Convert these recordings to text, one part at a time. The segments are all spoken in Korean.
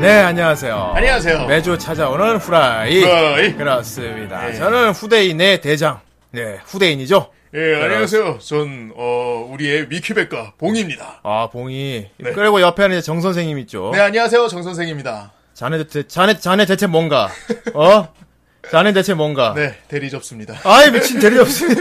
네, 안녕하세요. 안녕하세요. 어, 예, 매주 찾아오는 후라이. 후라이. 그렇습니다. 네. 저는 후대인의 대장. 네, 후대인이죠? 예, 안녕하세요. 전, 어, 우리의 위키백과 봉입니다. 아, 봉이. 네. 그리고 옆에는 이제 정선생님 있죠? 네, 안녕하세요. 정선생입니다. 자네 대체, 자네, 자네 대체 뭔가? 어? 자네 대체 뭔가? 네, 대리 접수입니다. 아이, 미친 대리 없으니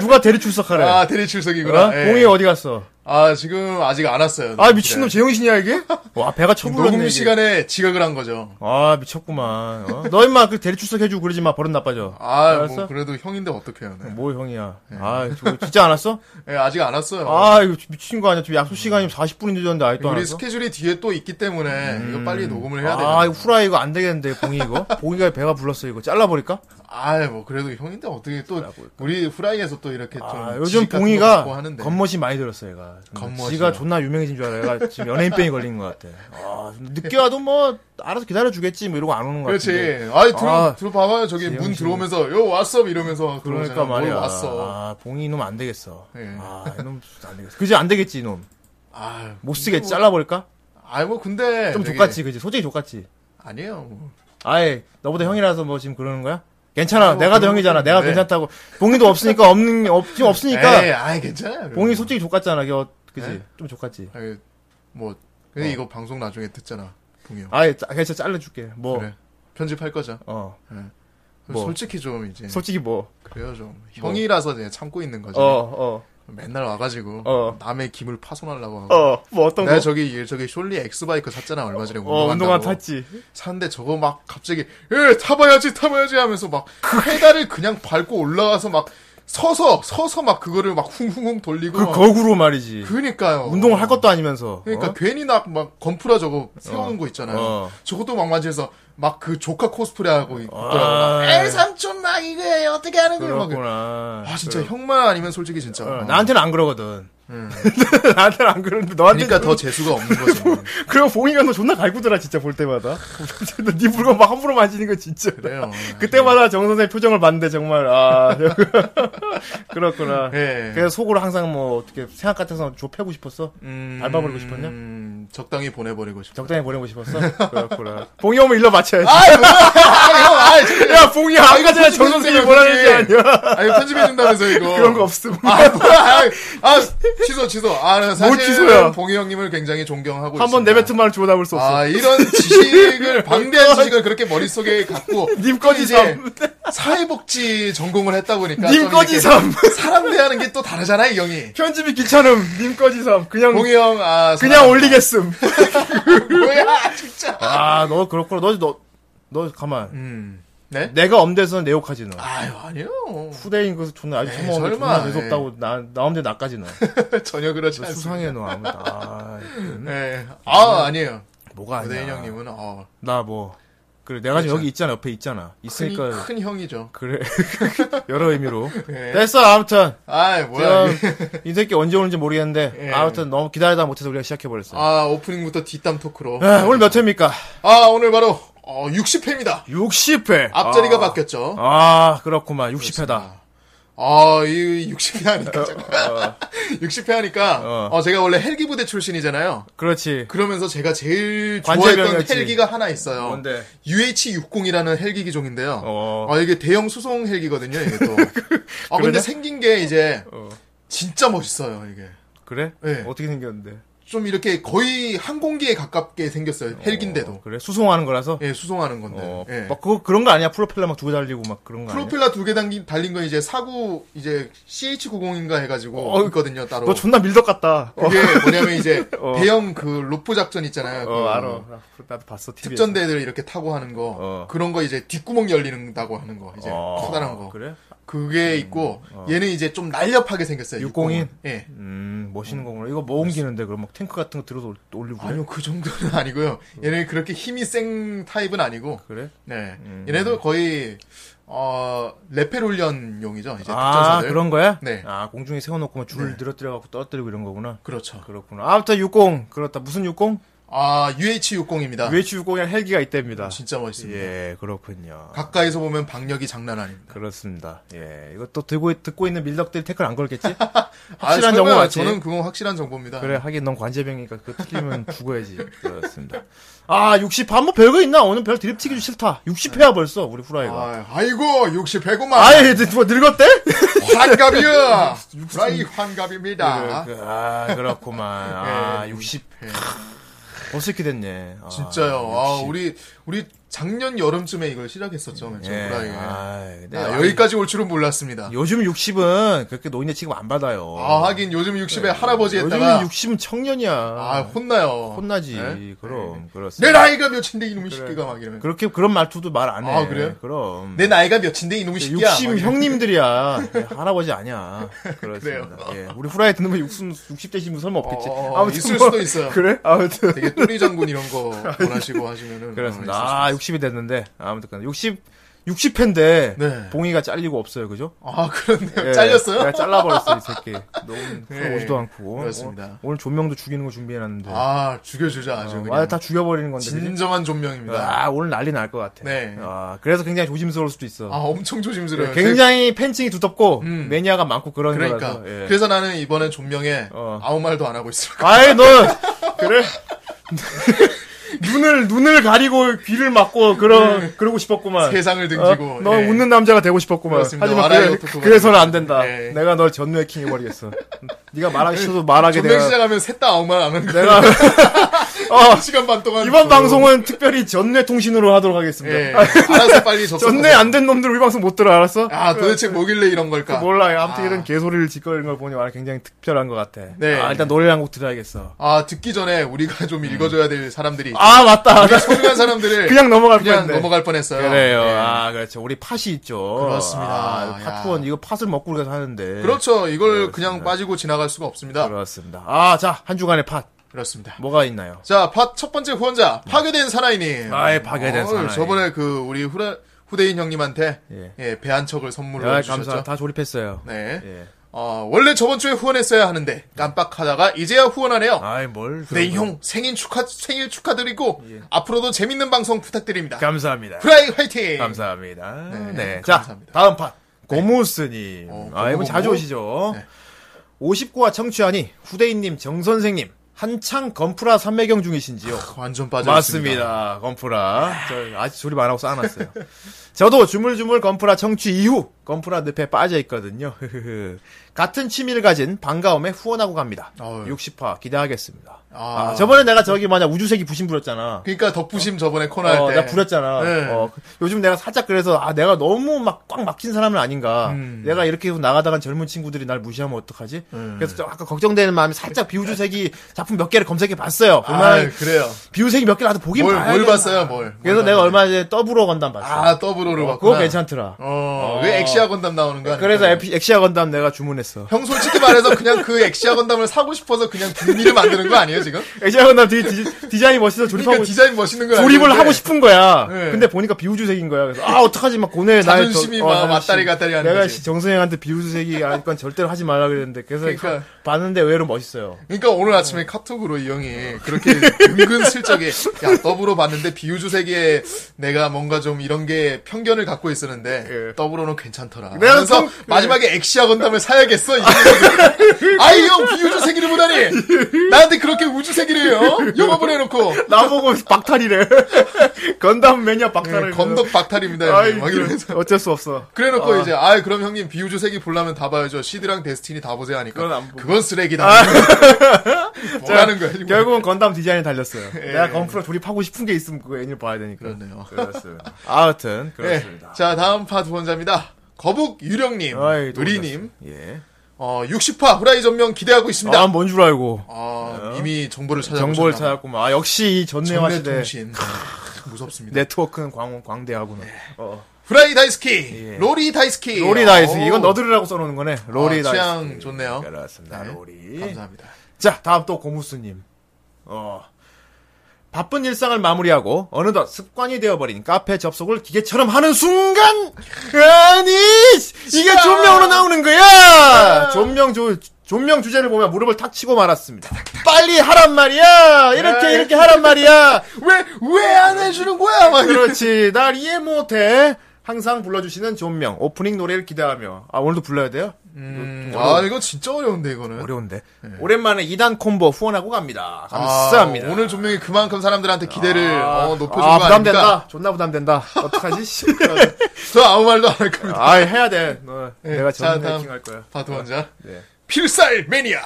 누가 대리 출석하래? 아, 대리 어? 출석이구나. 예. 봉이 어디 갔어? 아, 지금 아직 안 왔어요. 아, 미친놈 네. 제정신이야, 이게? 와, 배가 처불렀네. 녹음 이게. 시간에 지각을 한 거죠. 아 미쳤구만. 어? 너 임마 그 대리 출석해주고 그러지 마 버릇 나빠져. 아, 뭐, 알았어? 그래도 형인데 어떡해요. 네. 뭐 형이야. 아 저거 진짜 안 왔어? 예, 아직 안 왔어요. 아 이거 미친 거 아니야? 지금 약속 시간이 40분이 늦었는데 아직도 안 우리 왔어? 스케줄이 뒤에 또 있기 때문에 이거 빨리 녹음을 해야 아 돼요. 이거 후라이 이거 안 되겠는데 봉이 이거? 봉이가 배가 불렀어 이거 잘라버릴까? 아, 뭐 그래도 형인데 어떻게 또 우리 후라이에서 또 이렇게 좀 아 지식 요즘 같은 거 봉이가 받고 하는데. 겉멋이 많이 들었어 얘가. 정말 겉멋이요? 지가 존나 유명해진 줄 알아. 얘가 지금 연예인병이 걸린 것 같아. 아 늦게 와도 뭐 알아서 기다려주겠지 뭐 이러고 안 오는 것 그렇지. 같은데. 아이 들어 아, 들어 봐봐요. 저기 문 지영씨. 들어오면서 요 왔어 이러면서 그러니까 그러잖아요. 뭘 말이야. 왔어. 아 봉이 이놈 안 되겠어. 예. 아 이놈 안 되겠어. 그지 안 되겠지 이놈. 아, 못 쓰게 잘라버릴까? 아이 뭐 근데 좀 되게- 족같지, 그지? 솔직히 족같지. 아니에요. 뭐. 아예 너보다 형이라서 뭐 지금 그러는 거야? 뭐 괜찮아, 내가 더 어. 그런 형이잖아. 것도 내가 있는데. 괜찮다고. 봉이도 없으니까 없는 없, 지금 없으니까 에이, 아이 괜찮아요. 그러니까 봉이 솔직히 족같잖아, 겨, 그지? 네. 좀 족같지. 아이, 뭐 근데 어. 이거 방송 나중에 듣잖아. 봉이 형. 아예 그래서 잘라줄게. 뭐, 그래. 편집할 거죠. 어, 뭐. 솔직히 좀 이제 솔직히 뭐, 그래요 좀 형이라서 이제 참고 있는 거지. 어, 어, 맨날 와가지고 어. 남의 김을 파손하려고 하고. 어, 뭐 어떤 내가 거? 네, 저기 저기 숄리 엑스바이크 샀잖아 얼마 전에 어, 운동한다고. 운동화 탔지. 샀는데 저거 막 갑자기 에 타봐야지 타봐야지 하면서 막 페달을 그냥 밟고 올라가서 막 서서 서서 막 그거를 막 쿵쿵쿵 돌리고 그 막 거구로 말이지. 그러니까요 어. 운동을 할 것도 아니면서. 그러니까 어? 괜히 나 막 건프라 저거 세우는 거 있잖아요 어. 저것도 막 만지면서 막 그 조카 코스프레 하고 아. 있더라고 에 삼촌 막 이거 어떻게 하는 거야 막 그렇구나. 아, 진짜 형만 아니면 솔직히 진짜 어, 나한테는 안 그러거든. 나한테는 안 그러는데 너한테 음. 그러니까 더 재수가 없는 뭐. 거죠 그리고 봉이가 너 존나 갈구더라 진짜 볼 때마다 너네 물건 막 함부로 만지는 거 진짜 그래요 그때마다 정 선생 표정을 봤는데 정말 아 그렇구나 예 그래서 속으로 항상 뭐 어떻게 생각 같아서 좁혀고 싶었어 음, 밟아버리고 싶었냐? 음, 적당히 보내버리고 싶어 적당히 보내고 싶었어 그렇구나 봉이 오면 일러 맞춰야지 아, 아형 아 야 봉이 아까 편집해주세요, 전에 정 선생이 편집. 뭐라는지 아니야 아니 편집해준다면서 이거 그런 거 없음 아, 뭐야. 아, 취소, 취소. 아, 나 사실 취소야? 봉희 형님을 굉장히 존경하고 한 번 있습니다. 내뱉은말 주워 담을 수 없어 아, 이런 지식을, 방대한 지식을 그렇게 머릿속에 갖고. 님 꺼지 이제 삼. 사회복지 전공을 했다 보니까. 님 좀 꺼지 이렇게 삼. 사람 대하는 게 또 다르잖아, 이 형이. 편집이 귀찮음 님 꺼지삼 그냥 봉희 형, 아. 그냥 올리겠음 사람- 뭐야, 진짜. 아 너 그렇구나 너 너, 너 가만 음. 네? 내가 엄대에서는 내 욕하지 너 아유, 아니요. 후대인 그래서 존나 아주 에이, 처먹었는데 설마. 존나 재수없다고 나, 나 없는데 나까지 너. 전혀 그렇지 너 않습니다. 수상해 너 아무도 아, 음, 네. 아, 아니에요. 뭐가 고대인 아니야 형님은, 그렇죠. 어. 나뭐 그래 내가 지금 여기 있잖아 옆에 있잖아 큰, 있으니까 큰 형이죠. 그래 여러 의미로 네. 됐어 아무튼 아이, 뭐야. 이게. 제가 이 새끼 언제 오는지 모르겠는데 예. 아무튼 너무 기다리다 못해서 우리가 시작해버렸어 요 아, 오프닝부터 뒷담 토크로. 네. 오늘 몇 회입니까 아, 오늘 바로, 60회입니다. 60회 앞자리가 아, 바뀌었죠. 아, 아 그렇구만 60회다 이 60회 하니까, 잠깐. 60회 하니까, 어. 어, 제가 원래 헬기 부대 출신이잖아요. 그렇지 그러면서 제가 제일 좋아했던 관제병이었지. 헬기가 하나 있어요. 뭔데? UH-60이라는 헬기 기종인데요. 어. 아, 이게 대형 수송 헬기거든요, 이게 또. 아, 근데 그러냐? 생긴 게 이제, 어. 진짜 멋있어요, 이게. 그래 예. 어떻게 생겼는데 좀 이렇게 거의 항공기에 가깝게 생겼어요, 헬기인데도. 어, 그래 수송하는 거라서 예, 수송하는 건데. 어, 예. 막 그거 그런 거 아니야? 프로펠러 막 두 개 달리고 막 그런 거 아니야? 프로펠러 두 개 달린, 달린 건 이제 사구 이제 CH90인가 해가지고 어, 있거든요 따로. 너 존나 밀덕 같다. 어, 그게 뭐냐면 이제 어. 대형 그 로프 작전 있잖아요. 그 어, 알아. 나- 나도 봤어. TV에서. 특전대들 이렇게 타고 하는 거 어. 그런 거 이제 뒷구멍 열리는다고 하는 거 이제 어, 커다란 거 그래? 음, 어. 그게 있고 얘는 이제 좀 날렵하게 생겼어요. 601? 예. 음, 멋있는 거구나. 이거 뭐 옮기는데 그럼 막 탱크 같은 거 들어서 올- 올리고 그래? 어. 아니요 그 정도는 아니고요. 음. 얘네 그렇게 힘이 센 타입은 아니고 그래? 네 음. 얘네도 거의 어 레페롤련용이죠 이제 아 특전사들. 그런 거야? 네. 아 공중에 세워놓고 막줄 네. 늘어뜨려 갖고 떨어뜨리고 이런 거구나. 그렇죠. 그렇구나. 아무튼 60 그렇다. 무슨 60? 아 UH-60입니다. 외치 60이랑 헬기가 있답니다. 진짜 멋있습니다. 예 그렇군요. 가까이서 보면 박력이 장난 아닙니다. 그렇습니다. 예 이것도 들고 있- 듣고 있는 밀덕들이 태클 안 걸겠지? 아, 확실한 설마 정보 맞지? 저는 그건 확실한 정보입니다. 그래 하긴 넌 관제병이니까 그거 틀리면 죽어야지. 그렇습니다. 아 60반 뭐 별거 있나? 오늘 별 드립 튀기기 싫다. 60회야 벌써 우리 후라이가. 아, 아이고 60 배구만 아예 뭐 늙었대? 환갑이야. 라이 환갑입니다. 그- 아 그렇구만. 아 60. 벌써 이렇게 됐네. 아, 예, 진짜요. 아, 60. 우리 우리 작년 여름쯤에 이걸 시작했었죠. 맨 처음 예. 후라이에. 아, 아, 근데 여기까지 올 줄은 몰랐습니다. 요즘 60은 그렇게 노인의 취급 안 받아요. 아 하긴 요즘 60에 할아버지 네, 요즘 했다가 60은 청년이야. 아 혼나요. 혼나지. 네? 그럼 그렇습니다. 내 나이가 몇인데 이놈의 새끼가 막 이러면 그렇게 그런 말투도 말 안 해. 아, 그래요? 그럼. 내 나이가 몇인데 이놈의 새끼야. 60 막 이러면. 형님들이야. 예, 할아버지 아니야. 그렇습니다. 그래요. 예, 우리 후라이 듣는 분 60, 60대신 분 설마 없겠지. 뭐 어, 어, 있을 수도 있어요. 그래? 아무튼. 되게 뚜리 장군 이런 거 원하시고 하시면은 그렇습니다. 아, 아, 60이 됐는데. 아무튼 간에 60, 60회인데. 네. 봉이가 잘리고 없어요. 그죠? 아 그렇네요. 예, 잘렸어요? 내가 잘라버렸어, 이 새끼. 너무 예, 오지도 않고. 어, 그렇습니다. 오늘, 오늘 조명도 죽이는 거 준비해놨는데. 아 죽여주자 아주 어, 그냥 아, 다 죽여버리는 건데. 그지? 진정한 존명입니다. 아, 아, 오늘 난리 날 것 같아. 네. 아, 그래서 굉장히 조심스러울 수도 있어. 아, 엄청 조심스러워요. 예, 굉장히 팬층이 두텁고 네, 음. 매니아가 많고 그런 그러니까 거라서. 예. 그래서 나는 이번엔 존명에 어. 아무 말도 안 하고 있을 거야. 아이 너 그래 눈을 눈을 가리고 귀를 막고 그러 그러고 싶었구만. 세상을 등지고 아. 어? 너 네. 예. 웃는 남자가 되고 싶었구만. 그렇습니다. 하지만 와라이 그래, 오토코가 그래서는 안 된다. 예. 내가 널 전멸 킹 해버리겠어. 네가 말하기 싫어도 말하게 존명 내가. 시작하면 셋 다 아무 말 안 하는 거야. 내가 어, 시간 반 동안 이번 어, 방송은 특별히 전뇌 통신으로 하도록 하겠습니다. 예, 알아서 빨리 접속. 전뇌 안 된 놈들 우리 방송 못 들어 알았어? 아 도대체 뭐길래 이런 걸까? 몰라. 아무튼 아. 이런 개소리를 짓거리는 걸 보니 와 굉장히 특별한 것 같아. 네. 아, 일단 노래 한 곡 들어야겠어. 아 듣기 전에 우리가 좀 읽어줘야 될 사람들이 음. 아 맞다. 나 소중한 사람들을 그냥 넘어갈 그냥 뻔했네. 넘어갈 뻔했어요. 그래요. 예. 아, 그렇죠. 우리 팥이 있죠. 그렇습니다. 아, 팥원 이거 팥을 먹고 우리가 사는데. 그렇죠. 이걸 네. 그렇습니다. 그냥 빠지고 지나갈 수가 없습니다. 그렇습니다. 아, 자, 한 주간의 팥 그렇습니다. 뭐가 있나요? 자, 팟 첫 번째 후원자 파괴된 사나이님. 아이, 예, 파괴된 어, 사나이. 저번에 그 우리 후라, 후대인 형님한테 예. 예, 배 한 척을 선물로 야, 주셨죠. 아, 감사. 다 조립했어요. 네. 예. 어, 원래 저번 주에 후원했어야 하는데 깜빡하다가 이제야 후원하네요. 아이, 뭘. 그런 후대인 거. 형 생일 축하 생일 축하드리고 앞으로도 재밌는 방송 부탁드립니다. 예. 감사합니다. 후라이 화이팅. 감사합니다. 네, 네. 자, 감사합니다. 네. 다음 팟. 고무스님. 어, 아, 이분 고무고무? 자주 오시죠. 네. 59화 청취하니 후대인님, 정선생님, 한창 건프라 삼매경 중이신지요? 그 완전 빠져 맞습니다. 건프라. 저 아직 조립 안 하고 쌓아놨어요. 저도 주물주물 건프라 청취 이후 건프라 늪에 빠져 있거든요. 같은 취미를 가진 반가움에 후원하고 갑니다. 어휴. 60화 기대하겠습니다. 아. 아, 저번에 내가 저기 뭐냐 우주색이 부심 부렸잖아. 그러니까 덕부심 저번에 코너 할 어, 때. 나 부렸잖아. 네. 어, 그- 요즘 내가 살짝 그래서 아 내가 너무 막 꽉 막힌 사람은 아닌가. 음. 내가 이렇게 나가다간 젊은 친구들이 날 무시하면 어떡하지? 음. 그래서 좀 아까 걱정되는 마음에 살짝 비우주색이 작품 몇 개를 검색해 봤어요. 아, 정말 그래요. 비우색이 몇 개라도 보긴 뭘, 봐야 뭘 되나. 봤어요, 뭘. 그래서 뭘 내가 봤는데. 얼마 전에 더불어 건담 봤어. 아, 더블오를 봤구나. 그거 괜찮더라. 어, 네. 왜 엑시아 건담 나오는 거야? 그러니까 그래서 엑시- 엑시아 건담 내가 주문했어. 형 솔직히 말해서 그냥 그 엑시아 건담을 사고 싶어서 그냥 빈미를 만드는 거 아니에요, 지금? 엑시아 건담 디, 자인이 멋있어 조립하고 그러니까 디자인 멋있는 거 조립을 하고 싶은 거야. 네. 근데 보니까 비우주색인 거야. 그래서 아 어떡하지 막 고뇌 나의 저- 자존심이 어, 막 자존심. 왔다리 갔다리 하는 내가 거지. 씨, 정선영한테 비우주색이 아닐 건 절대로 하지 말라 그랬는데 그래서 그러니까. 봤는데 의외로 멋있어요. 그러니까 오늘 아침에 카톡으로 이 형이 그렇게 은근슬쩍에 야 더불어 봤는데 비우주세계에 내가 뭔가 좀 이런 게 편견을 갖고 있었는데 예. 더불어는 괜찮더라. 내가 예. 그래서 좀- 마지막에 엑시아 건담을 사야겠어. 이 정도면. 아이 형 비우주세계를 보다니 나한테 그렇게 우주세계를 어? 영업을 해놓고 네, 나보고 박탈이래. 건담 매니아 예, 박탈을. 건덕 박탈입니다. 그래서. 아이, 형님. 막 이러면서. 어쩔 수 없어. 그래놓고 아. 이제 아 그럼 형님 비우주색이 보려면 다 봐야죠 시드랑 데스티니 다 보세요 하니까 그건 안 보고. 아. 그건 쓰레기다 뭐라는 거야 지금 예. 결국은 건담 디자인에 달렸어요. 내가 건프로 조립하고 싶은 게 있으면 그 애니를 봐야 되니까. 그렇네요. 그렇습니다. 아무튼 그렇습니다. 네. 자 다음 파 후원자입니다 거북 유령님 아이, 또 누리님 올랐어. 예. 어 60화 후라이 전명 기대하고 있습니다 아, 아, 뭔 줄 알고. 이미 정보를 찾아 정보를 찾았구만. 아, 역시 이 전내화 시대 전내통신 아, 무섭습니다 네트워크는 광, 광대하구나. 어. 후라이 다이스키 예. 로리 다이스키 로리 다이스. 이건 오. 너들으라고 써놓는 거네. 로리 아, 다이스. 취향 좋네요. 그렇습니다. 네. 로리. 감사합니다 자, 다음 또 고무스님. 어. 바쁜 일상을 마무리하고 어느덧 습관이 되어버린 카페 접속을 기계처럼 하는 순간 아니 이게 존명으로 나오는 거야 존명 조, 존명 주제를 보며 무릎을 탁 치고 말았습니다 빨리 하란 말이야 네. 이렇게 이렇게 하란 말이야 왜 왜 안 해주는 거야? 막 이런. 그렇지 날 이해 못해 항상 불러주시는 존명 오프닝 노래를 기대하며 아 오늘도 불러야 돼요 음, 아 이거 진짜 어려운데 이거는. 어려운데 네. 오랜만에 2단 콤보 후원하고 갑니다 아, 감사합니다 오늘 조명이 그만큼 사람들한테 기대를 어, 높여준 아, 거 부담된다. 아닙니까? 존나 부담된다. 어떡하지? 씨. 저 아무 말도 안 할 겁니다. 아, 해야 돼. 너, 예, 내가 자, 전 다음. 해킹 할 거야. 바둑왕자. 네. 필살 매니아.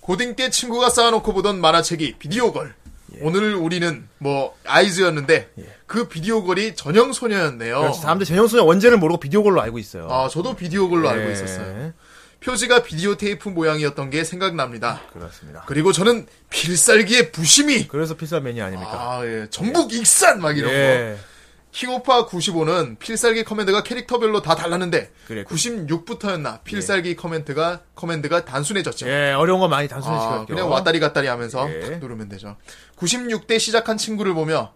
고딩 때 친구가 쌓아놓고 보던 만화책이 비디오걸. 예. 오늘 우리는 뭐 아이즈였는데 그 비디오걸이 전형 소녀였네요. 그렇지. 사람들 전형수는 원제를 모르고 비디오 걸로 알고 있어요. 어. 아 저도 비디오걸로 알고 예, 있었어요. 표지가 비디오 테이프 모양이었던 게 생각납니다. 그렇습니다. 그리고 저는 필살기의 부심이 그래서 필살 매니아 아닙니까? 아, 예. 전북 익산 막 이런 거. 그러니까. 예. 킹오파 95는 필살기 커맨드가 캐릭터별로 다 달랐는데 그래, 그래. 96부터였나 필살기 커맨드가 커맨드가 단순해졌죠. 예, 어려운 거 많이 단순히 아, 시켰죠. 그냥 왔다리 갔다리 하면서 예. 탁 누르면 되죠. 96대 시작한 친구를 보며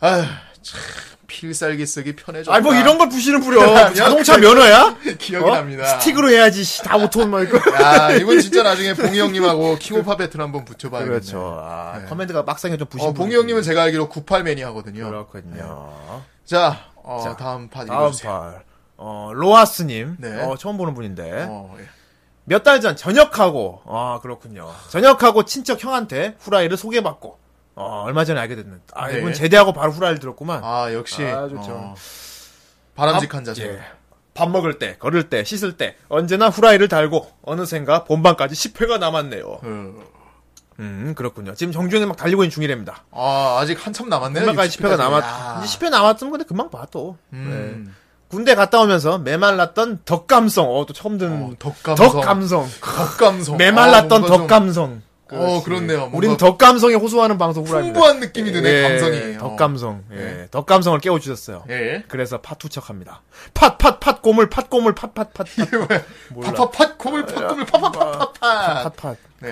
아휴 참 필살기 쓰기 편해졌다. 아이, 뭐 이런 걸 부시는 야, 부려. 자동차 그래. 면허야? 기억이 어? 납니다. 스틱으로 해야지. 씨, 다 오토 뭐 이거. 야, 이건 진짜 나중에 봉이 형님하고 킹오파 배틀 한번 붙여봐야겠네. 그렇죠. 아, 커맨드가 막상에 좀 부신 어, 봉이 형님은 제가 알기로 98 매니아거든요. 그렇군요. 자, 어, 자, 다음 판 다음 읽어주세요. 팔. 어, 로하스님. 네. 어, 처음 보는 분인데. 어, 예. 몇 달 전 전역하고 아 그렇군요 전역하고 친척 형한테 후라이를 소개받고 어, 얼마 전에 알게 됐는데 아 네. 이분 제대하고 바로 후라이를 들었구만 아, 역시 아, 좋죠. 어, 바람직한 자세. 예. 밥 먹을 때 걸을 때 씻을 때 언제나 후라이를 달고 어느샌가 본방까지 10회가 남았네요 어, 음 그렇군요 지금 정주행이 막 달리고 있는 중이랍니다 아, 아직 한참 남았네요. 본방까지 10회가 야. 남았 이제 10회 남았으면 근데 금방 봐도 아. 네. 음. 군대 갔다 오면서 메말랐던 덕감성 어 또 처음 듣는 어, 덕감성. 덕감성 덕감성. 메말랐던 아, 뭔가 좀- 덕감성 어, 그렇네요. 뭔가 우린 덕감성에 호소하는 방송 후라이입니다 풍부한 느낌이 드네, 예, 감성이. 어. 덕감성. 예. 예. 덕감성을 깨워주셨어요. 예, 예. 그래서 파투척합니다. 팟, 팟, 팟, 꼬물, 팟, 꼬물, 팟, 팟, 팟, 팟, 몰라. 팟팟팟, 고물 팟고물 팟, 팟팟팟팟. 팟. 네,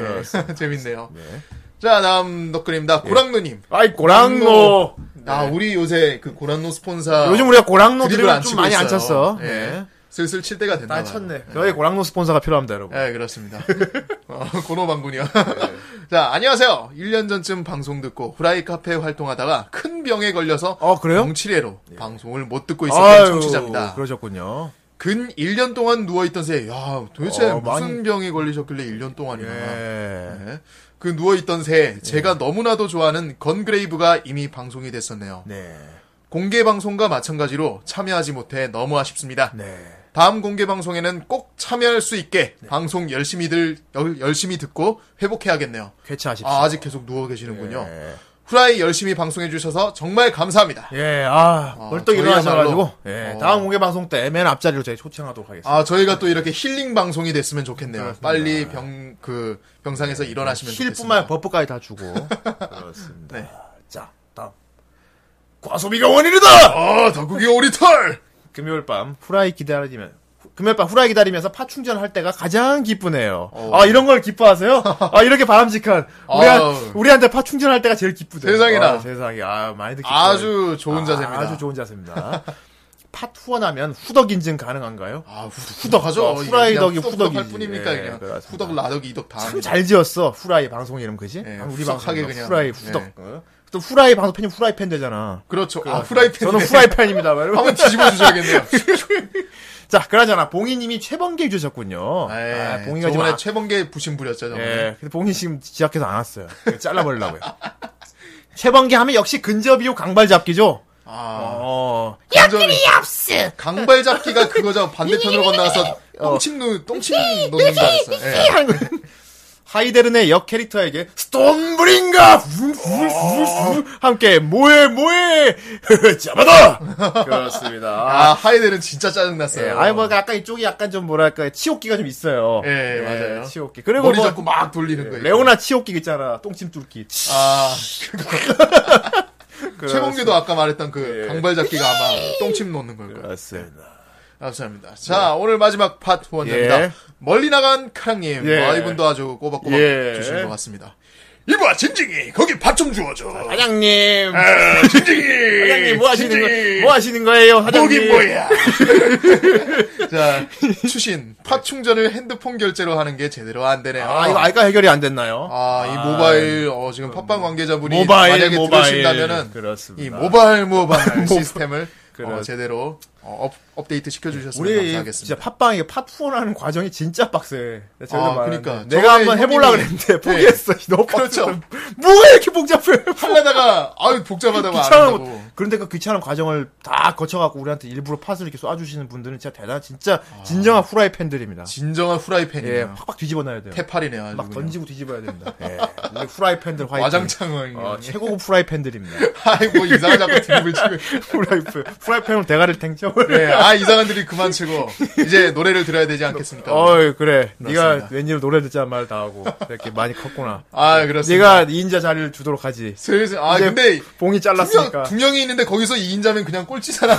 그렇습니다. 재밌네요. 네. 예. 자, 다음 덕글입니다. 고랑노님. 아이, 고랑노. 아, 우리 요새 그 고랑노 스폰사. 네. 요즘 우리가 드립을 고랑노들을 안 좀 치고 많이 있어요. 안 쳤어. 예. 네. 슬슬 칠 때가 됐나 많이 봐요. 쳤네. 저희 고랑노 스폰서가 필요합니다, 여러분. 예, 그렇습니다. 어, 고노방군이요. 네. 자, 안녕하세요. 1년 전쯤 방송 듣고 후라이 카페 활동하다가 큰 병에 걸려서 어, 그래요? 정치례로 방송을 못 듣고 있었던 청취자입니다. 그러셨군요. 근 1년 동안 누워있던 새에, 야, 도대체 어, 무슨 많이- 병에 걸리셨길래 1년 동안이나. 예. 네. 그 누워있던 새에 제가 너무나도 좋아하는 건그레이브가 이미 방송이 됐었네요. 네. 공개 방송과 마찬가지로 참여하지 못해 너무 아쉽습니다. 네. 다음 공개 방송에는 꼭 참여할 수 있게 방송 열심히들 열, 열심히 듣고 회복해야겠네요. 쾌차하십시오. 아, 아직 계속 누워 계시는군요. 예. 후라이 열심히 방송해 주셔서 정말 감사합니다. 예, 아, 벌떡 저희야말로- 일어나셔가지고, 예, 어. 다음 공개 방송 때 맨 앞자리로 저희 초청하도록 하겠습니다. 아, 저희가 또 이렇게 힐링 방송이 됐으면 좋겠네요. 빨리 병, 그, 병상에서 일어나시면 네, 힐뿐만 좋겠습니다. 아니라 버프까지 다 주고. 그렇습니다. 네. 자, 다음. 과소비가 원인이다! 아, 덕국이 오리털! 금요일 밤 후라이 기다리면 후- 금요일 밤 후라이 기다리면서 파충전할 때가 가장 기쁘네요. 어. 아 이런 걸 기뻐하세요? 아 이렇게 바람직한 우리 아우. 우리한테 파충전할 때가 제일 기쁘대요. 세상에나. 아, 세상에 아 많이들 기뻐요. 아주 좋은 자세입니다. 아, 아주 좋은 자세입니다. 팟 후원하면 후덕 인증 가능한가요? 아, 후덕하죠? 후덕. 후라이 그냥 덕이 후덕이지. 할 뿐입니까, 예, 그냥. 그렇습니다. 후덕, 라덕, 이덕 다. 참 합니다. 잘 지었어 후라이 방송 이름 그지? 예, 아, 우리 후덕하게 방송하게 그냥. 그냥 후라이 예. 후덕. 어? 또 후라이 방송 팬이 후라이 팬 되잖아. 그렇죠. 아, 후라이팬. 저는 후라이 팬입니다. 여러분. 한번 뒤집어 주셔야겠네요. 자, 그러잖아. 봉이님이 최범계 주셨군요. 에이, 아, 봉이가 지금. 예, 저번에 아- 최범계 부심 부렸죠, 저번에. 예, 근데 봉이 지금 지각해서 안 왔어요. 잘라버리려고요. 최범계 하면 역시 근접이요 강발 잡기죠. 아, 어, 완전히 강발 잡기가 그거죠. 반대편으로 건너와서 똥침 누, 똥침 놓는 줄 알았어. 예. 하는 건- 하이데른의 역 캐릭터에게 스톰브링가 후, 후, 후, 후, 함께 뭐해 뭐해 잡아다. 그렇습니다. 아, 하이델은 진짜 예, 짜증났어요. 아이 뭐 약간 이쪽이 약간 좀 뭐랄까 치욕기가 좀 있어요. 네, 예, 맞아요. 치욕기. 그리고 머리 뭐 잡고 막 돌리는 거예요. 레오나 치욕기 있잖아. 똥침 뚫기. 아, 그렇습니다. 최봉규도 아까 말했던 그 예. 강발 잡기가 아마 똥침 놓는 걸 거예요. 그렇습니다. 감사합니다. 자, 오늘 마지막 파트 원입니다. 예. 멀리 나간 카랑님. 예. 아, 이분도 아주 꼬박꼬박 예. 주신 것 같습니다. 이봐, 진징이! 거기 밥 좀 주워줘! 사장님. 아, 진징이! 사장님 뭐 하시는 진징이! 거, 뭐 하시는 거예요? 목이 사장님. 뭐야? 자, 추신. 팟 충전을 핸드폰 결제로 하는 게 제대로 안 되네요. 아, 이거 알까 해결이 안 됐나요? 아, 이 모바일, 어, 지금 팟빵 관계자분이 모바일, 만약에 모바일. 들으신다면은 그렇습니다. 이 모바일 모바일 시스템을 어, 그렇- 제대로 어, 업, 업데이트 시켜주셨으면 우리 진짜 감사하겠습니다. 팟빵이 팟후원하는 과정이 진짜 빡세. 아, 저희도 말하는데. 그러니까. 내가 한번 저번에 해보려 형님이- 그랬는데 포기했어. 너무 그렇죠. 빡세. 뭐가 이렇게 복잡해? 하려다가 아유 복잡하다고 안 귀찮은 한다고. 것- 그런데 그 귀찮은 과정을 다 거쳐갖고 우리한테 일부러 팟을 이렇게 쏴주시는 분들은 진짜 대단, 진짜 진정한 후라이 팬들입니다. 아. 진정한 예, 후라이팬이에요. 팍팍 뒤집어 놔야 돼요. 태팔이네요. 아주 막 그냥. 던지고 뒤집어야 됩니다. 예, 우리 후라이 팬들 화이팅. 와장창은. 어, 최고급 후라이 팬들입니다. 아이고 이상한 자꾸 등을 치고. 후라이 팬, 후라이 팬으로 대가를 탱쳐. 네, 아 이상한 들이 그만 치고 이제 노래를 들어야 되지 않겠습니까? 어이 그래. 네가 그렇습니다. 웬일 노래 듣자 말 다 하고 이렇게 많이 컸구나. 아 그렇습니다. 네가 2인자 자리를 주도록 하지. 슬슬 아 이제 근데 봉이 잘랐으니까. 분명 분명히 있는데 거기서 2인자면 그냥 꼴찌잖아.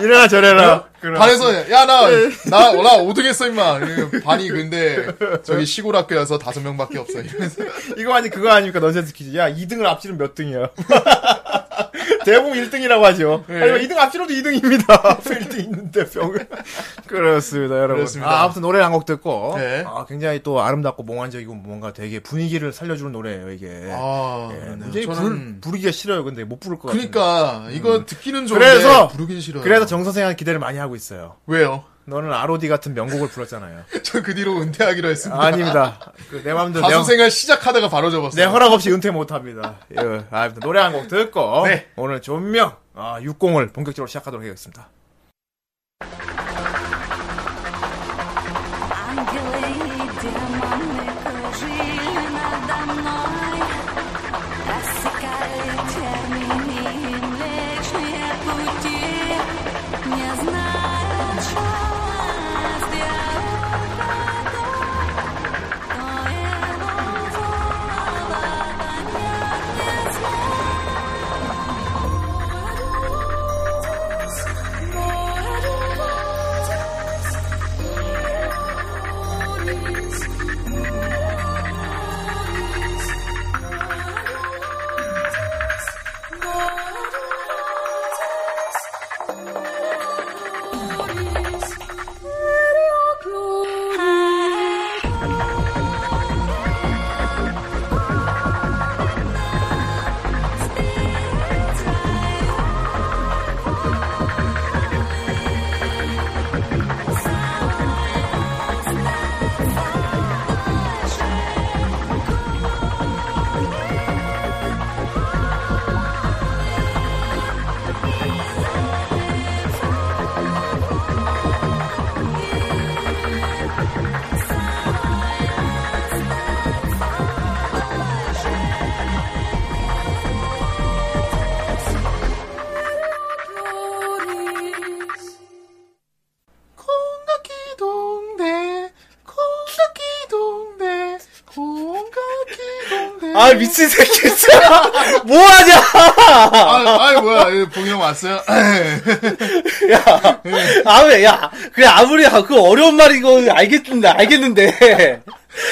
이래라 저래라. 아, 그럼. 네. 반에서 야나나나 나 5등했어 임마. 이러면 반이 근데 저기 시골 학교여서 다섯 명밖에 없어. 이러면서 이거 아니 그거 아니니까 넌센스 퀴즈. 야 2등을 앞지르면 몇 등이야? 대부분 1등이라고 하죠. 아니면 2등 앞지르도 2등입니다. 앞에 1등 있는데 병을. 그렇습니다, 여러분. 그렇습니다. 아, 아무튼 노래 를 한 곡 듣고 네. 아, 굉장히 또 아름답고 몽환적이고 뭔가 되게 분위기를 살려주는 노래예요 이게. 아 예, 그러네요. 굉장히 부를, 부르기가 싫어요. 근데 못 부를 것 같아요. 그러니까 이거 듣기는 좋은데 음. 그래서- 부르긴 싫어요. 그래서 정 선생한테 기대를 많이 하고 있어요. 왜요? 너는 ROD 같은 명곡을 불렀잖아요. 저 그 뒤로 은퇴하기로 했습니다. 아닙니다. 그내 마음대로 내, 가수 생활 시작하다가 바로 접었어요. 내 네, 허락 없이 은퇴 못합니다. 예, 아, 아무튼 노래 한 곡 듣고 네. 오늘 존명 아, 60을 본격적으로 시작하도록 하겠습니다. Ангелы и демоны кружили надо мной, рассекали термины и млечные пути, не зная, что сделать, но его злого понять не 공각기 동네 공각기 동네 공각기 동네 아 미친 새끼 진짜 뭐하냐? 아, 아 뭐야 예, 봉이 형 왔어요? 아무래 야 그래 아무리 하- 그 어려운 말이고 알겠는데 알겠는데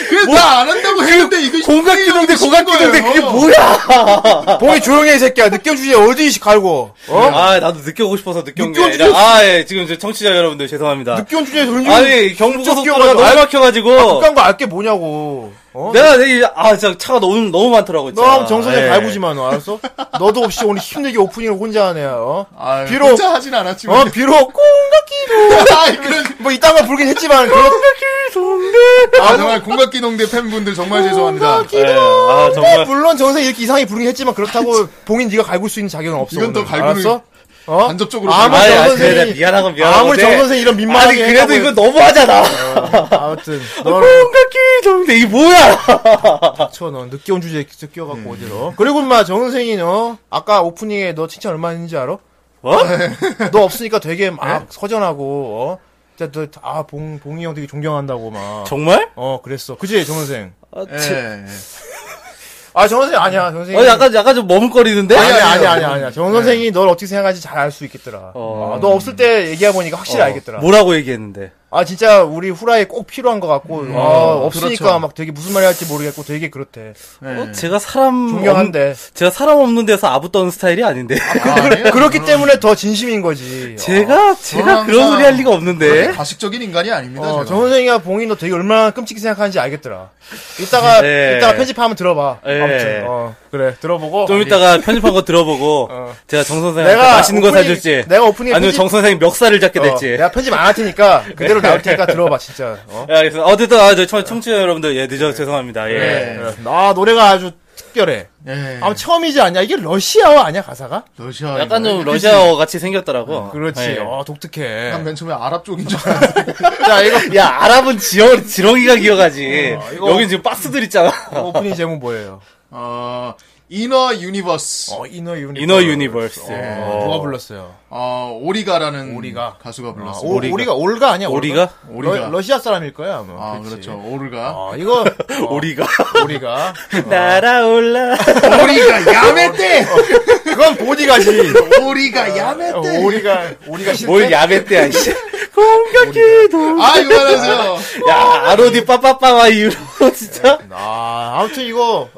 그래 나안 한다고 했는데 이거 공각기동대 공각기동대 그게 뭐 뭐야 봉이 조용히 해, 이 새끼야. 느껴주지 어디 이 갈고. 어? 아 나도 느껴보고 싶어서 느껴온 느껴지지? 게아예 지금 저 청취자 여러분들 죄송합니다 느껴온 주제에 그런 아니 경부고속도로가 너무 막혀가지고 국간 거 알게 뭐냐고. 어? 내가 되게 아 진짜 차가 너무 너무 많더라고 진짜. 너하고 정선생 예. 갈구지만 너 알았어? 너도 없이 오늘 힘들게 오프닝을 혼자 하네. 어? 아, 비록- 비록 혼자 하진 않았지만 어 비록 공각기도 아, 그런 뭐 이딴 거 부르긴 했지만 공각기 동네 아 정말 공각기 동대 팬분들 정말 죄송합니다. 예. 아 정말 물론 정선생 이렇게 이상하게 부르긴 했지만 그렇다고 봉인 네가 갈굴 수 있는 자격은 없어 이건 또 오늘. 갈구는 알았어? 어? 간접적으로 아무리 갈구는- 아 정선생이 그래 나 미안한 건 미안한 아무리 건데 정선생 이런 민망하게 아니 그래도 이거 했다고 어, 너무 하잖아 해도- 아무튼 넌 공각기 동대 이게 뭐야 닥쳐 넌 늦게 온 주제에 계속 끼어갖고 음. 어디로 그리고 인마 정선생이 너 아까 오프닝에 너 칭찬 얼마 했는지 알아? 어? 뭐? 너 없으니까 되게 네? 막 서전하고 어? 진짜 너아봉 봉이 형 되게 존경한다고 막 정말? 어, 그랬어. 그지, 정선생? 아, 예, 치- 예. 아, 정 선생 아니야, 정 선생. 어, 약간, 약간 좀 머뭇거리는데? 아니, 아니, 아니야, 아니, 아니야, 아니, 아니야. 정 선생이 널 어떻게 생각하는지 잘 알 수 있겠더라. 어. 아, 너 없을 때 얘기해 보니까 확실히 어, 알겠더라. 뭐라고 얘기했는데? 아, 진짜 우리 후라이 꼭 필요한 것 같고, 음. 아, 없으니까 그렇죠. 막 되게 무슨 말이 할지 모르겠고 되게 그렇대. 예. 어, 제가 사람. 없- 예. 존경한데. 제가 사람 없는 데서 아부던 스타일이 아닌데. 예? 음. 아니에요? 그렇기 때문에 더 진심인 거지. 제가, 제가 그런 소리 할 리가 없는데. 아, 가식적인 인간이 아닙니다. 어, 제가. 정 선생이가 봉이 너 되게 얼마나 끔찍히 생각하는지 알겠더라. 이따가, 네. 이따가 편집하면 들어봐. 네. 아무튼, 어, 그래, 들어보고. 좀 이따가 편집한 거 들어보고, 제가 정선생한테 내가 맛있는 거 오프닝- 사줄지. 내가 오프닝에 아니면 편집- 정선생이 멱살을 잡게 어, 될지. 네. 내가 편집 안 할 테니까 그대로 나올 테니까 들어봐 진짜. 어? 예, 알겠습니다. 어쨌든, 아, 저 청, 청취자 여러분들, 예, 늦어 죄송합니다. 예. 네. 그래. 아 노래가 아주 특별해. 예. 네. 아마 처음이지 않냐? 이게 러시아어 아니야 가사가? 러시아. 약간 좀 인간. 러시아어 같이 생겼더라고. 그렇지. 예. 네. 어 독특해. 난맨 처음에 아랍 쪽인 줄 알았는데. 자 이거 야, 아랍은 지어, 지렁이가 기어가지. 어, 이거- 어. 여긴 지금 박스들 있잖아. 오프닝 제목 뭐예요? 어, 이너 유니버스. 어 이너 유니버스. 이너 유니버스. 예. 어, 누가 불렀어요? 어, 오리가라는 오리가. 가수가 아, 불렀어요. 오, 오리가. 오리가. 오리가 올가 아니야? 오리가? 오리가. 러, 시아 사람일 거야 아마. 아, 그치? 그렇죠. 오르가. 아 이거 어, 오리가. 오리가. 날아올라. 오리가 야매떼! 그건 보디가지. 오리가 어, 야매떼! 오리가 뭐 오리가 싫대. 뭘 야배 때야, 이씨. 공격기도. 아, 그만하세요. 야, 아로디 빠빠빠와 이후로, 진짜. 아 아무튼 이거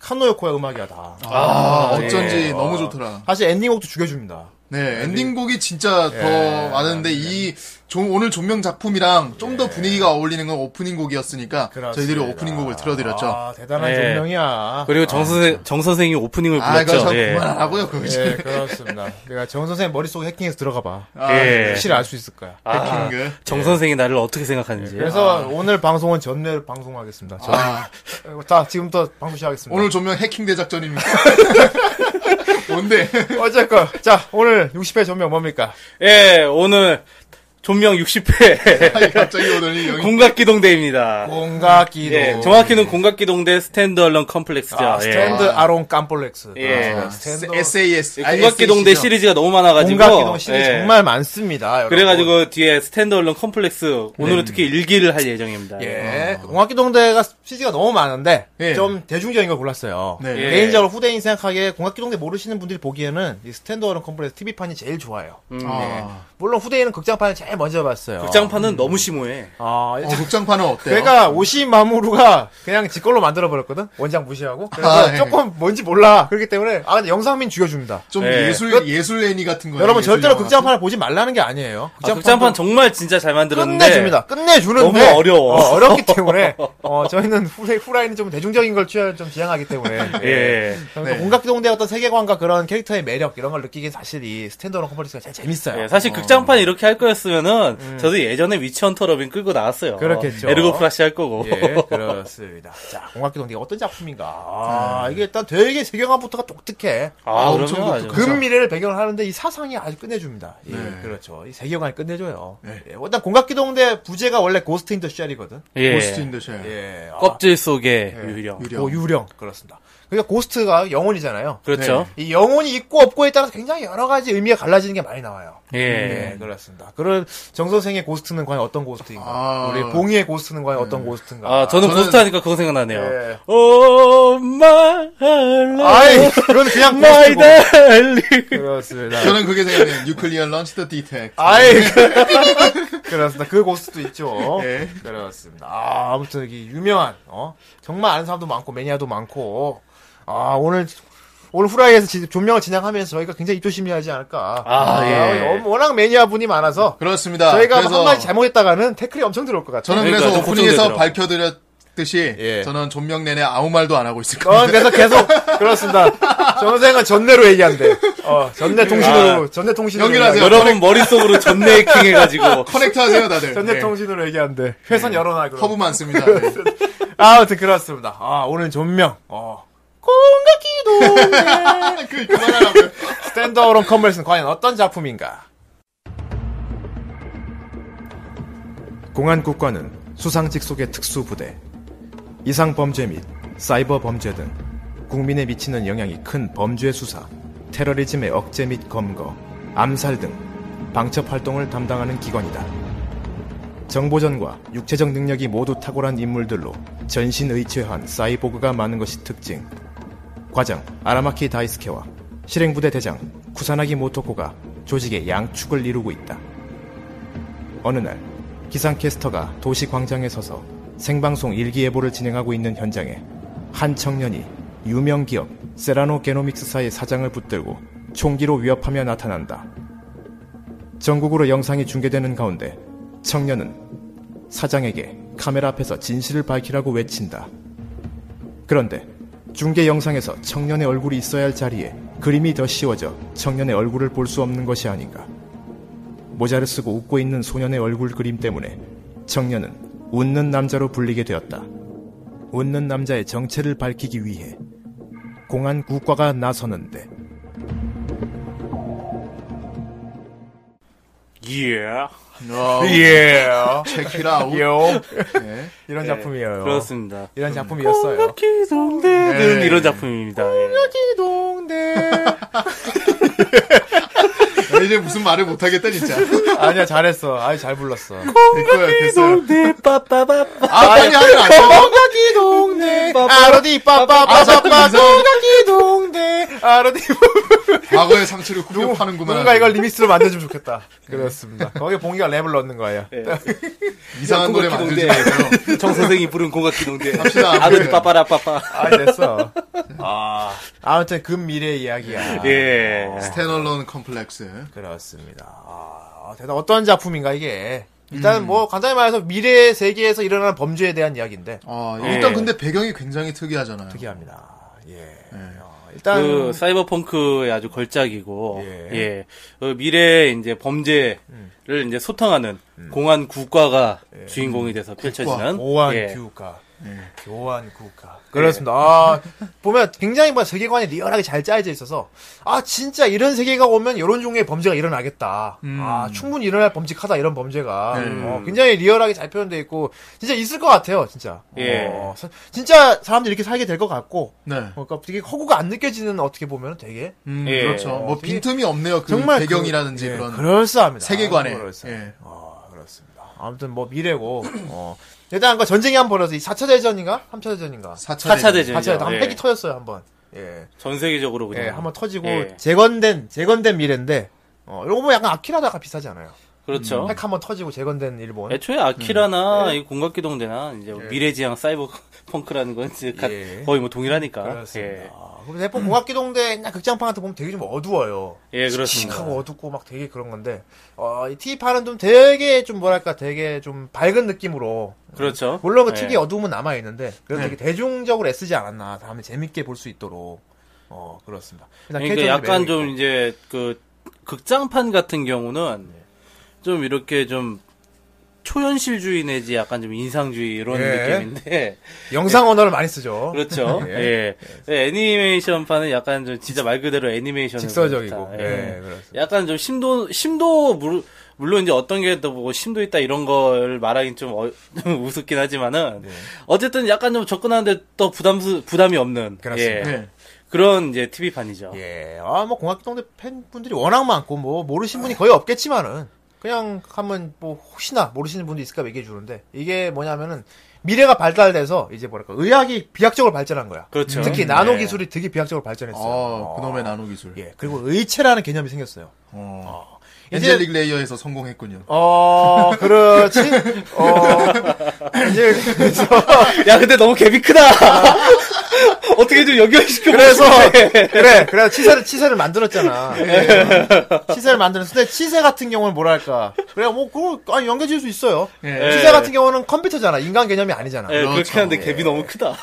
카노요코의 음악이야 다. 아, 어쩐지 너무 좋더라. 사실 엔딩곡도 죽여줍니다. 네, 엔딩곡이 진짜 더 많은데 이 조- 오늘 조명 작품이랑 좀 더 분위기가 어울리는 건 오프닝 곡이었으니까 저희들이 그렇습니다. 오프닝 곡을 들어드렸죠. 아, 아, 대단한 예. 존명이야. 그리고 정선생, 정선생이 오프닝을 아, 이거 불렀죠. 참 예. 아, 그만하라고요, 그거 이제. 예, 그렇습니다. 내가 정 선생 머릿속에 해킹해서 들어가 봐. 아, 예. 확실히 알 수 있을 거야. 아, 킹그. 정선생이 나를 어떻게 생각하는지. 예. 그래서 오늘 방송은 전례로 방송하겠습니다. 저, 아, 자, 지금부터 방송 시작하겠습니다. 오늘 조명 해킹 대작전입니까? 뭔데? 어쨌건 자, 오늘 60회 전명 뭡니까? 예, 오늘, 존명 60회, 아니, 갑자기 오더니 여기 공각기동대입니다. 공각기도. 예, 정확히는 공각기동대 스탠드얼런 컴플렉스죠. 아, 스탠드 아론 깜폴렉스. 예. 아, S- 아, 스탠드 SAS. 예. 공각기동대 시리즈가 너무 많아가지고. 공각기동 시리즈 예. 정말 많습니다. 여러분. 그래가지고 뒤에 스탠드얼론 컴플렉스 오늘은 특히 일기를 할 예정입니다. 네. 예. 공학기동대가 시즈가 너무 많은데 예. 좀 대중적인 걸 골랐어요. 네. 예. 개인적으로 후대인 생각하기에 공학기동대 모르시는 분들이 보기에는 이 스탠드얼은 컴플렉스 TV판이 제일 좋아요. 아, 물론 후대인은 극장판을 제일 먼저 봤어요. 음. 극장판은 너무 심오해. 아, 어, 극장판은 어때요? 그러니까 오시마무루가 그냥 지 걸로 만들어 버렸거든. 원작 무시하고. 그래서 아, 예. 조금 뭔지 몰라. 그렇기 때문에 아 근데 영상민 죽여줍니다. 좀 예. 예술 예술 애니 같은 거. 네. 여러분 절대로 극장판을 보지 말라는 게 아니에요. 아, 극장판 정말 진짜 잘 만들었는데 끝내줍니다. 끝내주는데 너무 어려워. 어, 렵기 때문에 어, 저희는 후라이, 후라이는 좀 대중적인 걸 취향 좀 지향하기 때문에 예. 그래서 네. 공각기동대 어떤 세계관과 그런 캐릭터의 매력 이런 걸 느끼기 사실 이 스탠드얼 컴퍼리스가 제일 재밌어요. 음. 예, 사실 극장판 이렇게 할 거였으면은 저도 예전에 위치헌터 러빈 끌고 나왔어요. 그렇겠죠. 에르고프라시 할 거고. 예, 그렇습니다. 자, 공각기동대가 어떤 작품인가? 아, 이게 일단 되게 세계관부터가 독특해. 음. 아, 엄청 그럼요. 아주. 독특한- 금 미래를 배경을 하는데 이 사상이 아주 끝내줍니다. 예, 네. 그렇죠. 이 세계관이 끝내줘요. 예, 일단 공각기동대 부제가 원래 고스트 인더 쉘이거든. 예. 고스트인데 셔. 네. 예, 아, 껍질 속의 유령. 유령. 고 유령 그렇습니다. 그러니까 고스트가 영혼이잖아요. 그렇죠. 이 영혼이 있고 없고에 따라서 굉장히 여러 가지 의미가 갈라지는 게 많이 나와요. 예. 예, 그렇습니다. 그런 정 선생의 고스트는 과연 어떤 고스트인가? 아. 우리 봉이의 고스트는 과연 어떤 고스트인가? 아, 저는 저는- 고스트 하니까 그거 생각나네요. 예. Oh my 아이, 네, love, 그건 그냥 my 고스트고. darling. 그렇습니다. 저는 그게 생각나요. 뉴클리어 런치 더 디텍. 아이, 그- 그렇습니다. 그 고스트도 있죠. 예. 그렇습니다. 아, 아무튼 여기 유명한, 어, 정말 아는 사람도 많고, 매니아도 많고, 아, 오늘, 오늘 후라이에서 지- 존명을 진행하면서 저희가 굉장히 입조심이 하지 않을까. 아, 예. 어, 워낙 매니아 분이 많아서, 그렇습니다. 저희가 그래서 한마디 잘못했다가는 태클이 엄청 들어올 것 같아요. 저는 그러니까 그래서 좀 오프닝에서 걱정되더라고요. 밝혀드렸듯이 예. 저는 존명 내내 아무 말도 안 하고 있을 어, 겁니다. 그래서 계속, 그렇습니다. 전생은 전내로 얘기한대. 어, 전내 통신으로, 전내 통신으로. 예. 아, 연결하세요. 얘기한대. 여러분 머릿속으로 전내킹 해가지고. 커넥트 하세요 다들. 전내 네. 예. 통신으로 얘기한대. 회선 열어놔, 그럼. 허브 많습니다. 네. 아, 아무튼 그렇습니다. 아, 오늘 존명. 어. 공각기도 그, 그만하라고요. 스탠드어론 컴플렉스는 과연 어떤 작품인가? 공안국과는 수상직 속의 특수부대, 이상범죄 및 사이버 범죄 등 국민에 미치는 영향이 큰 범죄 수사, 테러리즘의 억제 및 검거, 암살 등 방첩 활동을 담당하는 기관이다. 정보전과 육체적 능력이 모두 탁월한 인물들로 전신 의체한 사이보그가 많은 것이 특징. 과장 아라마키 다이스케와 실행부대 대장 쿠사나기 모토코가 조직의 양축을 이루고 있다. 어느 날 기상캐스터가 도시 광장에 서서 생방송 일기예보를 진행하고 있는 현장에 한 청년이 유명 기업 세라노 게노믹스사의 사장을 붙들고 총기로 위협하며 나타난다. 전국으로 영상이 중계되는 가운데 청년은 사장에게 카메라 앞에서 진실을 밝히라고 외친다. 그런데 중계 영상에서 청년의 얼굴이 있어야 할 자리에 그림이 더 씌워져 청년의 얼굴을 볼 수 없는 것이 아닌가. 모자를 쓰고 웃고 있는 소년의 얼굴 그림 때문에 청년은 웃는 남자로 불리게 되었다. 웃는 남자의 정체를 밝히기 위해 공안 국과가 나서는데 예. 예 체키라 아웃. 요 네. 이런 작품이에요. 그렇습니다. 이런 작품이었어요. 기동대는 네. 이런 작품입니다. 예. 동대 이제 무슨 말을 못하겠다 진짜. 아니야 잘했어. 아유 잘 불렀어. 됐고요 됐어요. 동대 빠빠빠빠. 아 아니 아니 안 돼. 동각이 동네 아로디 빠빠빠빠. 빠빠빠빠 동각이 동네 아로디 과거의 상처를 구겨 누구- 파는구만. 누군가 이걸 리믹스로 만들어주면 좋겠다. 그렇습니다. 거기에 봉이가 랩을 넣는 거예요. 이상한 노래 만들지 말고요. 정 선생이 부른 공각기동대. 갑시다. 아들 그렇죠. 네. 빠빠라빠빠. 아 됐어. 아 아무튼 그 미래의 이야기야. 예. 어. 스탠얼론 컴플렉스. 그렇습니다. 아, 대단 어떤 작품인가 이게. 일단 뭐 간단히 말해서 미래 세계에서 일어나는 범죄에 대한 이야기인데 아, 예. 일단 근데 배경이 굉장히 특이하잖아요. 특이합니다. 예. 어, 일단 그 사이버펑크의 아주 걸작이고 예. 예, 그 미래의 이제 범죄를 이제 소탕하는 음. 공안 국가가 예. 주인공이 돼서 펼쳐지는 오한 예. 규가. 교환 국가. 그렇습니다. 예. 아, 보면 굉장히 뭐 세계관이 리얼하게 잘 짜여져 있어서, 아, 진짜 이런 세계가 오면 이런 종류의 범죄가 일어나겠다. 음. 아, 충분히 일어날 범직하다, 이런 범죄가. 네. 어, 굉장히 리얼하게 잘 표현되어 있고, 진짜 있을 것 같아요, 진짜. 예. 어, 사- 진짜 사람들이 이렇게 살게 될 것 같고, 네. 어, 그러니까 되게 허구가 안 느껴지는 어떻게 보면 되게. 음, 예. 그렇죠. 뭐 되게- 빈틈이 없네요. 그 정말 그- 배경이라든지 예, 그런 그럴싸합니다. 세계관에. 너무 그럴싸해요. 예. 어, 그렇습니다. 아무튼 뭐 미래고. 어. 일단 그 전쟁이 한 번 벌어서 이 4차 대전인가? 3차 대전인가? 4차, 대전. 4차 대전. 4차 대전 한 예. 팩이 터졌어요, 한 번. 예. 전 세계적으로 그냥 예, 한 번 터지고 예. 재건된 재건된 미래인데 어, 요거 뭐 약간 아키라다가 비슷하잖아요. 그렇죠. 핵 한 번 터지고 재건된 일본. 애초에 음. 아키라나 예. 이 공각기동대나 이제 미래지향 사이버펑크라는 건 이제 가- 예. 거의 뭐 동일하니까. 그렇습니다. 예. 아, 그럼 대포 공학기동대 옛날 극장판 같은 거 보면 되게 좀 어두워요. 예, 그렇습니다. 하고 어둡고 막 되게 그런 건데 어, 이 T8은 좀 되게 좀 뭐랄까 되게 좀 밝은 느낌으로 그렇죠. 물론 그 예. 네. 특유의 어두움은 남아 있는데 그래도 되게 대중적으로 애쓰지 않았나 다음에 재밌게 볼 수 있도록 어 그렇습니다. 일단 그러니까 캐릭터들이 약간 매력이 좀 있고. 이제 그 극장판 같은 경우는 네. 좀 이렇게 좀 초현실주의 내지 약간 좀 인상주의 이런 예. 느낌인데 영상 언어를 많이 쓰죠. 그렇죠. 예. 예, 애니메이션판은 약간 좀 진짜 말 그대로 애니메이션 직설적이고 그렇죠. 예, 그렇습니다. 약간 좀 심도 심도 물, 물론 이제 어떤 게 더 보고 심도 있다 이런 걸 말하긴 좀, 어, 좀 우습긴 하지만은 네. 어쨌든 약간 좀 접근하는데 더 부담 부담이 없는 그렇습니다. 예. 예. 그런 이제 TV 판이죠. 예. 아, 뭐, 공학동대 팬분들이 워낙 많고, 뭐, 모르신 분이 거의 없겠지만은, 그냥 하면, 뭐, 혹시나 모르시는 분도 있을까 얘기해 주는데, 이게 뭐냐면은, 미래가 발달돼서, 이제 뭐랄까, 의학이 비약적으로 발전한 거야. 그렇죠. 특히 음, 나노 예. 기술이 되게 비약적으로 아, 발전했어요. 그놈의 나노 기술. 예. 그리고 의체라는 개념이 생겼어요. 어. 이제- 엔젤릭 레이어에서 성공했군요. 어, 그렇지. 어, 이제, 그래서, 야, 근데 너무 갭이 크다. 어떻게 좀 연결시켜 그래서 네. 그래 그래 치세를 치세를 만들었잖아 네. 치세를 만드는 근데 치세 같은 경우는 뭐랄까 그래 뭐 그걸 아니, 연결질 수 있어요 예. 치세 같은 경우는 컴퓨터잖아 인간 개념이 아니잖아 예, 그렇게 그렇죠. 하는데 갭이 너무 크다.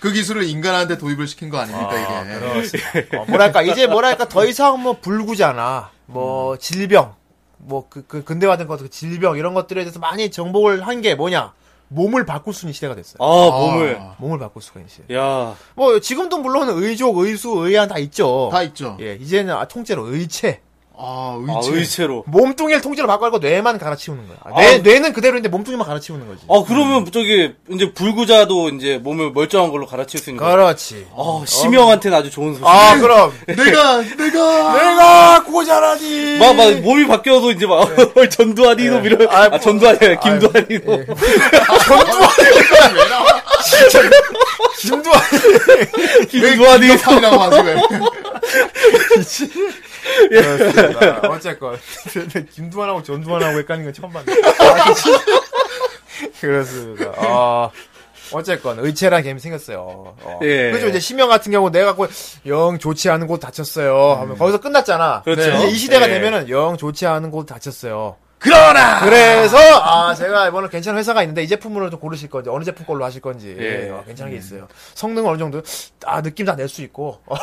그 기술을 인간한테 도입을 시킨 거 아닙니까 이게. 예. 어, 뭐랄까 이제 뭐랄까 더 이상 뭐 불구잖아 뭐 질병 뭐 그 근대화된 것그 질병 이런 것들에 대해서 많이 정복을 한 게 뭐냐 몸을 바꿀 수 있는 시대가 됐어요 아, 몸을. 아, 몸을 바꿀 수가 있는 시대 야, 뭐 지금도 물론 의족 의수 의안 다 있죠 다 있죠. 예 이제는 아, 통째로 의체 아, 아, 의체. 의체로. 몸뚱이를 통째로 바꿔고 뇌만 갈아치우는 거야. 아. 뇌, 뇌는 그대로인데 몸뚱이만 갈아치우는 거지. 아, 그러면 저기 이제 불구자도 이제 몸을 멀쩡한 걸로 갈아칠 수 있는 거. 그렇지. 아, 심형한테는 아주 좋은 소식. 아, 그럼. 내가 내가 내가 고자라니. 막, 막, 몸이 바뀌어도 이제 막, 네. 아, 예. 전두환이노, 이런. 아, 전두환이야, 김두환이노. 전두환이 왜 나와? 김도환 왜 김두환이 김도환이라고 하지 왜? 그렇습니다. 아, 어쨌건 김두환하고 전두환하고 헷갈린 건 처음 봤네. 아, 진짜. 그렇습니다. 아, 어쨌건 의체란 게임이 생겼어요. 어. 예. 그렇죠. 이제 심형 같은 경우 내가 갖고 영 좋지 않은 곳 다쳤어요. 하면 거기서 끝났잖아. 음. 그렇죠. 이제 이 시대가 예. 되면은 영 좋지 않은 곳 다쳤어요. 그러나 그래서 아 제가 이번에 괜찮은 회사가 있는데 이 제품으로 좀 고르실 건지 어느 제품 걸로 하실 건지 예. 아, 괜찮은 게 있어요. 성능은 어느 정도 아 느낌 다 낼 수 있고 어,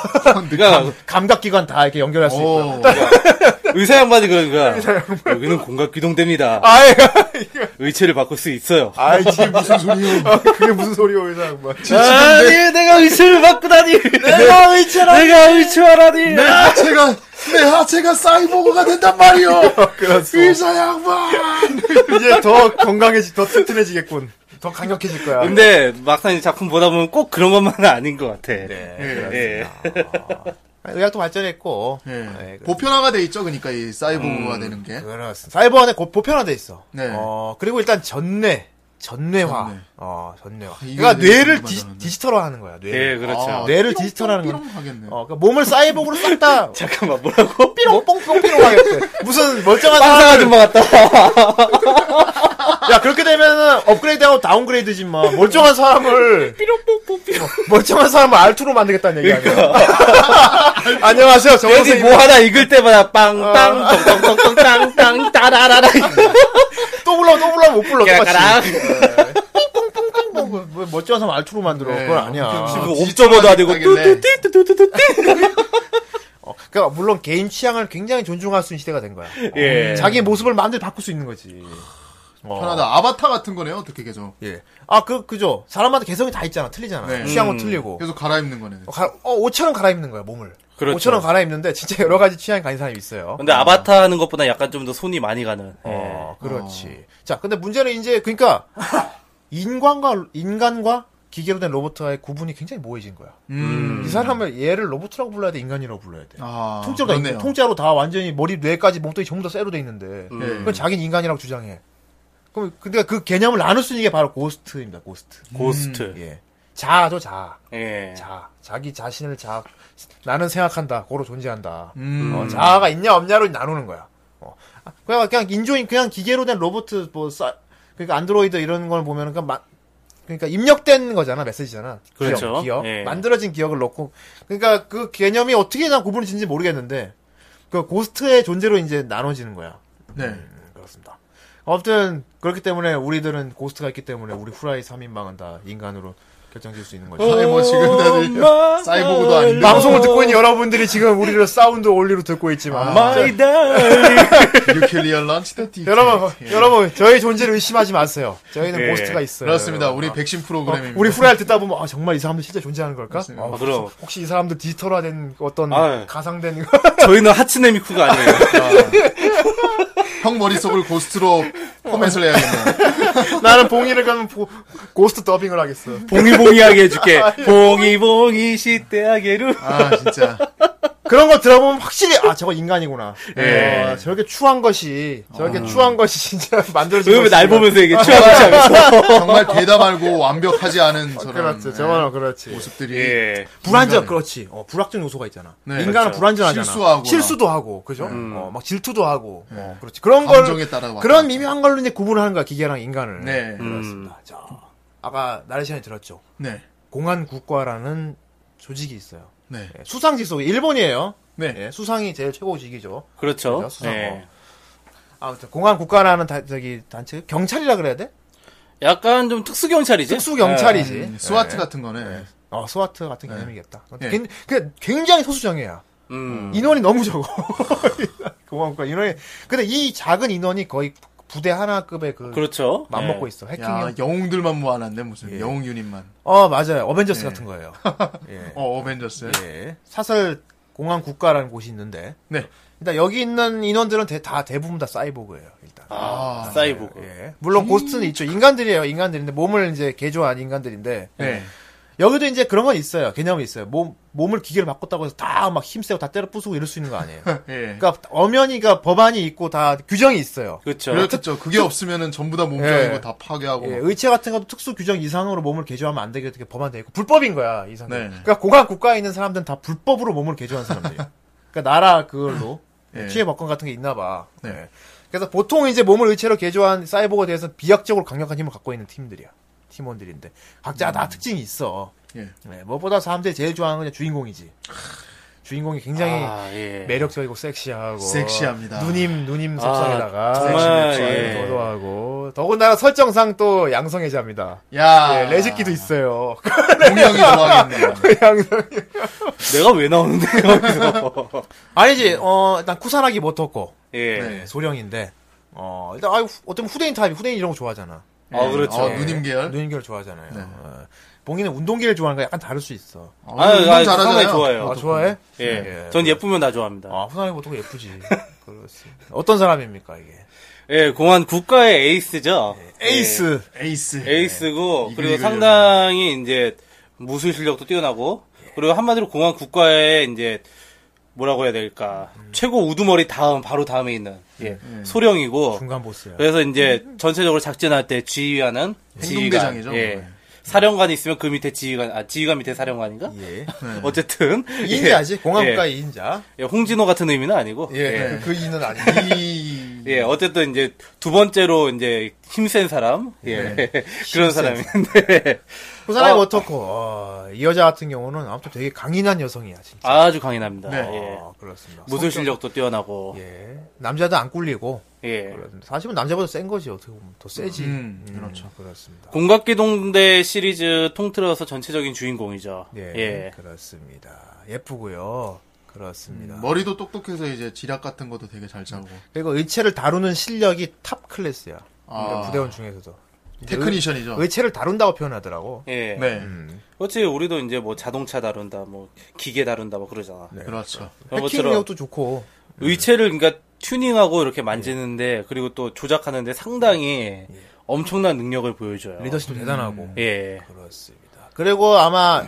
그러니까 감각기관 다 이렇게 연결할 수 있고 오. 의사 양반이 그런 거야. 여기는 공각 기동됩니다. 아예 의체를 바꿀 수 있어요. 아이 지금 무슨 소리요? 아, 그게 무슨 소리요, 의사 양반. 아니 내가 의체를 바꾸다니. 내가 의체라니. 내가 의체라니. 내 하체가 내 하체가 사이보그가 된단 말이오. 의사 양반. 이제 더 건강해지, 더 튼튼해지겠군. 더 강력해질 거야. 근데 막상 이 작품 보다 보면 꼭 그런 것만은 아닌 것 같아. 네. 예. 의학도 발전했고. 네, 예. 그렇습니다. 보편화가 돼 있죠, 그러니까 이 사이보그가 되는 게. 그렇습니다. 사이버 안에 곧 보편화돼 있어. 네. 어, 그리고 일단 전뇌. 전뇌화. 전뇌. 어, 전뇌화. 이게 그러니까 되게 뇌를 궁금하다, 근데. 디지, 털화하는 거야, 뇌. 예, 그렇죠. 아, 뇌를 삐롱, 디지털하는 삐롱 거야. 하겠네. 어, 그러니까 몸을 사이버그로 싹다 잠깐만, 뭐라고? 삐롱 뽕뽕 삐롱 하겠대. 무슨 멀쩡한 빵상 사람을 아줌마 같다. 야 그렇게 되면은 업그레이드하고 다운그레이드지 마 멀쩡한 사람을 멀쩡한 사람을 알투로 만들겠다는 얘기 아니야 안녕하세요 정 여기 선생님 그러니까. 뭐 하나 익을 때마다 빵빵 똥똥똥똥땅땅 따라라라 또 불러 또 불러 못 불러 까랑. 똑같이 뭐, 뭐, 뭐, 멀쩡한 사람 알투로 만들어 네. 그건 아니야 지금 옵저버도 아니고 하겠네. 뚜뚜띠뚜뚜뚜띠. 어, 그러니까 물론 개인 취향을 굉장히 존중할 수 있는 시대가 된 거야 어, 예. 자기 모습을 마음대로 바꿀 수 있는 거지 어. 편하다. 아바타 같은 거네요, 어떻게 계속. 예. 아, 그, 그죠. 사람마다 개성이 다 있잖아. 틀리잖아. 네. 취향은 음. 틀리고. 계속 갈아입는 거네. 어, 가- 어, 옷처럼 갈아입는 거야, 몸을. 그렇죠. 옷처럼 갈아입는데, 진짜 여러 가지 취향이 가는 사람이 있어요. 근데 아바타 하는 것보다 약간 좀 더 손이 많이 가는. 예. 어, 그렇지. 자, 근데 문제는 이제 그러니까 인간과 인간과 기계로 된 로봇과의 구분이 굉장히 모호해진 거야. 음. 이 사람을 얘를 로봇이라고 불러야 돼, 인간이라고 불러야 돼. 아, 통째로 다 그렇네요. 인- 통째로 다 완전히 머리 뇌까지 몸통이 전부 다 쇠로 돼 있는데 예. 그건 자기는 인간이라고 주장해. 그럼 근데 그 개념을 나눌 수 있는 게 바로 고스트입니다. 고스트. 네. 고스트. 예. 자죠, 자. 예. 자. 자기 자신을 자. 나는 생각한다. 고로 존재한다. 음. 어, 자아가 있냐 없냐로 나누는 거야. 어. 아, 그냥 그냥 인조인 그냥 기계로 된 로봇 뭐 싸, 그러니까 안드로이드 이런 걸 보면은 그냥 마- 그러니까 입력된 거잖아 메시지잖아. 기억, 그렇죠. 기억. 예. 만들어진 기억을 넣고 그러니까 그 개념이 어떻게 난 구분이 진지 모르겠는데 그 고스트의 존재로 이제 나눠지는 거야. 네. 음, 그렇습니다. 아무튼 그렇기 때문에 우리들은 고스트가 있기 때문에 우리 후라이 3인방은 다 인간으로 결정질 수 있는 거죠. 어. 아니, 뭐 지금 다들 사이보그도 아닌데. 방송을 듣고 있는 여러분들이 지금 우리를 사운드 올리로 듣고 있지만 마이 달리. 뉴클리어 런치 더티. 여러분, 예. 여러분, 저희 존재를 의심하지 마세요. 저희는 예. 고스트가 있어요. 그렇습니다. 여러분. 우리 백신 프로그램입니다. 어, 우리 후라이를 듣다 보면 아, 정말 이 사람들 진짜 존재하는 걸까? 그렇습니다. 예. 어, 그럼. 혹시 이 사람들 디지털화된 어떤 아유. 가상된 저희는 하츠네미쿠가 아니에요. 형 머릿속을 고스트로 포맷을 해야겠네. 나는 봉이를 가면 보- 고스트 더빙을 하겠어. 봉이봉이하게 해줄게. 봉이봉이 시대하게루. 아, 진짜. 그런 거 들어보면 확실히 아 저거 인간이구나. 예. 어, 저렇게 추한 것이 저렇게 어. 추한 것이 진짜 만들어진 왜 것이구나. 날 보면서 이게 취하고 취하면서. 정말 대담 알고 완벽하지 않은 저런 어, 그렇지, 예, 저거는 그렇지. 모습들이. 예. 불안정, 인간의- 그렇지. 어, 불확정 요소가 있잖아. 네, 인간은 그렇죠. 불안정하잖아. 실수하고 막. 음. 네. 실수도 하고, 그죠? 어, 막 질투도 하고, 어, 그렇지. 그런 걸, 감정에 따라 왔다 그런 갔다. 음. 미묘한 걸로 이제 구분하는 거야, 기계랑 인간을. 네. 음, 그렇습니다. 자, 아까 나르시안이 들었죠. 네. 공안국과라는 조직이 있어요. 네. 예, 수상직속, 일본이에요. 네. 예, 수상이 제일 최고 직이죠. 그렇죠. 그죠? 수상, 예. 아무튼, 공안국과라는 다, 저기, 단체, 경찰이라 그래야 돼? 예. 약간 좀 특수경찰이지? 특수경찰이지. 음, 스와트 예. 같은 거네. 어, 스와트 같은 개념이겠다. 네. 굉- 그- 굉장히 소수정예야. 음. 인원이 너무 적어. 공항과 인원이. 근데 이 작은 인원이 거의 부대 하나급의 그 그렇죠. 맘먹고 예. 있어. 해킹. 네. 야, 형. 영웅들만 모아놨네, 무슨. 예. 영웅 유닛만. 어, 맞아요. 어벤져스 예. 같은 거예요. 예. 어, 어벤져스. 네. 예. 사설 공항 국가라는 곳이 있는데. 네. 일단 여기 있는 인원들은 대- 다 대부분 다 사이보그예요. 일단. 아, 음. 사이보그. 예. 물론 고스트는 있죠. 인간들이에요. 인간들인데 몸을 이제 개조한 인간들인데. 네. 여기도 이제 그런 건 있어요. 개념이 있어요. 몸, 몸을 기계로 바꿨다고 해서 다 막 힘세고 다 때려 부수고 이럴 수 있는 거 아니에요. 네. 예. 그러니까 엄연히 그러니까 법안이 있고 다 규정이 있어요. 그렇죠. 그렇겠죠. 그게 없으면은 전부 다 예. 몸짱인 거 다 파괴하고. 예, 막. 의체 같은 것도 특수 규정 이상으로 몸을 개조하면 안 되게 되게 법안 돼 있고 불법인 거야 이상. 네. 그러니까 고각 국가에 있는 사람들은 다 불법으로 몸을 개조한 사람들이야. 그러니까 나라 그걸로 예. 취해 법권 같은 게 있나 봐. 네. 예. 그래서 보통 이제 몸을 의체로 개조한 사이보그에 대해서 비약적으로 강력한 힘을 갖고 있는 팀들이야. 팀원들인데 각자 음. 다 특징이 있어. 예. 네, 무엇보다 사람들이 제일 좋아하는 건 주인공이지. 주인공이 굉장히 아, 예. 매력적이고 섹시하고 섹시합니다. 누님 누님 아, 섭상에다가 정말, 섹시, 예. 도도하고 더군다나 설정상 또 양성애자입니다. 야. 아, 예, 레즈키도 있어요. 그 공룡이 좋아하겠네요. 양성. 내가 왜 나오는데 여기서? 아니지 어 일단 쿠사라기 모토코 예. 네. 소령인데 어 일단 아 어쩌면 후대인 타입 후대인 이런 거 좋아하잖아. 아 그렇죠. 어, 누님 계열. 누님 계열 좋아하잖아요. 네. 어, 봉이는 운동계를 좋아하는 거 약간 다를 수 있어. 아, 아, 운동 아, 상당히 잘하잖아요. 좋아요. 아 좋아해? 예. 예. 전 예쁘면 다 좋아합니다. 아 후대인 모토코 예쁘지. 그렇지. 어떤 사람입니까 이게? 예, 공안 국가의 에이스죠. 에이스. 에이스. 예, 에이스고 이글, 그리고 이글. 상당히 이제 무술 실력도 뛰어나고 그리고 한마디로 공안 국가의 이제 뭐라고 해야 될까? 최고 우두머리 다음 바로 다음에 있는 예. 소령이고 중간 보스야. 그래서 이제 전체적으로 작전할 때 지휘하는 행동대장이죠. 지휘관, 예. 네. 사령관이 있으면 그 밑에 지휘관, 아, 지휘관 밑에 사령관인가? 예. 어쨌든. 이인자지 예. 공항국가 예. 의 이인자. 예, 홍진호 같은 의미는 아니고. 예. 그- 그 이는 아니. 이 예, 어쨌든 이제 두 번째로 이제 힘센 사람. 예. 그런 사람인데. 그 사람이 어. 어. 떻고 어, 이 여자 같은 경우는 아무튼 되게 강인한 여성이야 진짜. 아주 강인합니다. 네. 예. 어, 그렇습니다. 무술 성격- 실력도 뛰어나고. 예. 그렇죠. 남자도 안 꿀리고. 예. 그렇습니다. 사실은 남자보다 센 거지 어떻게 보면 더 세지. 음, 그렇죠. 그렇습니다. 공각기동대 시리즈 통틀어서 전체적인 주인공이죠. 예, 예. 그렇습니다. 예쁘고요. 음, 그렇습니다. 뭐- 머리도 똑똑해서 이제 지략 같은 것도 되게 잘 짜고. 그리고 의체를 다루는 실력이 탑 클래스야. 그러니까 아. 부대원 중에서도. 테크니션이죠. 예. 의체를 다룬다고 표현하더라고. 예. 네. 음, 그렇지 우리도 이제 뭐 자동차 다룬다 뭐 기계 다룬다 뭐 그러잖아 네. 그렇죠. 그런 해킹 것처럼 능력도 네. 좋고. 의체를 그러니까 튜닝하고 예. 이렇게 만지는데 그리고 또 조작하는데 상당히 엄청난 능력을 보여줘요 리더십도 대단하고. 예 그렇습니다. 그리고 아마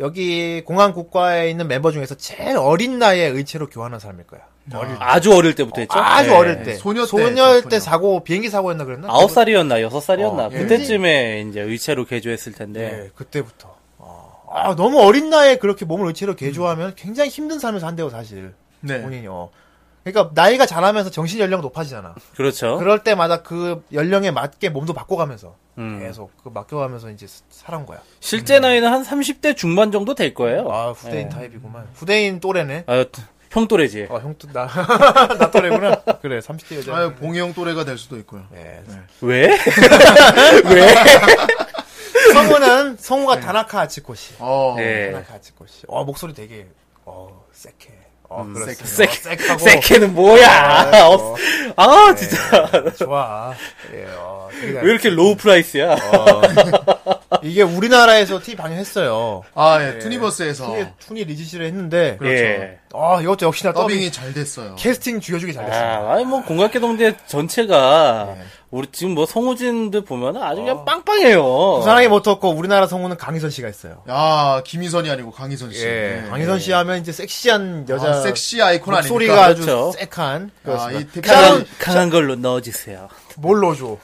여기 공항 국가에 있는 멤버 중에서 제일 어린 나이에 의체로 교환한 사람일 거야. 어릴 때. 아주 어릴 때부터 했죠 아주 예. 어릴 때. 소녀 때 소녀 했죠, 때 소녀. 사고 비행기 사고였나 그랬나? 아홉 살이었나 여섯 살이었나 어, 예. 그때쯤에 이제 의체로 개조했을 텐데 네, 그때부터. 어, 아, 너무 어린 나이에 그렇게 몸을 의체로 개조하면 굉장히 힘든 삶을 산대요, 사실. 네. 본인이. 어. 그러니까 나이가 자라면서 정신 연령 높아지잖아. 그렇죠 그럴 때마다 그 연령에 맞게 몸도 바꿔가면서 음. 계속 그 바꿔가면서 이제 살한 거야. 실제 나이는 한 30대 중반 정도 될 거예요 아, 후대인 예. 타입이구만. 후대인 또래네. 아, 형 또래지 아, 형 또, 나, 나 또래구나. 그래, 30대 여자. 아, 봉이 형 또래가 될 수도 있고요. 네. 예. 왜? 어, 성우는, 성우가 다나카 아치코 씨. 어. 예. 다나카 아치코 씨. 어, 목소리 되게, 어, 세케. 어, 그렇습니다. 어, 섹- 섹하고. 어, 네. 세케는 뭐야 없- 아 진짜 좋아. 예, 어, 되게 왜 이렇게 로우 프라이스야 어, 이게 우리나라에서 TV 방영했어요. 아, 예. 투니버스에서 투니, 투니 리지시를 했는데. 예. 아, 이것도 역시나 더빙. 더빙이 잘 됐어요. 캐스팅 죽여주기 잘했어. 아, 아니 뭐 공각계동대 전체가 네. 우리 지금 뭐 성우진들 보면 아주 어. 그냥 빵빵해요. 부산항이 못했고 우리나라 성우는 강희선 씨가 있어요. 야, 김희선이 아니고 강희선 씨. 예. 예. 강희선 씨 하면 이제 섹시한 여자. 아, 섹시 아이콘 아닙니까? 목소리가 아주 그렇죠. 섹한. 아, 이 그렇습니다. 강한, 대단한- 강한 걸로 넣어주세요. 뭘 넣어줘?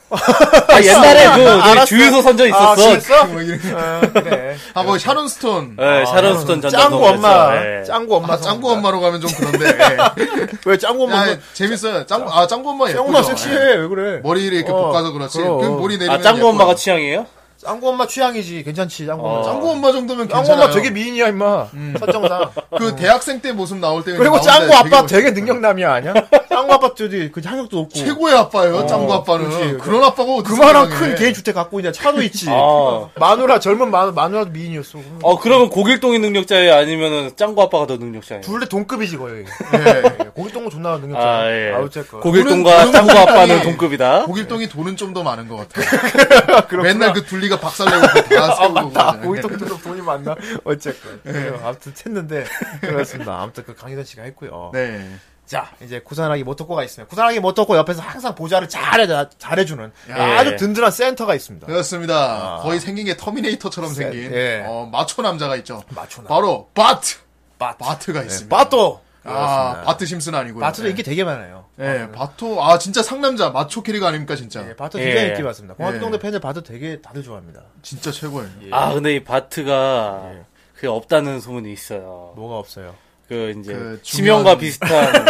아, 옛날에 그 알았어. 우리 주유소 선전 아, 있었어. 그랬어? 뭐 이런- 아, 그래. 아, 뭐 샤론 스톤. 예, 샤론 스톤 전담 짱구 엄마. 예. 아, 네. 짱구 엄마. 아, 짱구 엄마로 가면 좀 그런데. 네. 예. 왜 짱구 엄마? 뭐 야, 재밌어요. 짱구, 아, 짱구 엄마 예쁘죠. 짱구 엄마 섹시해. 예. 왜 그래? 머리를 이렇게 어, 볶아서 그렇지. 그 그럼. 머리 내리면 아, 짱구 예뻐요. 엄마가 취향이에요? 짱구 엄마 취향이지. 괜찮지. 짱구 엄마. 어. 짱구 엄마 정도면 괜찮아요. 짱구 엄마 되게 미인이야, 임마. 설정상. 그 대학생 때 모습 나올 때 그리고 나오는데 짱구 아빠 멋있어요. 되게, 능력남이야, 아니야? 짱구 아빠 저기 그 향력도 없고. 최고의 아빠예요. 짱구 아빠는 어, 그렇지. 그런 아빠가 어디 그만한 큰 개인 주택 갖고 있냐? 차도 있지. 아. 마누라 젊은 마누, 마누라도 미인이었어. 어, 그러면 고길동이 능력자예요? 아니면은 짱구 아빠가 더 능력자예요? 둘 다 동급이지 거의. 예. 고깃동 거 존나 능력자. 아, 예. 아우째 거. 고길동과 우리는- 짱구 아빠는 우리는- 동급이다. 고길동이 돈은 좀 더 많은 것 같아요. 맨날 그 둘리가 박살내고 다 세우고 아, 그러잖아요. 고깃동도 돈이 많나? 어쨌건. 아무튼 했는데 그렇습니다. 아무튼 그 강희선 씨가 했고요. 네. 자, 이제 구산하기 모토코가 있으면 구산하기 모토코 옆에서 항상 보좌를 잘해 잘해주는 예, 아주 든든한 센터가 있습니다. 네. 그렇습니다. 거의 생긴 게 터미네이터처럼 아. 세- 생긴 예. 어, 마초 남자가 있죠. 마초 남자. 바로 바트. 바트. 바트가 네, 있습니다. 바토. 아, 그렇습니다. 바트 심슨 아니고요. 바토도 예. 인기 되게 많아요. 예, 바토. 아, 진짜 상남자 마초 캐릭터 아닙니까 진짜. 예, 바토 예. 굉장히 인기 많습니다. 공항동네 예. 팬들 바토 되게 다들 좋아합니다. 진짜 최고예요. 아 근데 이 바트가 예. 그게 없다는 소문이 있어요. 뭐가 없어요? 그 이제 그 지명과 중요한- 비슷한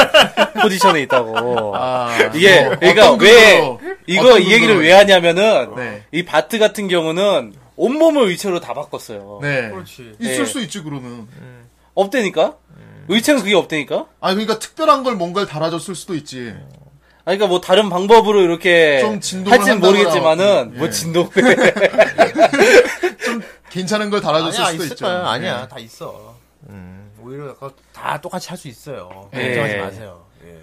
포지션에 있다고. 아, 이게 어, 그러니까 어떤 왜 근거로, 이거 어떤 이 얘기를 근거로. 왜 하냐면은 네. 이 바트 같은 경우는 온몸을 위체로 다 바꿨어요. 네. 그렇지. 있을 예. 수 있지 그러면. 없대니까? 음. 의체는 그게 없대니까? 아, 그러니까 특별한 걸 뭔가를 달아줬을 수도 있지. 예. 아, 그러니까 뭐 다른 방법으로 이렇게 좀 진동을 할진 한다거나 모르겠지만은 어떤- 뭐 예. 진동 좀 괜찮은 걸 달아줬을 아니야 수도 있을 있죠. 예. 거야. 아니야 다 있어. 음, 오히려 그거 다 똑같이 할 수 있어요. 예. 걱정하지 마세요. 예.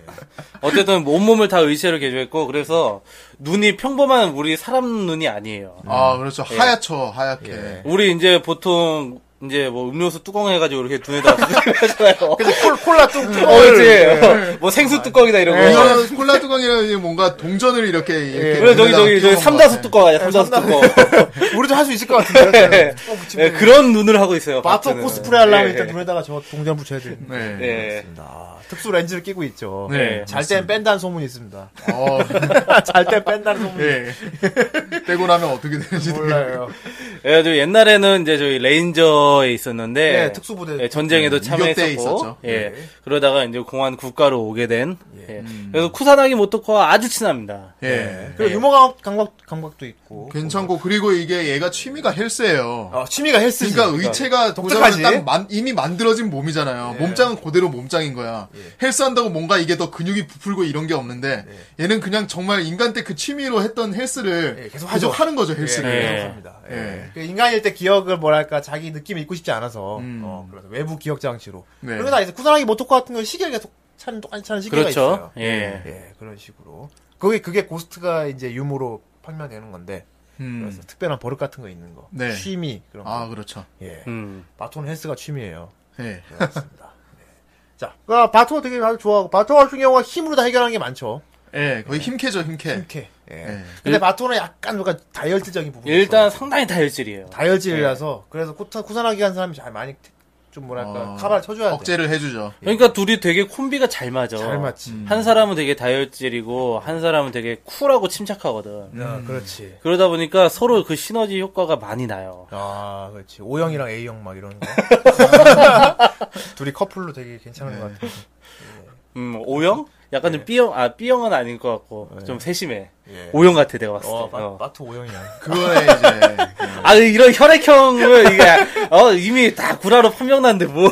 어쨌든 온몸을 다 의체로 개조했고 그래서 눈이 평범한 우리 사람 눈이 아니에요. 네. 아, 그렇죠. 예. 하얗죠. 하얗게. 우리 이제 보통 이제 뭐 음료수 뚜껑 해가지고 이렇게 눈에다 하잖아요. 콜라 뚱뚱. 어, 네. 그치. 뭐 생수 뚜껑이다 이런 거. 네. 어, 이거는 콜라 뚜껑이랑 이게 뭔가 동전을 이렇게 네. 예. 이렇게 그래 저기 눈에다가 끼워본 저기 저기 것 삼다수 같아. 뚜껑 아니야 삼다수 뚜껑. 우리도 할 수 있을 것 같은데. 네, 어, 붙이면. 예, 그런 눈을 하고 있어요. 바토 바트는. 코스프레 하려면 예, 일단 예. 눈에다가 저 동전 붙여야 돼. 네. 네. 예. 아, 특수 렌즈를 끼고 있죠. 네, 잘 땐 뺀다는 소문이 있습니다. 어, 잘 땐 뺀다는 소문이 예. 떼고 나면 어떻게 되는지 되게- 몰라요. 예, 저 옛날에는 이제 저희 레인저에 있었는데 네, 특수부대. 예, 전쟁에도 이격대에 참여했었고 있었죠. 예, 그러다가 이제 공안 국가로 오게 된 예. 그래서 쿠사나기 모토코와 아주 친합니다. 예. 그리고 유머 감각, 감각도 있고. 괜찮고 그리고 이게 얘가 취미가 헬스예요. 아, 취미가 헬스지. 그러니까 의체가 독특하지? 예. 보자면 딱 만- 이미 만들어진 몸이잖아요. 몸짱은 그대로 몸짱인 거야. 헬스한다고 뭔가 이게 더 근육이 부풀고 이런 게 없는데 얘는 그냥 정말 인간 때 그 취미로 했던 헬스를 예, 계속 계속, 하죠. 하는 거죠 예, 헬스를. 예. 감사합니다. 예. 예. 그 인간일 때 기억을 뭐랄까 자기 느낌을 잊고 싶지 않아서 어, 그래서 외부 기억 장치로. 네. 그러다 이제 쿠사나기 모토코 같은 건 시계를 계속 차는 똑같이 차는 시계가 그렇죠. 있어요. 예. 예, 그런 식으로. 그게 그게 고스트가 이제 유무로 판매되는 건데 음. 그래서 특별한 버릇 같은 거 있는 거. 네. 취미 그런 거. 아 그렇죠. 예. 음. 바톤 헬스가 취미예요. 예. 그렇습니다. 네. 자, 그러니까 바토 되게 다들 좋아하고 바토 같은 경우가 힘으로 다 해결하는 게 많죠. 예, 거의 힘캐죠 힘캐. 이렇게. 예. 예. 근데 바토는 약간 뭔가 다혈질적인 부분이 일단 있어요. 상당히 다혈질이에요. 다혈질이라서 그래서 쿠타, 쿠사나기 한 사람이 잘 많이 태- 좀 뭐랄까 네. 어, 카바를 쳐줘야 돼. 억제를 해주죠. 그러니까 둘이 되게 콤비가 잘 맞아. 잘 맞지. 음. 음. 한 사람은 되게 다혈질이고 한 사람은 되게 쿨하고 침착하거든. 음. 야, 아, 그렇지. 그러다 보니까 서로 그 시너지 효과가 많이 나요. 아, 그렇지. O형이랑 A형 막 이런 거. 둘이 커플로 되게 괜찮은 네. 것 같아. 음, O형? 약간 좀 B형, 아, B형은 아닌 것 같고, 좀 세심해. 예. O형 같아, 내가 봤을 때. 어, 바, 어. 바토 O형이야. 그거에 이제 아, 이런 혈액형을, 이게, 어, 이미 다 구라로 판명났는데, 뭘.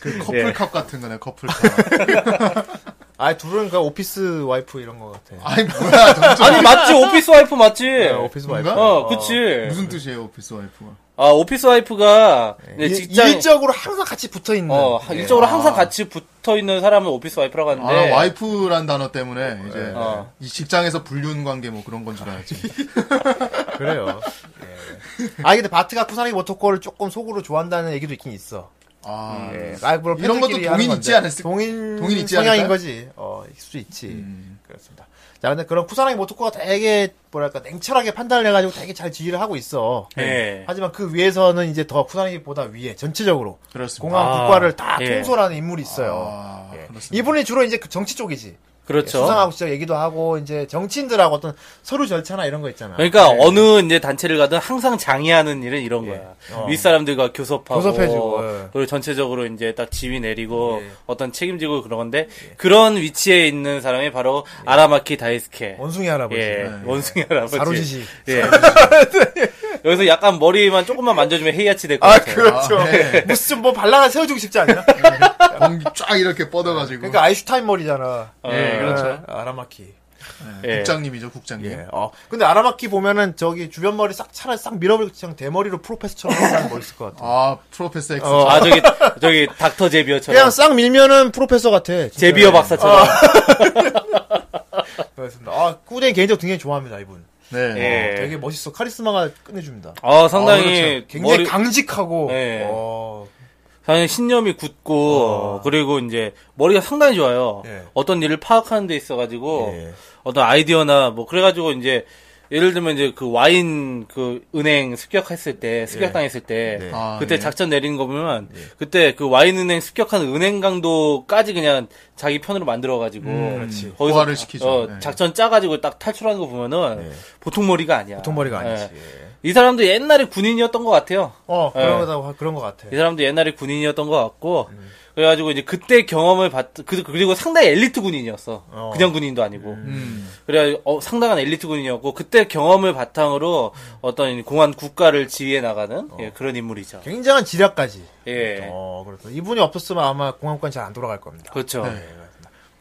그 예. 커플컵 같은 거네 커플컵. 아, 둘은 그 오피스 와이프 이런 거 같아. 아니 뭐야 점점 아니, 맞지, 오피스 와이프 맞지? 네, 오피스 와이프. 뭔가? 어, 그치. 무슨 뜻이에요 오피스 와이프가? 아, 오피스 와이프가, 네, 네. 이제 일- 네. 아. 직장, 일적으로 항상 같이 붙어 있는. 예. 어, 일적으로 항상 같이 붙어 있는 사람을 오피스 와이프라고 아 하는데. 와이프란 단어 때문에 이제 어. 이 직장에서 불륜 관계 뭐 그런 건 줄 알았지. 그래요. 아 근데 바트가 쿠사나기 모토코를 조금 속으로 좋아한다는 얘기도 있긴 있어. 아 예. 아, 물론 이런 것도 팬들끼리 동인 하는 건데. 있지 않았을- 동인 동인 있지 성향인 않을까요? 음. 거지. 어, 있을 수 있지. 그렇습니다. 자, 근데 그런 쿠사나기 모토코가 되게 뭐랄까 냉철하게 판단을 해가지고 되게 잘 지휘를 하고 있어. 네. 예. 하지만 그 위에서는 이제 더 쿠사나기보다 위에 전체적으로 그렇습니다. 공항 아, 국가를 다 예. 통솔하는 인물이 있어요. 아, 예. 그렇습니다. 이분이 주로 이제 그 정치 쪽이지. 그렇죠. 수상하고 진짜 얘기도 하고 이제 정치인들하고 어떤 서류 절차나 이런 거 있잖아. 그러니까 어느 이제 단체를 가든 항상 장애하는 일은 이런 거야. 어. 윗사람들과 교섭하고 교섭해주고, 예. 그리고 전체적으로 이제 딱 지휘 내리고 예. 어떤 책임지고 그런 건데 네. 그런 위치에 있는 사람이 바로 아라마키 다이스케. 원숭이 할아버지. 예, 원숭이 할아버지. 사루지시. 예. 여기서 약간 머리만 조금만 만져주면 헤이아치 될 것 아, 같아요. 그렇죠. 아, 네. 무슨 뭐 발라가 세워주고 싶지 않냐? 공기 쫙 이렇게 뻗어가지고. 그러니까 아이슈타인 머리잖아. 어, 예, 그렇죠. 아, 아라마키. 네. 예. 네. 국장님이죠 국장님. 예. 어. 근데 아라마키 보면은 저기 주변 머리 싹 차라리 싹 밀어버리고 그냥 대머리로 프로페서처럼 하면 멋있을 것 같아. 아 프로페서 엑스. 어, 아 저기 저기 닥터 제비어처럼 그냥 싹 밀면은 프로페서 같아. 진짜. 네. 제비어 박사처럼. 그렇습니다. 아, 꾸댕이 개인적으로 굉장히 좋아합니다, 이분. 네. 예. 되게 멋있어. 카리스마가 끝내줍니다. 어, 그렇죠. 아 상당히 굉장히 머리- 강직하고. 예. 어. 당연히 신념이 굳고 그리고 이제 머리가 상당히 좋아요. 예. 어떤 일을 파악하는 데 있어가지고 예. 어떤 아이디어나 뭐 그래가지고 이제 예를 들면 이제 그 와인 그 은행 습격했을 때 습격당했을 때 네. 예. 아, 그때 예. 작전 내리는 거 보면 그때 그 와인 은행 습격한 은행 강도까지 그냥 자기 편으로 만들어가지고 음, 그렇지. 거기서 호화를 시키죠. 어, 네. 작전 짜가지고 딱 탈출하는 거 보면은 네. 보통 머리가 아니야. 보통 머리가 아니지. 예. 예. 이 사람도 옛날에 군인이었던 것 같아요. 어, 예. 그런 거 그런 것 같아. 이 사람도 옛날에 군인이었던 것 같고 그래가지고 이제 그때 경험을 받 그, 그리고 상당히 엘리트 군인이었어 어. 그냥 군인도 아니고 음. 그래 어, 상당한 엘리트 군인이었고 그때 경험을 바탕으로 어떤 공안 국가를 지휘해 나가는 예, 그런 인물이죠 굉장한 지략까지. 예 어, 그렇다. 이분이 없었으면 아마 공항권 잘 안 돌아갈 겁니다. 그렇죠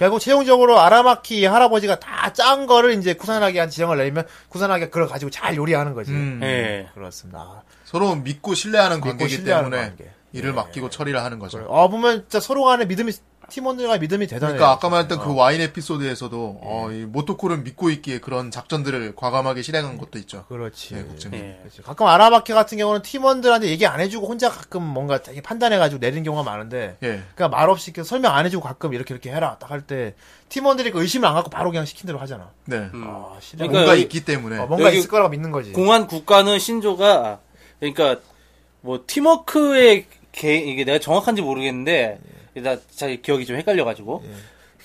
결국 최종적으로 아라마키 할아버지가 다 짠 거를 이제 쿠사나기한 지령을 내리면 쿠사나기가 그걸 가지고 잘 요리하는 거지. 음. 예 그렇습니다. 서로 믿고 신뢰하는 관계이기 신뢰하는 때문에 관계. 네. 일을 맡기고 처리를 하는 거죠. 그래. 아 보면 진짜 서로 간에 믿음이 팀원들 간의 믿음이 대단해요. 그러니까 아까 말했던 어. 그 와인 에피소드에서도 어, 이 모토코를 믿고 있기에 그런 작전들을 과감하게 실행한 것도 있죠. 그렇지. 네, 국장님. 예. 그렇지. 가끔 아라바키 같은 경우는 팀원들한테 얘기 안 해주고 혼자 가끔 뭔가 되게 판단해가지고 내리는 경우가 많은데 예. 그러니까 말없이 이렇게 설명 안 해주고 가끔 이렇게 이렇게 해라 딱 할 때 팀원들이 그 의심을 안 갖고 바로 그냥 시킨 대로 하잖아. 네. 아, 싫어. 그러니까 뭔가 여기- 있기 때문에. 어, 뭔가 여기 있을 거라고 믿는 거지. 어, 공안 국가는 신조가 그러니까 뭐 팀워크의 개, 이게 내가 정확한지 모르겠는데 네. 나 자기 기억이 좀 헷갈려가지고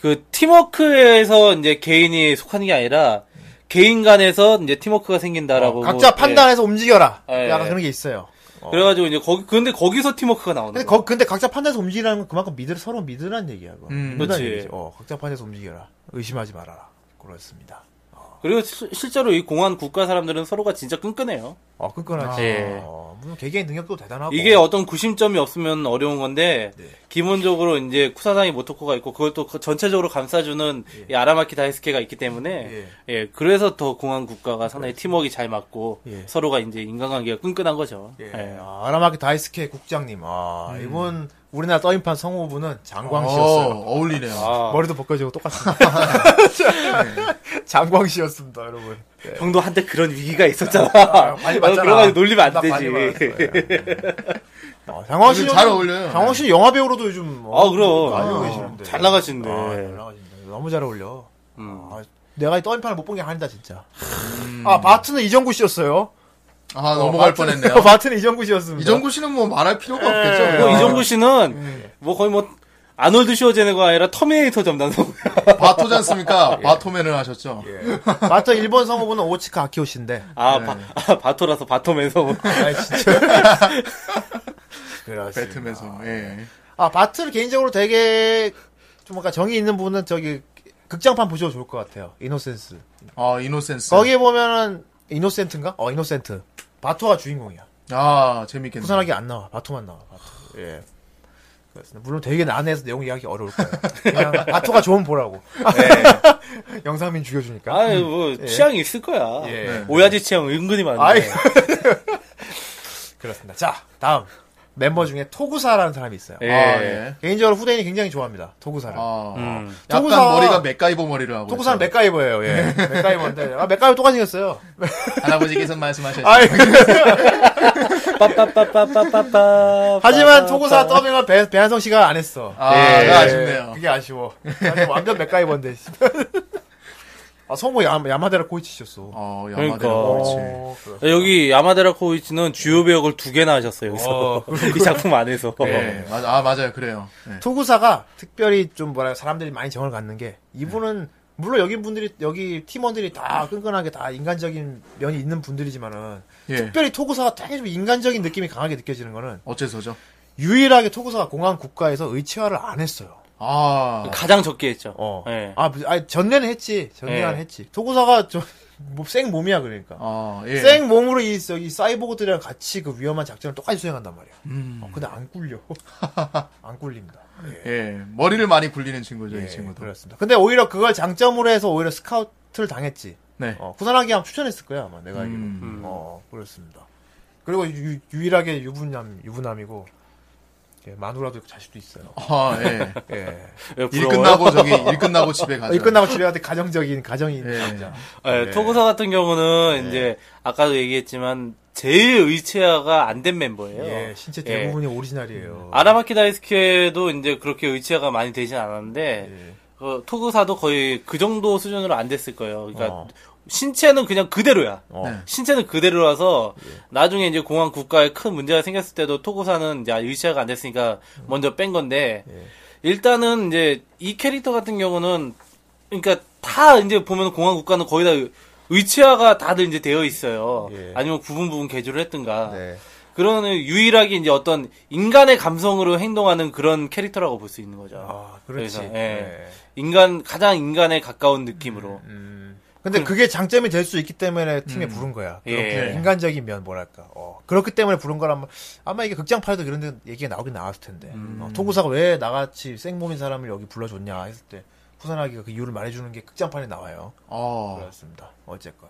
그 팀워크에서 이제 개인이 속하는 게 아니라 개인 간에서 이제 팀워크가 생긴다라고 네. 어, 각자 뭐, 판단해서 움직여라. 예, 약간 예. 그런 게 있어요. 예. 그래가지고 이제 거기 근데 거기서 팀워크가 나오는 근데, 거야. 거, 근데 각자 판단해서 움직이라는 건 그만큼 믿을 서로 믿으라는 얘기야. 그거. 음. 믿으라는 그렇지. 얘기지. 어, 각자 판단해서 움직여라. 의심하지 말아라. 그렇습니다. 그리고 시- 실제로 이 공안 국가 사람들은 서로가 진짜 끈끈해요. 어, 끈끈하지. 아, 예. 어, 물론 개개인 능력도 대단하고. 이게 어떤 구심점이 없으면 어려운 건데 네. 기본적으로 이제 쿠사상이 모토코가 있고 그걸 또 그- 전체적으로 감싸주는 예. 이 아라마키 다이스케가 있기 때문에 예, 그래서 더 공항 국가가 상당히 팀워크가 잘 맞고 그렇죠. 예. 서로가 이제 인간관계가 끈끈한 거죠. 예. 예. 음. 아, 아라마키 다이스케 국장님. 아, 이분 우리나라 떠임판 성우분은 장광 어, 씨였어요. 어울리네요. 아, 머리도 벗겨지고 똑같습니다. 장광 씨였습니다, 여러분. 네. 형도 한때 그런 위기가 있었잖아. 많이 어, 봤잖아. 그래가지고 놀리면 나 안 많이 되지. 어, 장광 씨 요즘 잘 어울려요. 장광 씨 영화 배우로도 요즘 어, 아 그럼 알고 아, 계시는데. 잘 나가신데. 아, 잘 나가신다. 너무 잘 어울려. 음. 아, 내가 이 떠임판을 못 본 게 아니다 진짜. 아 바트는 이정구 씨였어요. 아, 넘어갈 바트는- 뻔했네요. 바트는 이정구 씨였습니다. 이정구 씨는 뭐 말할 필요가 없겠죠. 그리고 아, 그냥. 뭐 네. 이정구 씨는 예. 뭐 거의 뭐 아놀드 슈워제네가 아니라 터미네이터 점단 성뭐 바토지 않습니까? 바토맨을 하셨죠. 예. 바트 일본 성우분은 오치카 아키오 씨인데. 아, 바, 아, 바토라서 바토면서 뭐. 아 진짜. 그렇습니다. 배트맨에서. 예. 아 바트를 개인적으로 되게 좀 뭔가 정이 있는 분은 저기 극장판 보셔도 좋을 것 같아요. 이노센스. 아, 이노센스. 거기에 보면은 이노센트인가? 어 이노센트. 바토가 주인공이야. 아, 재밌겠네. 부산하게 안 나와. 바토만 나와. 바토. 예. 그렇습니다. 물론 되게 난해해서 내용 이해하기 어려울 거예요. 그냥 바토가 좋은 보라고. 영상민 죽여주니까. 예. 아유 뭐 취향이 있을 거야. 음. 네. 예. 오야지 취향 은근히 아이. 많은데. 그렇습니다. 자, 다음. 멤버 중에 토구사라는 사람이 있어요. 예. 아, 예. 개인적으로 후대인이 굉장히 좋아합니다. 토구사를. 아. 음. 약간 토구사- 머리가 맥가이버 머리를 하고. 토구사는 있어요. 네. 맥가이버예요. 예. 맥가이버인데. 아, 맥가이버 똑같이 생겼어요. 할아버지께서 말씀하셨죠. 아이, 빠빠빠빠빠빠빠. 하지만 토구사 더빙을 배, 배한성 씨가 안 했어. 아, 예. 아쉽네요. 그게 아쉬워. 완전- 완전 맥가이버인데. 씨. 아, 성우 야, 야마데라 코이치셨어. 어, 어, 그러니까. 야마대로 그렇지. 여기 야마데라 코이치는 주요 배역을 두 개나 하셨어요. 여기서 어, 이 작품 안에서. 예, 맞아, 아, 맞아요. 그래요. 예. 토구사가 특별히 좀 뭐랄까 사람들이 많이 정을 갖는 게 네. 이분은 물론 여기 분들이 여기 팀원들이 다 끈끈하게 다 인간적인 면이 있는 분들이지만은 예. 특별히 토구사가 되게 좀 인간적인 느낌이 강하게 느껴지는 거는 어째서죠? 유일하게 토구사가 공항 국가에서 의체화를 안 했어요. 아, 가장 적게 했죠. 어. 예. 아, 무슨- 아니, 전례는 했지. 전례는 예. 했지. 토구사가 좀생 몸이야 그러니까. 아, 예. 생 몸으로 이, 이 사이보그들이랑 같이 그 위험한 작전을 똑같이 수행한단 말이야. 음. 어, 근데 안 꿀려. 안 꿀립니다. 예, 머리를 많이 굴리는 친구죠, 이 친구도. 예, 그렇습니다. 근데 오히려 그걸 장점으로 해서 오히려 스카우트를 당했지. 네. 어, 구산하기 하면 추천했을 거야, 아마 내가 알기로. 음. 음. 어, 그렇습니다. 그리고 유, 일하게 유부남, 유부남이고, 이렇게 마누라도 있고 자식도 있어요. 아, 예. 예. 예, 일 부러워요? 끝나고 저기 일 끝나고 집에 가죠. 이 어, 끝나고 집에 가때 가정적인 가정이 예. 있는 남자. 예, 네. 토구사 같은 경우는 이제 아까도 얘기했지만 제일 의체화가 안 된 멤버예요. 예, 신체 예. 대부분이 오리지널이에요. 음. 아라마키 다이스케도 이제 그렇게 의체화가 많이 되진 않았는데 예. 어, 토구사도 거의 그 정도 수준으로 안 됐을 거예요. 그러니까 어. 신체는 그냥 그대로야. 어. 예. 네. 신체는 그대로라서 나중에 이제 공항 국가에 큰 문제가 생겼을 때도 토구사는 이제 의체화가 안 됐으니까 먼저 뺀 건데 예. 일단은 이제 이 캐릭터 같은 경우는 그러니까 다 이제 보면 공항 국가는 거의 다 의체화가 다들 이제 되어 있어요. 예. 아니면 부분 부분 개조를 했든가. 네. 그런 유일하게 이제 어떤 인간의 감성으로 행동하는 그런 캐릭터라고 볼 수 있는 거죠. 아, 그렇지. 그래서, 예. 예. 인간 가장 인간에 가까운 느낌으로. 음. 근데 그게 장점이 될 수 있기 때문에 팀에 부른 거야. 그렇게 예. 인간적인 면 뭐랄까. 어. 그렇기 때문에 부른 거라면 아마 이게 극장판에도 이런 데 얘기가 나오긴 나왔을 텐데. 어, 토구사가 왜 나같이 생몸인 사람을 여기 불러줬냐 했을 때 후산하기가 그 이유를 말해주는 게 극장판에 나와요. 어. 그렇습니다. 어쨌건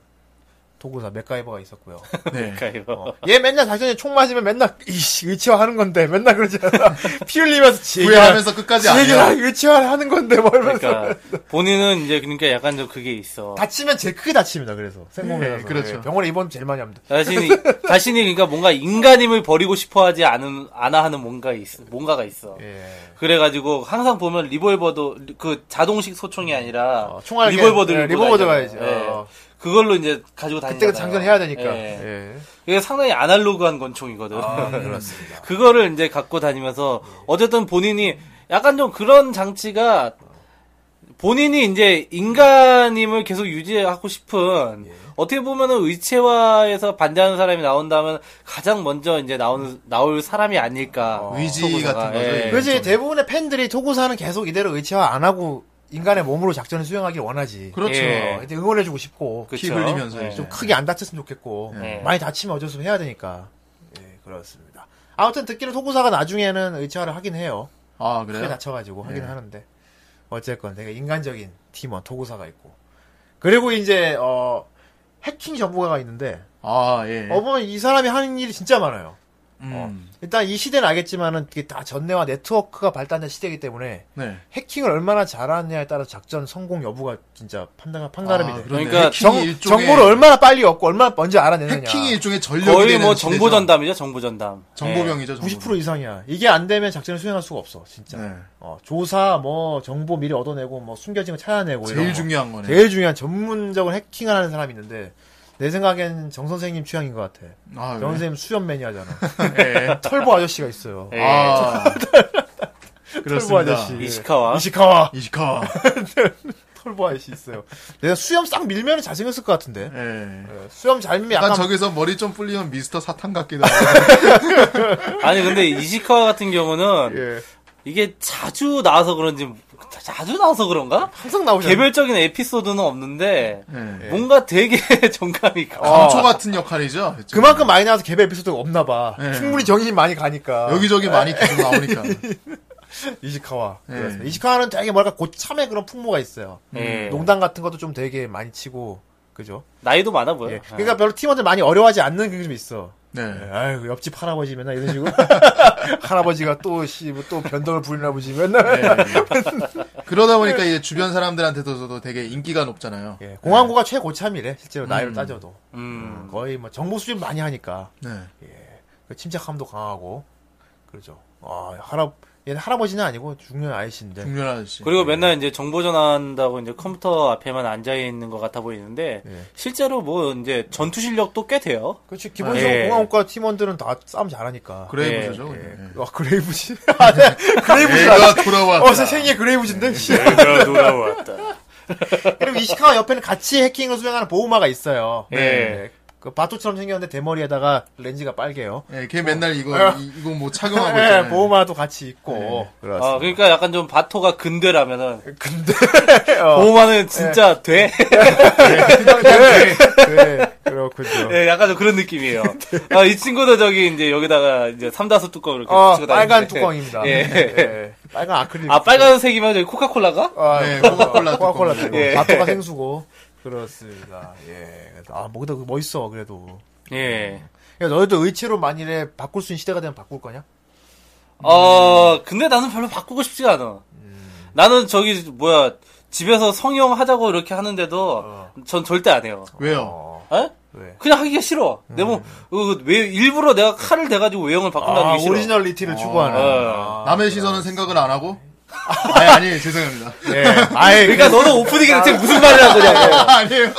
토구사 맥가이버가 있었고요. 네. 그러니까요. 어, 얘 맨날 자신이 총 맞으면 맨날 이씨 의치화하는 건데 맨날 그러지 않아. 피 흘리면서 지 후회하면서 끝까지 안 얘기라 해요. 의치화하는 건데 뭐 이러면서 그러니까 본인은 이제 그러니까 약간 좀 그게 있어. 다치면 제일 크게 다칩니다. 예, 그래서 생몸에서 예, 네, 그렇죠. 병원에 입원 제일 많이 합니다. 자신이 자신이 그러니까 뭔가 인간임을 버리고 싶어하지 않은 않아 하는 뭔가 있어. 뭔가가 있어. 예. 그래가지고 항상 보면 리볼버도 그 자동식 소총이 아니라 어, 총알 리볼버 들고 예, 리볼버 다니잖아요. 들어야지. 예. 어. 그걸로 이제 가지고 다니잖아요. 그때 장전해야 되니까. 예. 예. 이게 상당히 아날로그한 권총이거든. 아, 그렇습니다. 그거를 이제 갖고 다니면서 어쨌든 본인이 약간 좀 그런 장치가 본인이 이제 인간임을 계속 유지하고 예. 싶은 어떻게 보면은 의체화에서 반대하는 사람이 나온다면 가장 먼저 이제 나오는 나올 사람이 아닐까 의지 토구사가. 같은 거죠. 예. 그렇지 대부분의 팬들이 토구사는 계속 이대로 의치화 안 하고 인간의 몸으로 작전을 수행하길 원하지. 그렇죠. 예. 어, 이제 응원해주고 싶고 그쵸? 피 흘리면서 예. 이제 좀 크게 안 다쳤으면 좋겠고 예. 많이 다치면 어쩔 수 없이 해야 되니까. 예, 그렇습니다. 아무튼 듣기로 토구사가 나중에는 의치화를 하긴 해요. 아, 크게 그래요? 다쳐가지고 하긴 하는데 어쨌건 되게 인간적인 팀원 토구사가 있고 그리고 이제 어 해킹 전문가가 있는데 아, 예. 어 보면 이 사람이 하는 일이 진짜 많아요. 음. 일단 이 시대는 알겠지만은 이게 다 전내와 네트워크가 발달된 시대이기 때문에 네. 해킹을 얼마나 잘하느냐에 따라 작전 성공 여부가 진짜 판단 판가름이 아, 돼요. 그러네. 그러니까 해킹이 정, 일종의- 정보를 얼마나 빨리 얻고 얼마나 먼저 알아내느냐. 해킹이 일종의 전력이 거의 되는 뭐 시대죠. 예. 정보 전담이죠 예. 정보 전담 정보병이죠, 네. 정보병. 90% 이상이야. 이게 안 되면 작전을 수행할 수가 없어, 진짜. 네. 어, 조사, 뭐, 정보 미리 얻어내고, 뭐, 숨겨진 거 찾아내고. 이런 제일 거. 중요한 거네. 제일 중요한 전문적인 해킹을 하는 사람이 있는데, 내 생각엔 정 선생님 취향인 것 같아. 아, 왜? 정 선생님 수염 매니아잖아. 예. 털보 아저씨가 있어요. 예. 아. 털보 그렇습니다. 아저씨. 이시카와 이시카와. 이시카와. 털보 아저씨 있어요. 내가 수염 싹 밀면 잘생겼을 것 같은데. 예. 예, 수염 잘 밀면 약간 약간. 저기서 머리 좀 불리면 미스터 사탕 같기도 하고. 예. 아니 근데 이시카와 같은 경우는 예. 이게 자주 나와서 그런지 자주 나와서 그런가 항상 나오잖아. 개별적인 에피소드는 없는데 예. 뭔가 되게 정감이 가. 아, 감초 같은 역할이죠. 그만큼 많이 나와서 개별 에피소드가 없나 봐. 예. 충분히 정신이 많이 가니까. 여기저기 많이 아. 계속 나오니까. 이시카와. 예. 그렇습니다. 이시카와는 되게 뭐랄까 고참의 그런 풍모가 있어요. 음, 예. 농담 같은 것도 좀 되게 많이 치고 그죠? 나이도 많아 보여. 예. 그러니까 별로 팀원들 많이 어려워하지 않는 그게 좀 있어. 예, 네. 아유 옆집 할아버지 맨날 이런 식으로 할아버지가 또씨또 변덕을 부리나 보지 맨날. 예. 그러다 보니까 이제 주변 사람들한테도 되게 인기가 높잖아요. 예. 공항고가 최고참이래 실제로 나이를 음. 따져도 음. 거의 뭐 정보 수집 많이 하니까 네. 그 침착함도 강하고 그렇죠. 아 할아 얘는 할아버지는 아니고 중년 아이씨인데. 중년 아저씨. 그리고 맨날 이제 정보 전환한다고 이제 컴퓨터 앞에만 앉아 있는 것 같아 보이는데 예. 실제로 뭐 이제 전투 실력도 꽤 돼요. 그렇지 기본적으로 예. 공항고과 팀원들은 다 싸움 잘하니까. 그레이브죠. 예. 예. 아, 그레이브지? 아, 네. 그레이브지. 내가 돌아왔다. 어, 세상에 그레이브지인데? 내가 돌아왔다. 그리고 이시카와 옆에는 같이 해킹을 수행하는 보호마가 있어요. 예. 그 바토처럼 생겼는데 대머리에다가 렌즈가 빨개요. 예, 걔 맨날 이거 이- 이거 뭐 착용하고 어. 예, 있잖아요. 보호마도 같이 있고. 그렇습니다. 아 그러니까 약간 좀 바토가 근대라면은 근데 어. 보호만은 진짜 예. 돼. 네, 그렇군요. 예, 약간 좀 그런 느낌이에요. 아, 이 친구도 저기 이제 여기다가 이제 삼다수 뚜껑을 이렇게 어, 붙이고 다니는데. 빨간 뚜껑입니다. 예. 예. 빨간 아크릴. 아 빨간색이면 저기 코카콜라가? 아, 네, 그거, 코카콜라 코카콜라 뚜껑. 뚜껑. 예. 바토가 생수고. 그렇습니다. 예. 아, 뭐기다 멋있어 그래도. 예. 야, 너희도 의체로 만일에 바꿀 수 있는 시대가 되면 바꿀 거냐? 어, 근데 나는 별로 바꾸고 싶지가 않아. 음. 나는 저기, 뭐야, 집에서 성형 하자고 이렇게 하는데도, 전 절대 안 해요. 왜요? 에? 어. 왜? 음. 그냥 하기가 싫어. 내 몸, 어, 왜, 일부러 내가 칼을 대가지고 외형을 바꾼다는 아, 게 싫어. 오리지널리티를 추구하는. 어. 남의 시선은 생각을 안 하고? 네, 아니, 아니에요. 죄송합니다. 예. 아예 그러니까 너는 오프닝에 대체 무슨 말을 한 거냐. 아니에요.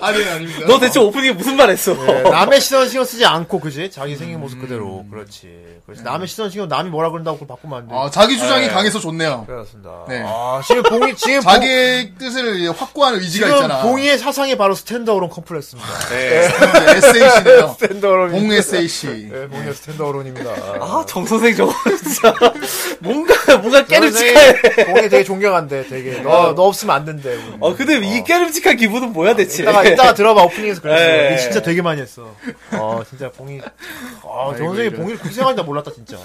아니에요, 아닙니다. 너 대체 오프닝에 무슨 말 했어? 예, 남의 시선 신경 쓰지 않고 그지 자기 생긴 모습 음. 그대로 그렇지 그렇지 남의 시선 신경 남이 뭐라 그런다고 그걸 바꾸면 안돼 아, 자기 주장이 강해서 좋네요. 그렇습니다 네. 아 지금 봉이 지금 봉- 자기의 뜻을 확고한 의지가 지금 있잖아. 봉이의 사상이 바로 스탠더어론 컴플렉스입니다 SAC네요. 스탠더어론 네, 봉 SAC. 네, 봉이의 스탠더어론입니다 아, 정선생 저거 진짜. 뭔가, 뭔가 깨름직해. 해 봉이 되게 존경한대 되게 너 너 없으면 안 된대 우리. 어, 근데 이 깨름직한 기분은 뭐야, 대체? 이따가 이따가 들어봐 오프닝에서 예. 그랬어 네. 진짜 되게 많이 했어 어 진짜 봉이 아 정선이 이런. 봉이를 그렇게 생각한다 몰랐다 진짜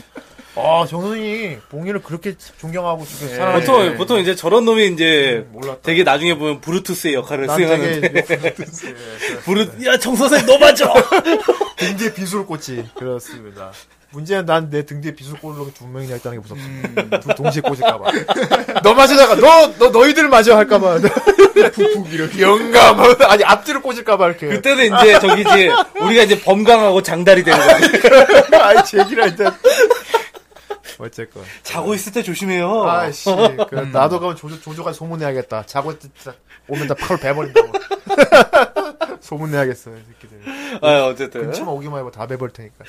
아 정선이 봉이를 그렇게 존경하고 지금 사랑해 보통, 보통 이제 저런 놈이 이제 음, 몰랐다. 되게 나중에 보면 브루투스의 역할을 난 수행하는데. 되게 뭐 브루, 야, 정선생 너 맞아! 등 뒤에 비수를 꽂지 그렇습니다 문제는 난 내 등 뒤에 비수를 꽂는 놈이 두 명이나 있다는 게 무섭습니다 두- 동시에 꽂을까봐 음. 너 맞으다가 너, 너 너희들 맞아 할까봐 영감 아니 앞뒤를 꽂을까봐 이렇게 그때는 이제 저기지, 우리가 이제 범강하고 장달이 되는 거야. 아이 제기라 일단 어쨌건 자고 있을 때 조심해요. 아씨 그래, 나도 가면 조조 조조가 소문내야겠다 자고 있을 때 오면 다 팔을 베버린다고 소문내야겠어 이 새끼들 아, 어쨌든. 근처만 오기만 해봐 다 베버릴 테니까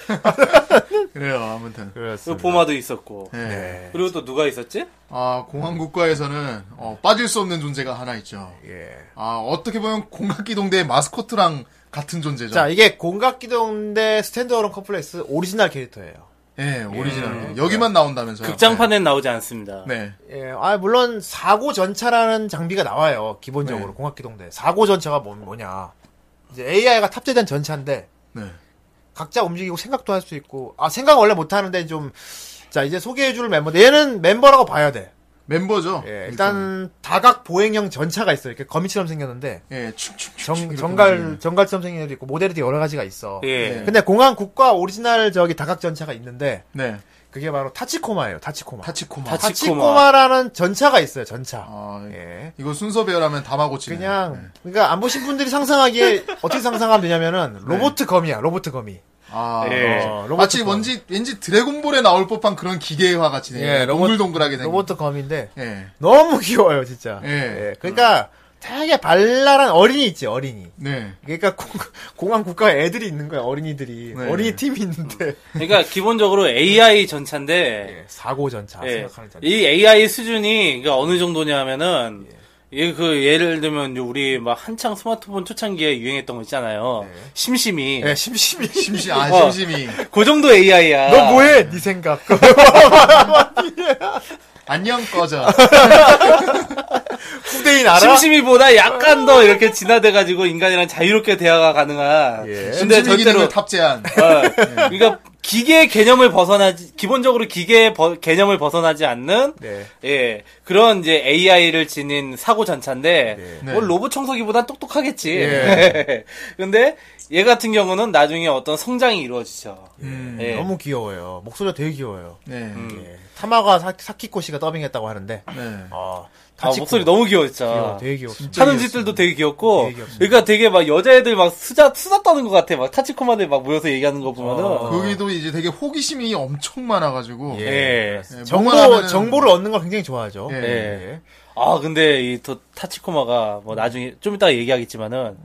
그래요, 아무튼. 그 그렇습니다 보마도 있었고. 네. 그리고 또 누가 있었지? 아, 공항국가에서는, 어, 빠질 수 없는 존재가 하나 있죠. 예. 아, 어떻게 보면 공각기동대의 마스코트랑 같은 존재죠. 자 이게 공각기동대 스탠드어론 컴플렉스 오리지널 캐릭터예요 예, 오리지널. 여기만 나온다면서요. 극장판엔 나오지 않습니다. 네. 예, 아 물론 사고 전차라는 장비가 나와요 기본적으로 네. 공각기동대 사고 전차가 뭐, 뭐냐 이제 AI가 탑재된 전차인데 네. 네. 각자 움직이고 생각도 할 수 있고 아 생각 원래 못 하는데 좀 자, 이제 소개해줄 멤버인데, 얘는 멤버라고 봐야 돼. 멤버죠. 예, 일단, 다각 보행형 전차가 있어. 이렇게 거미처럼 생겼는데, 예, 춤춤 정, 예. 정갈, 정갈처럼 생긴 애도 있고, 모델이 여러 가지가 있어. 예. 네. 근데 공항 국가 오리지널 저기 다각 전차가 있는데, 네. 그게 바로 타치코마예요, 타치코마. 타치코마. 타치- 타치코마라는 전차가 있어요, 전차. 아, 예. 이거 순서 배열하면 다마고치. 그냥, 그러니까 안 보신 분들이 상상하기에, 어떻게 상상하면 되냐면은, 로보트 거미야, 로보트 거미. 아, 예. 어, 로봇 마치 거미. 뭔지 왠지 드래곤볼에 나올 법한 그런 기계화 같이 된 예, 로봇- 동글동글하게 된. 로보트 거미인데, 예. 너무 귀여워요, 진짜. 예. 예, 그러니까 되게 발랄한 어린이 있지, 어린이. 네. 그러니까 공, 공항 국가에 애들이 있는 거야, 어린이들이. 네. 어린이 팀이 있는데. 그러니까 기본적으로 AI 전차인데, 예, 사고 전차 예. 생각하는 전차. 이 AI 수준이 그러니까 어느 정도냐면은 예, 그 예를 들면 요 우리 막 한창 스마트폰 초창기에 유행했던 거 있잖아요. 심심이. 예, 심심이. 어. 심심 아 심심이 그 정도 AI야. 너 뭐해? 네 생각. 안녕 꺼져. 후대인 알아? 심심이보다 약간 더 이렇게 진화돼가지고 인간이랑 자유롭게 대화가 가능한. 예. 근데 심심이 절대로. 기능을 탑재한. 어, 그러니까 기계의 개념을 벗어나지 기본적으로 기계의 버- 개념을 벗어나지 않는 네. 예 그런 이제 AI를 지닌 사고 전차인데 네. 뭐 로봇 청소기보단 똑똑하겠지. 예. 근데 얘 같은 경우는 나중에 어떤 성장이 이루어지죠. 음. 예. 음. 너무 귀여워요. 목소리가 되게 귀여워요. 네. 예. 타마가 사, 사키코 씨가 더빙했다고 하는데. 네. 아, 아, 타치코. 목소리 너무 귀여웠죠. 귀여워. 되게 귀여워. 하는 짓들도 되게 귀엽고, 되게 귀엽습니다. 그러니까 되게 막 여자애들 막 수다 수다 떠는 것 같아. 막 타치코마들 막 모여서 얘기하는 거 보면은. 어. 거기도 이제 되게 호기심이 엄청 많아가지고. 예. 예, 예. 정보, 뭔가 하면은- 정보를 얻는 걸 굉장히 좋아하죠. 예. 예. 아 근데 이 또 타치코마가 음. 뭐 나중에 좀 이따가 얘기하겠지만은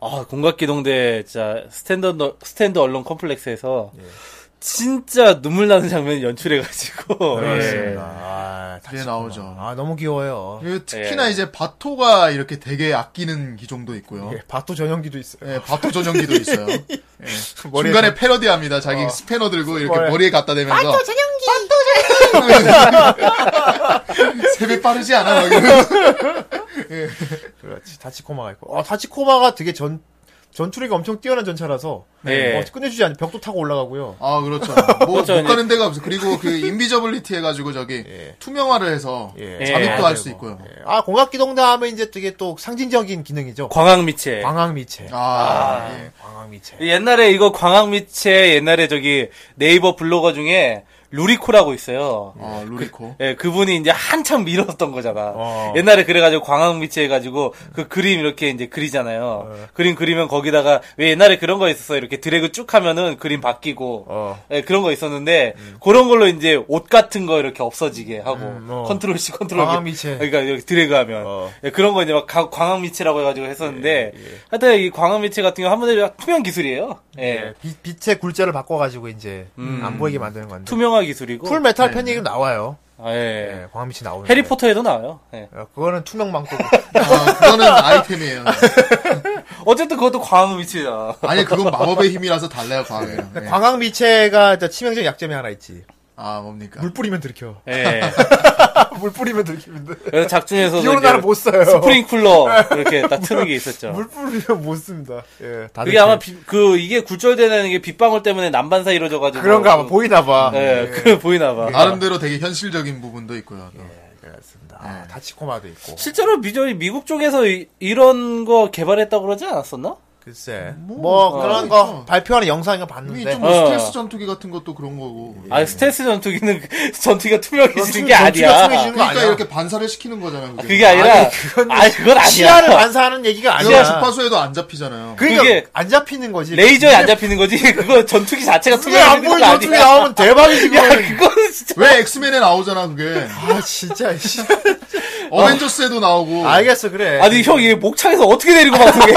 아 공각기동대 진짜 스탠드 스탠드 언론 컴플렉스에서 예. 진짜 눈물 나는 장면 연출해가지고 그렇습니다. 예. 아, 뒤에 나오죠. 예. 아, 너무 귀여워요. 그리고 예. 특히나 이제 바토가 이렇게 되게 아끼는 기종도 있고요. 예, 바토 전용기도 있어요. 예, 바토 전용기도 있어요. 예. 머리에 중간에 패러디합니다. 자기 스패너 들고 이렇게 머리에- 머리에 갖다 대면서. 바토 전용기! 바토 전용기! 세배 빠르지 않아? 막 이러면서. 그렇지. 다치코마가 있고. 어, 다치코마가 되게 전, 전투력이 엄청 뛰어난 전차라서. 네. 어, 끝내주지 않아요. 벽도 타고 올라가고요. 아, 그렇죠. 뭐, 그렇죠, 못 가는 데가 없어. 그리고 그 인비저블리티 해가지고 저기 예. 투명화를 해서 네. 예. 잠입도 할 수 되고. 있고요. 예. 아, 공학기동대 하면 이제 되게 또 상징적인 기능이죠. 광학미체 광학미체. 아, 예, 광학미체. 옛날에 이거 광학미체 옛날에 저기 네이버 블로거 중에 루리코라고 있어요. 어, 루리코. 예, 그분이 이제 한참 밀었던 거잖아. 어. 옛날에 그래가지고 광화문비치 해가지고 그 그림 이렇게 이제 그리잖아요. 어. 그림 그리면 거기다가 왜 옛날에 그런 거 있었어? 이렇게 드래그 쭉 하면은 그림 바뀌고 어. 음. 예, 그런 거 있었는데 그런 걸로 이제 옷 같은 거 이렇게 없어지게 하고 어. 컨트롤 C 컨트롤 V. 광학미체. 그러니까 이렇게 드래그하면 어. 예, 예, 그런 거 이제 막 가- 광학미체라고 해가지고 했었는데 하여튼 이 광학미체 같은 경우 한 번에 투명 기술이에요. 예. 예. 빛, 빛의 굴자를 바꿔가지고 이제 안 보이게 만드는 건데. 투명화 기술이고 풀 메탈 팬이 나와요. 아, 예. 예, 광화미이 나오는. 해리포터에도 나와요. 예. 어, 그거는 투명망토. 아, 그거는 아이템이에요. 어쨌든 그것도 광학미체야. 아니, 그건 마법의 힘이라서 달라요, 과학이랑. 예. 광학 미체가 일단 치명적 약점이 하나 있지. 아, 뭡니까? 물 뿌리면 들켜. 예. 물 뿌리면 들키는데. 어, 그래서 작중에서 비 오는 날은 못 써요. 스프링 쿨러 이렇게 딱 트는 게 있었죠. 물 뿌리면 못 씁니다. 예. 다들 어. 그게 아마 비- 그 이게 굴절되는 게 빗방울 때문에 난반 사이로 져가지고 그런가 봐. 그- 보이나 봐. 예, 그 보이나 봐. 나름대로 되게 현실적인 부분도 있고요. 또. 그렇습니다. 아, 다치코마도 있고. 실제로 미저이 미국 쪽에서 이, 런거 개발했다고 그러지 않았었나? 글쎄. 뭐, 뭐 그런 있죠. 거 발표하는 영상이 이미 봤는데. 좀뭐 어. 스텔스 전투기 같은 것도 그런 거고. 아 스텔스 전투기는 그 전투기가 투명해지는 게 예. 전투- 전투기가 아니야. 투명해지는 그러니까 아니야. 이렇게 반사를 시키는 거잖아요. 그게. 그게 아니라 아니 그건, 아니야. 시야를 반사하는 얘기가 그거 아니야. 주파수에도 안 잡히잖아요. 그러니까 그게- 안 잡히는 거지. 음. 레이저에 안 잡히는 거지. 그거 전투기 자체가 그게 안 투명해지는 보이는 거 전투기 아니야. 나오면 대박이지. 야 그거는. 그거는 진짜 뭐- 왜 엑스맨에 나오잖아, 그게. 아 진짜. 씨. 어벤져스에도 나오고. 그 알겠어 그래. 아니 형 얘 목창에서 어떻게 내리고 막 그게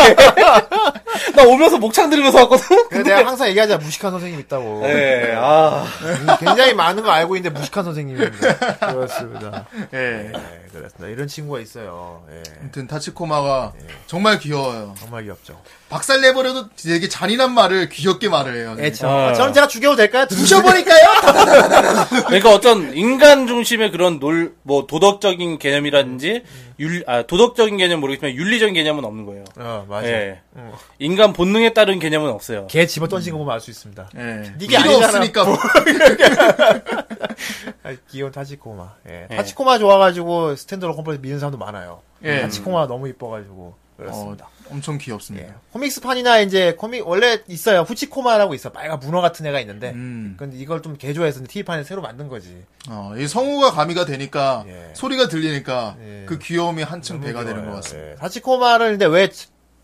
나 오면서 목창 들으면서 왔거든. 그래, 내가 항상 얘기하자 무식한 선생님 있다고. 음, 예, 아. 굉장히 많은 거 알고 있는데 무식한 선생님입니다. 그렇습니다. 예. 예, 그렇습니다. 이런 친구가 있어요. 예. 아무튼 타치코마가 정말 귀여워요. 정말 귀엽죠. 박살 내버려도 되게 잔인한 말을 귀엽게 말을 해요. 네. 애처. 아. 그렇죠. 저는 제가 죽여도 될까요? 부셔버릴까요? 그러니까 어떤 인간 중심의 그런 놀, 뭐 도덕적인 개념이라든지, 윤, 아, 도덕적인 개념 모르겠지만 윤리적인 개념은 없는 거예요. 어 맞아. 예. 인간 본능에 따른 개념은 없어요. 걔 집어 던진 거 보면 알 수 있습니다. 음. 예. 이게 필요 아니잖아. 없으니까. 뭐. 아, 귀여운 타치코마. 예. 타치코마 좋아가지고 스탠드로 컴퓨터 미는 사람도 많아요. 예. 타치코마 너무 이뻐가지고 그렇습니다. 어, 엄청 뭐. 예. 귀엽습니다. 코믹스판이나 이제 코믹 원래 있어요. 후치코마라고 있어. 빨간 문어 같은 애가 있는데. 음. 근데 이걸 좀 개조해서 TV판에 새로 만든 거지. 어, 이 성우가 가미가 되니까 예. 소리가 들리니까 예. 그 귀여움이 한층 배가 너무 되는 좋아요. 것 같습니다. 예. 타치코마를 근데 왜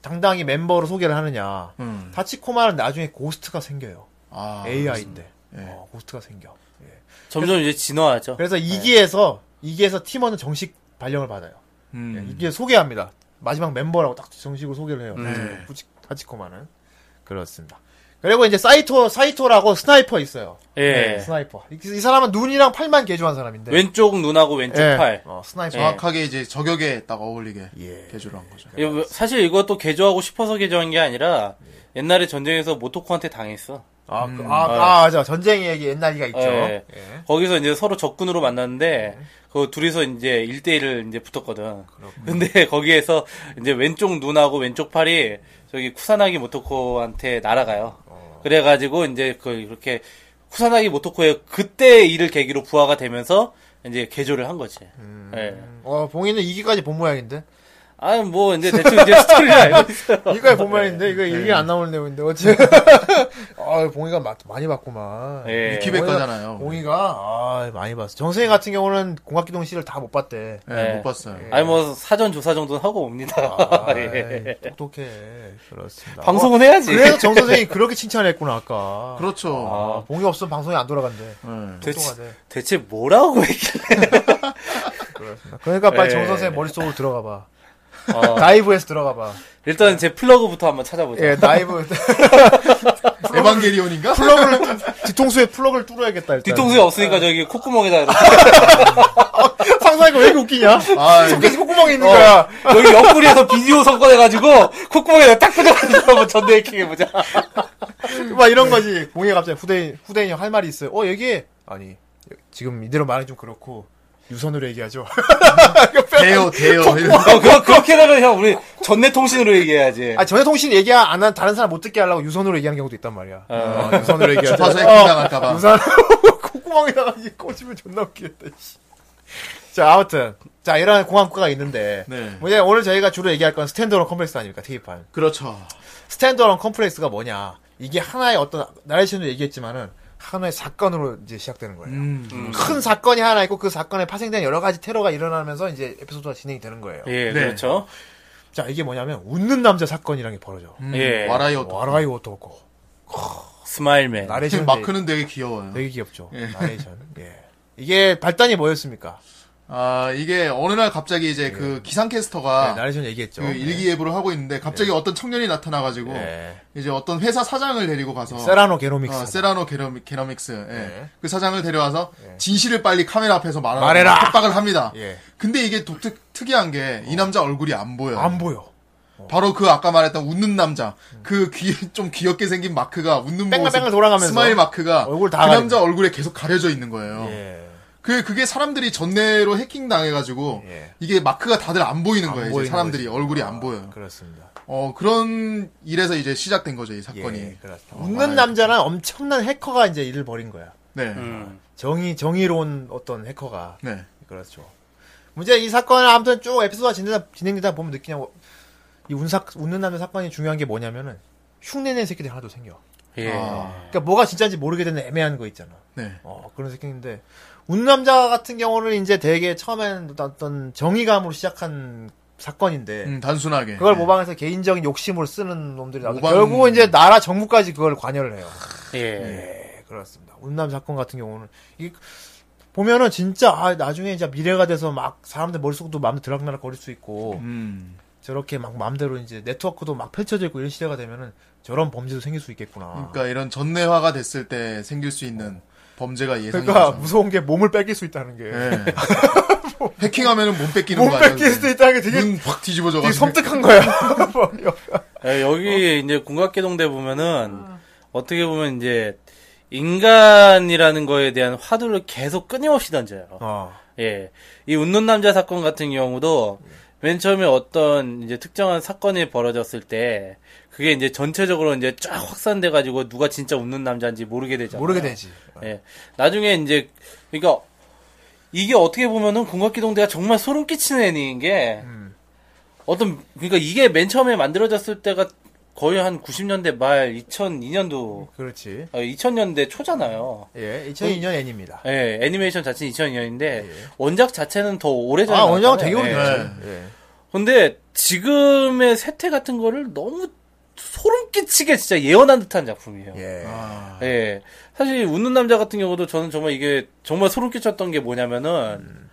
당당히 멤버로 소개를 하느냐. 음. 타치코마는 나중에 고스트가 생겨요. 아, AI인데. 어, 예. 고스트가 생겨. 예. 점점 이제 진화하죠. 그래서 2기에서 2기에서 팀원은 정식 발령을 받아요. 음. 예, 이게 소개합니다. 마지막 멤버라고 딱 정식으로 소개를 해요. 네. 후치- 하치코마는 그렇습니다. 그리고 이제 사이토 사이토라고 스나이퍼 있어요. 예. 네, 스나이퍼. 이, 이 사람은 눈이랑 팔만 개조한 사람인데. 왼쪽 눈하고 왼쪽 네. 예, 팔. 어, 스나이퍼. 예. 정확하게 이제 저격에 딱 어울리게 예. 개조를 한 거죠. 이거 뭐- 사실 이것도 개조하고 싶어서 개조한 게 아니라, 옛날에 전쟁에서 모토코한테 당했어. 아, 그- 아, 아, 맞아. 전쟁 얘기 옛날 얘기가 있죠. 음. 예. 예. 네. 거기서 이제 서로 적군으로 만났는데, 그 둘이서 이제 1대1을 이제 붙었거든. 근데 거기에서 이제 왼쪽 눈하고 왼쪽 팔이 저기 쿠사나기 모토코한테 날아가요. 어. 그래가지고 이제 그 이렇게 쿠사나기 모토코의 그때 일을 계기로 부하가 되면서 이제 개조를 한 거지. 예. 어, 봉이는 2기까지 본 모양인데. 아니 뭐 이제 대충 이제 스토리를 알고 있어요. 2기까지 본 모양인데 이거 얘기 안 나오는 내용인데 어째. 아, 봉이가 마- 많이 봤구만. 예. 위키백과잖아요. 봉이가 아, 많이 봤어. 정승이 같은 경우는 공학기동 씨를 다 못 봤대. 예, 네. 못 봤어요. 아니 뭐 사전 조사 정도는 하고 옵니다. 아, 예. 똑똑해. 그렇습니다. 어, 방송은 해야지. 그래서 정 선생이 그렇게 칭찬했구나 아까. 그렇죠. 아, 봉이 없으면 방송이 안 돌아간대. 예. 대체, 똑똑하대. 대체 뭐라고 얘기를 그러니까 빨리 예. 정 선생 머릿속으로 들어가 봐. 어. 다이브에서 들어가 봐. 일단 제 플러그부터 한번 찾아보자. 예, 다이브. 에반게리온인가? 플러그를 뒤통수에 플러그를 뚫어야겠다 일단. 뒤통수에 없으니까 저기 콧구멍에다 이렇게 상상이가 왜 이렇게 웃기냐? 아, 계속 콧구멍에 있는 어, 거야. 여기 옆구리에서 비디오 선권해가지고 콧구멍에다 딱 붙여가지고 한번 전대해킹 해보자. 막 이런 거지. 봉이가 갑자기 후대인 후대인 형 할 말이 있어요. 어 얘기해. 아니 지금 이대로 말이 좀 그렇고 유선으로 얘기하죠. 대요, 대요. 이런. 어, 그, 그렇게 되면 형 우리 전내통신으로 얘기해야지. 아 전해통신 얘기 안 한 다른 사람 못 듣게 하려고 유선으로 얘기하는 경우도 있단 말이야. 어. 어, 유선으로 얘기하죠. 주파수 해킹 어, 당할까봐. 유선 콧구멍에다가 이 꽂으면 존나 웃기겠다. 씨. 자 아무튼 자 이런 공항과가 있는데 네. 뭐냐 오늘 저희가 주로 얘기할 건 스탠드얼 컴플렉스 아닙니까 TV판. 그렇죠. 스탠드얼 컴플렉스가 뭐냐 이게 하나의 어떤 나레이션을 얘기했지만은 하나의 사건으로 이제 시작되는 거예요. 음. 큰 사건이 하나 있고 그 사건에 파생된 여러 가지 테러가 일어나면서 이제 에피소드가 진행이 되는 거예요. 네. 예, 그렇죠. 자, 이게 뭐냐면 웃는 남자 사건이라는 게 벌어져. 음. 예. 와라이어 와라이 워터고 스마일맨. 나레이션 지금 마크는 되게 귀여워요. 되게 귀엽죠. 나레이션. 예. 이게 발단이 뭐였습니까? 아 이게 어느 날 갑자기 이제 그 네, 기상캐스터가 나레이션 얘기했죠. 그 일기예보를 하고 있는데 갑자기 어떤 청년이 나타나가지고 예. 이제 어떤 회사 사장을 데리고 가서 세라노 게노믹스. 어, 세라노 게노, 게노믹스 예. 네. 그 사장을 데려와서 진실을 빨리 카메라 앞에서 말하라고 예. 말해라! 협박을 합니다. 예. 어. 근데 이게 독특 특이한 게 이 남자 얼굴이 안 보여요. 안 보여. 바로 그 아까 말했던 웃는 남자 그 귀에 좀 귀엽게 생긴 마크가 웃는 뺑글뺑글 모습 돌아가면서 스마일 마크가 얼굴 다 그 가리고. 남자 얼굴에 계속 가려져 있는 거예요. 예. 그 그게 사람들이 전내로 해킹 당해가지고 예. 이게 마크가 다들 안 보이는 안 거예요. 이제 보이는 사람들이 거지. 얼굴이 아, 안 보여요. 그렇습니다. 어 그런 일에서 이제 시작된 거죠 이 사건이. 예, 그렇습니다. 어, 웃는 많아요. 남자는 엄청난 해커가 이제 일을 벌인 거야. 네. 음. 정의 정의로운 어떤 해커가 네. 그렇죠. 문제 이 사건은 아무튼 쭉 에피소드가 진행되다, 진행되다 보면 느끼냐고 이 운사, 웃는 남자 사건이 중요한 게 뭐냐면은 흉내낸 새끼들 하나도 생겨. 예. 아, 그러니까 뭐가 진짜인지 모르게 되는 애매한 거 있잖아. 네. 어, 그런 새끼인데 웃는 남자 같은 경우는 이제 되게 처음엔 어떤 정의감으로 시작한 사건인데 음, 단순하게. 예. 그걸 네. 모방해서 개인적인 욕심으로 쓰는 놈들이 나와서 모방- 아. 결국은 이제 나라 정부까지 그걸 관여를 해요. 예. 예, 그렇습니다. 운남 사건 같은 경우는 이 보면은 진짜 아, 나중에 이제 미래가 돼서 막 사람들 머릿속도 마음대로 들락날락 거릴 수 있고 음. 저렇게 막 마음대로 이제 네트워크도 막 펼쳐져 있고 이런 시대가 되면은 저런 범죄도 생길 수 있겠구나. 그러니까 이런 전내화가 됐을 때 생길 수 있는 범죄가 예상이 그러니까 되죠. 무서운 게 몸을 뺏길 수 있다는 게. 예. 해킹하면은 몸 뺏기는 몸 거 아니야? 뺏길 수도 있다는 게 되게, 눈확 뒤집어져 되게 가지고. 섬뜩한 거야. 예, 여기 어? 이제 궁각계동대 보면은 어떻게 보면 이제 인간이라는 거에 대한 화두를 계속 끊임없이 던져요. 어. 예. 이 웃는 남자 사건 같은 경우도 맨 처음에 어떤 이제 특정한 사건이 벌어졌을 때 그게 이제 전체적으로 이제 쫙 확산돼 가지고 누가 진짜 웃는 남자인지 모르게 되잖아요. 모르게 되지. 예. 나중에 이제 그러니까 이게 어떻게 보면은 공각기동대가 정말 소름 끼치는 애니인 게 음. 어떤 그러니까 이게 맨 처음에 만들어졌을 때가 거의 한 90년대 말 2002년도 아, 그렇지. 2000년대 초잖아요. 예, 2002년 N입니다. 예, 애니메이션 자체는 2002년인데 원작 자체는 더 오래전에 예, 아, 원작은 나왔잖아요. 되게 예. 오래됐지. 예. 근데 지금의 세태 같은 거를 너무 소름 끼치게 진짜 예언한 듯한 작품이에요. 예. 아, 예. 사실 웃는 남자 같은 경우도 저는 정말 이게 정말 소름 끼쳤던 게 뭐냐면은 음.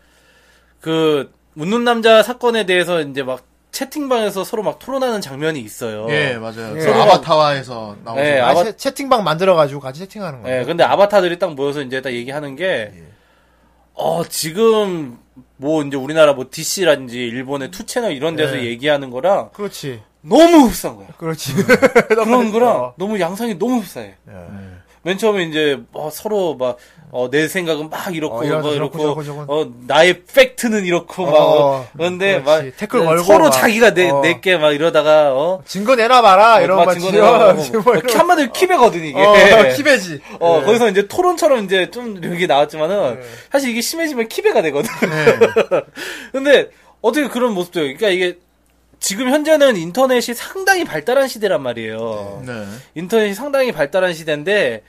그 웃는 남자 사건에 대해서 이제 막 채팅방에서 서로 막 토론하는 장면이 있어요. 예, 맞아요. 예. 그 아바타화에서 나오죠. 예, 아, 아바- 채- 채팅방 만들어가지고 같이 채팅하는 거야. 예. 예, 근데 아바타들이 딱 모여서 이제 딱 얘기하는 게, 어, 지금, 뭐, 이제 우리나라 뭐 DC라든지 일본의 투채널 이런 데서 음. 예. 얘기하는 거랑 그렇지. 너무 흡사한 거야. 그렇지. 음. 예. 그런 거랑 너무 양상이 너무 흡사해. 맨 처음에 이제 뭐 서로 막 어, 내 생각은 막 이렇고 어, 이러고 뭐 저렇고 이렇고 저렇고 저렇고. 어 나의 팩트는 이렇고 막 어, 그런데 그렇지. 막 태클 걸고 서로 막. 자기가 내 어. 내게 막 이러다가 어 아, 증거 내놔봐라, 이런 거. 뭐 증거 한마디로 키베거든 이게 어, 키베지. 어, 예. 거기서 이제 토론처럼 이제 좀 여기 네. 나왔지만은, 사실 이게 심해지면 키베가 되거든. 근데, 어떻게 그런 모습도, 그러니까 이게, 지금 현재는 인터넷이 상당히 발달한 시대란 말이에요. 네. 인터넷이 상당히 발달한 시대인데,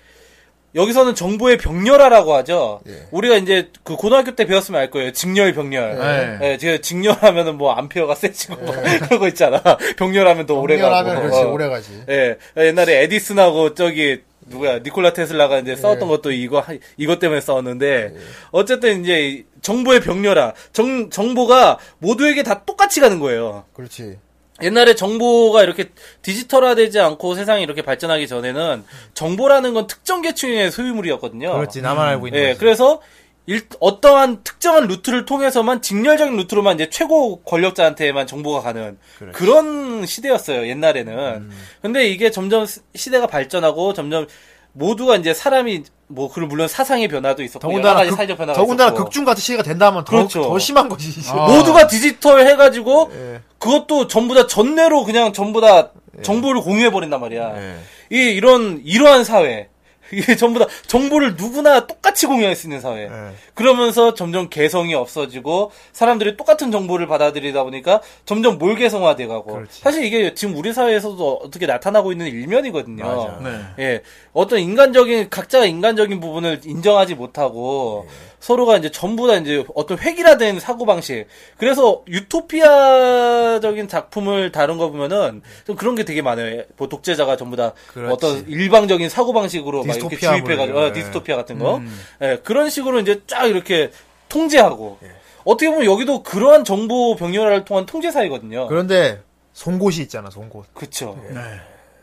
여기서는 정보의 병렬화라고 하죠. 예. 우리가 이제 그 고등학교 때 배웠으면 알 거예요. 직렬, 병렬. 예. 네. 예, 제가 직렬하면은 뭐 암페어가 세지고 그런 거 있잖아. 병렬하면 더 오래 가고. 하면 네. 그렇지, 어. 오래가지. 예, 옛날에 에디슨하고 저기 누구야 니콜라 테슬라가 이제 싸웠던 예. 것도 이거 하- 이것 때문에 싸웠는데 어쨌든 이제 이 정보의 병렬화 정 정보가 모두에게 다 똑같이 가는 거예요. 그렇지. 옛날에 정보가 이렇게 디지털화되지 않고 세상이 이렇게 발전하기 전에는 정보라는 건 특정 계층의 소유물이었거든요. 그렇지, 나만 알고 있는 어. 예, 거지. 그래서 일- 어떠한 특정한 루트를 통해서만 직렬적인 루트로만 이제 최고 권력자한테만 정보가 가는 그렇지. 음. 그런 시대였어요 옛날에는. 근데 이게 점점 시- 시대가 발전하고 점점 모두가 이제 사람이 뭐 그걸 물론 사상의 변화도 있었고 여러 더군다나, 가지 사회적 극, 변화가 더군다나 있었고. 극중 같은 시기가 된다면 더, 그렇죠. 더 심한 거지. 이제. 아. 모두가 디지털 해가지고 예. 그것도 전부 다 전뇌로 그냥 전부 다 정보를 공유해 버린단 말이야. 예. 이 이런 이러한 사회 이게 전부 다 정보를 누구나 똑같이 공유할 수 있는 사회. 예. 그러면서 점점 개성이 없어지고 사람들이 똑같은 정보를 받아들이다 보니까 점점 몰개성화돼가고 그렇지. 사실 이게 지금 우리 사회에서도 어떻게 나타나고 있는 일면이거든요. 맞아. 네. 예, 어떤 인간적인 각자 인간적인 부분을 인정하지 못하고 예. 서로가 이제 전부 다 이제 어떤 획일화된 사고 방식. 그래서 유토피아적인 작품을 다룬 거 보면은 좀 그런 게 되게 많아요. 뭐 독재자가 전부 다 그렇지. 어떤 일방적인 사고 방식으로 막 이렇게 디스토피아 주입해가지고 뭐 이런 아, 거. 음. 디스토피아 같은 거. 예, 그런 식으로 이제 쫙 이렇게 통제하고. 예. 어떻게 보면 여기도 그러한 정보 병렬화를 통한 통제 사회거든요. 그런데 송곳이 있잖아 송곳 그렇죠. 예. 네.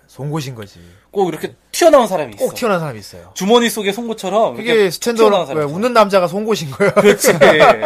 송곳인 거지 꼭 이렇게 튀어나온 사람이 있어. 꼭 튀어나온 사람이 있어요 주머니 속의 송곳처럼 그게 스탠더로 왜 웃는 남자가 송곳인 거야 그렇지. 예.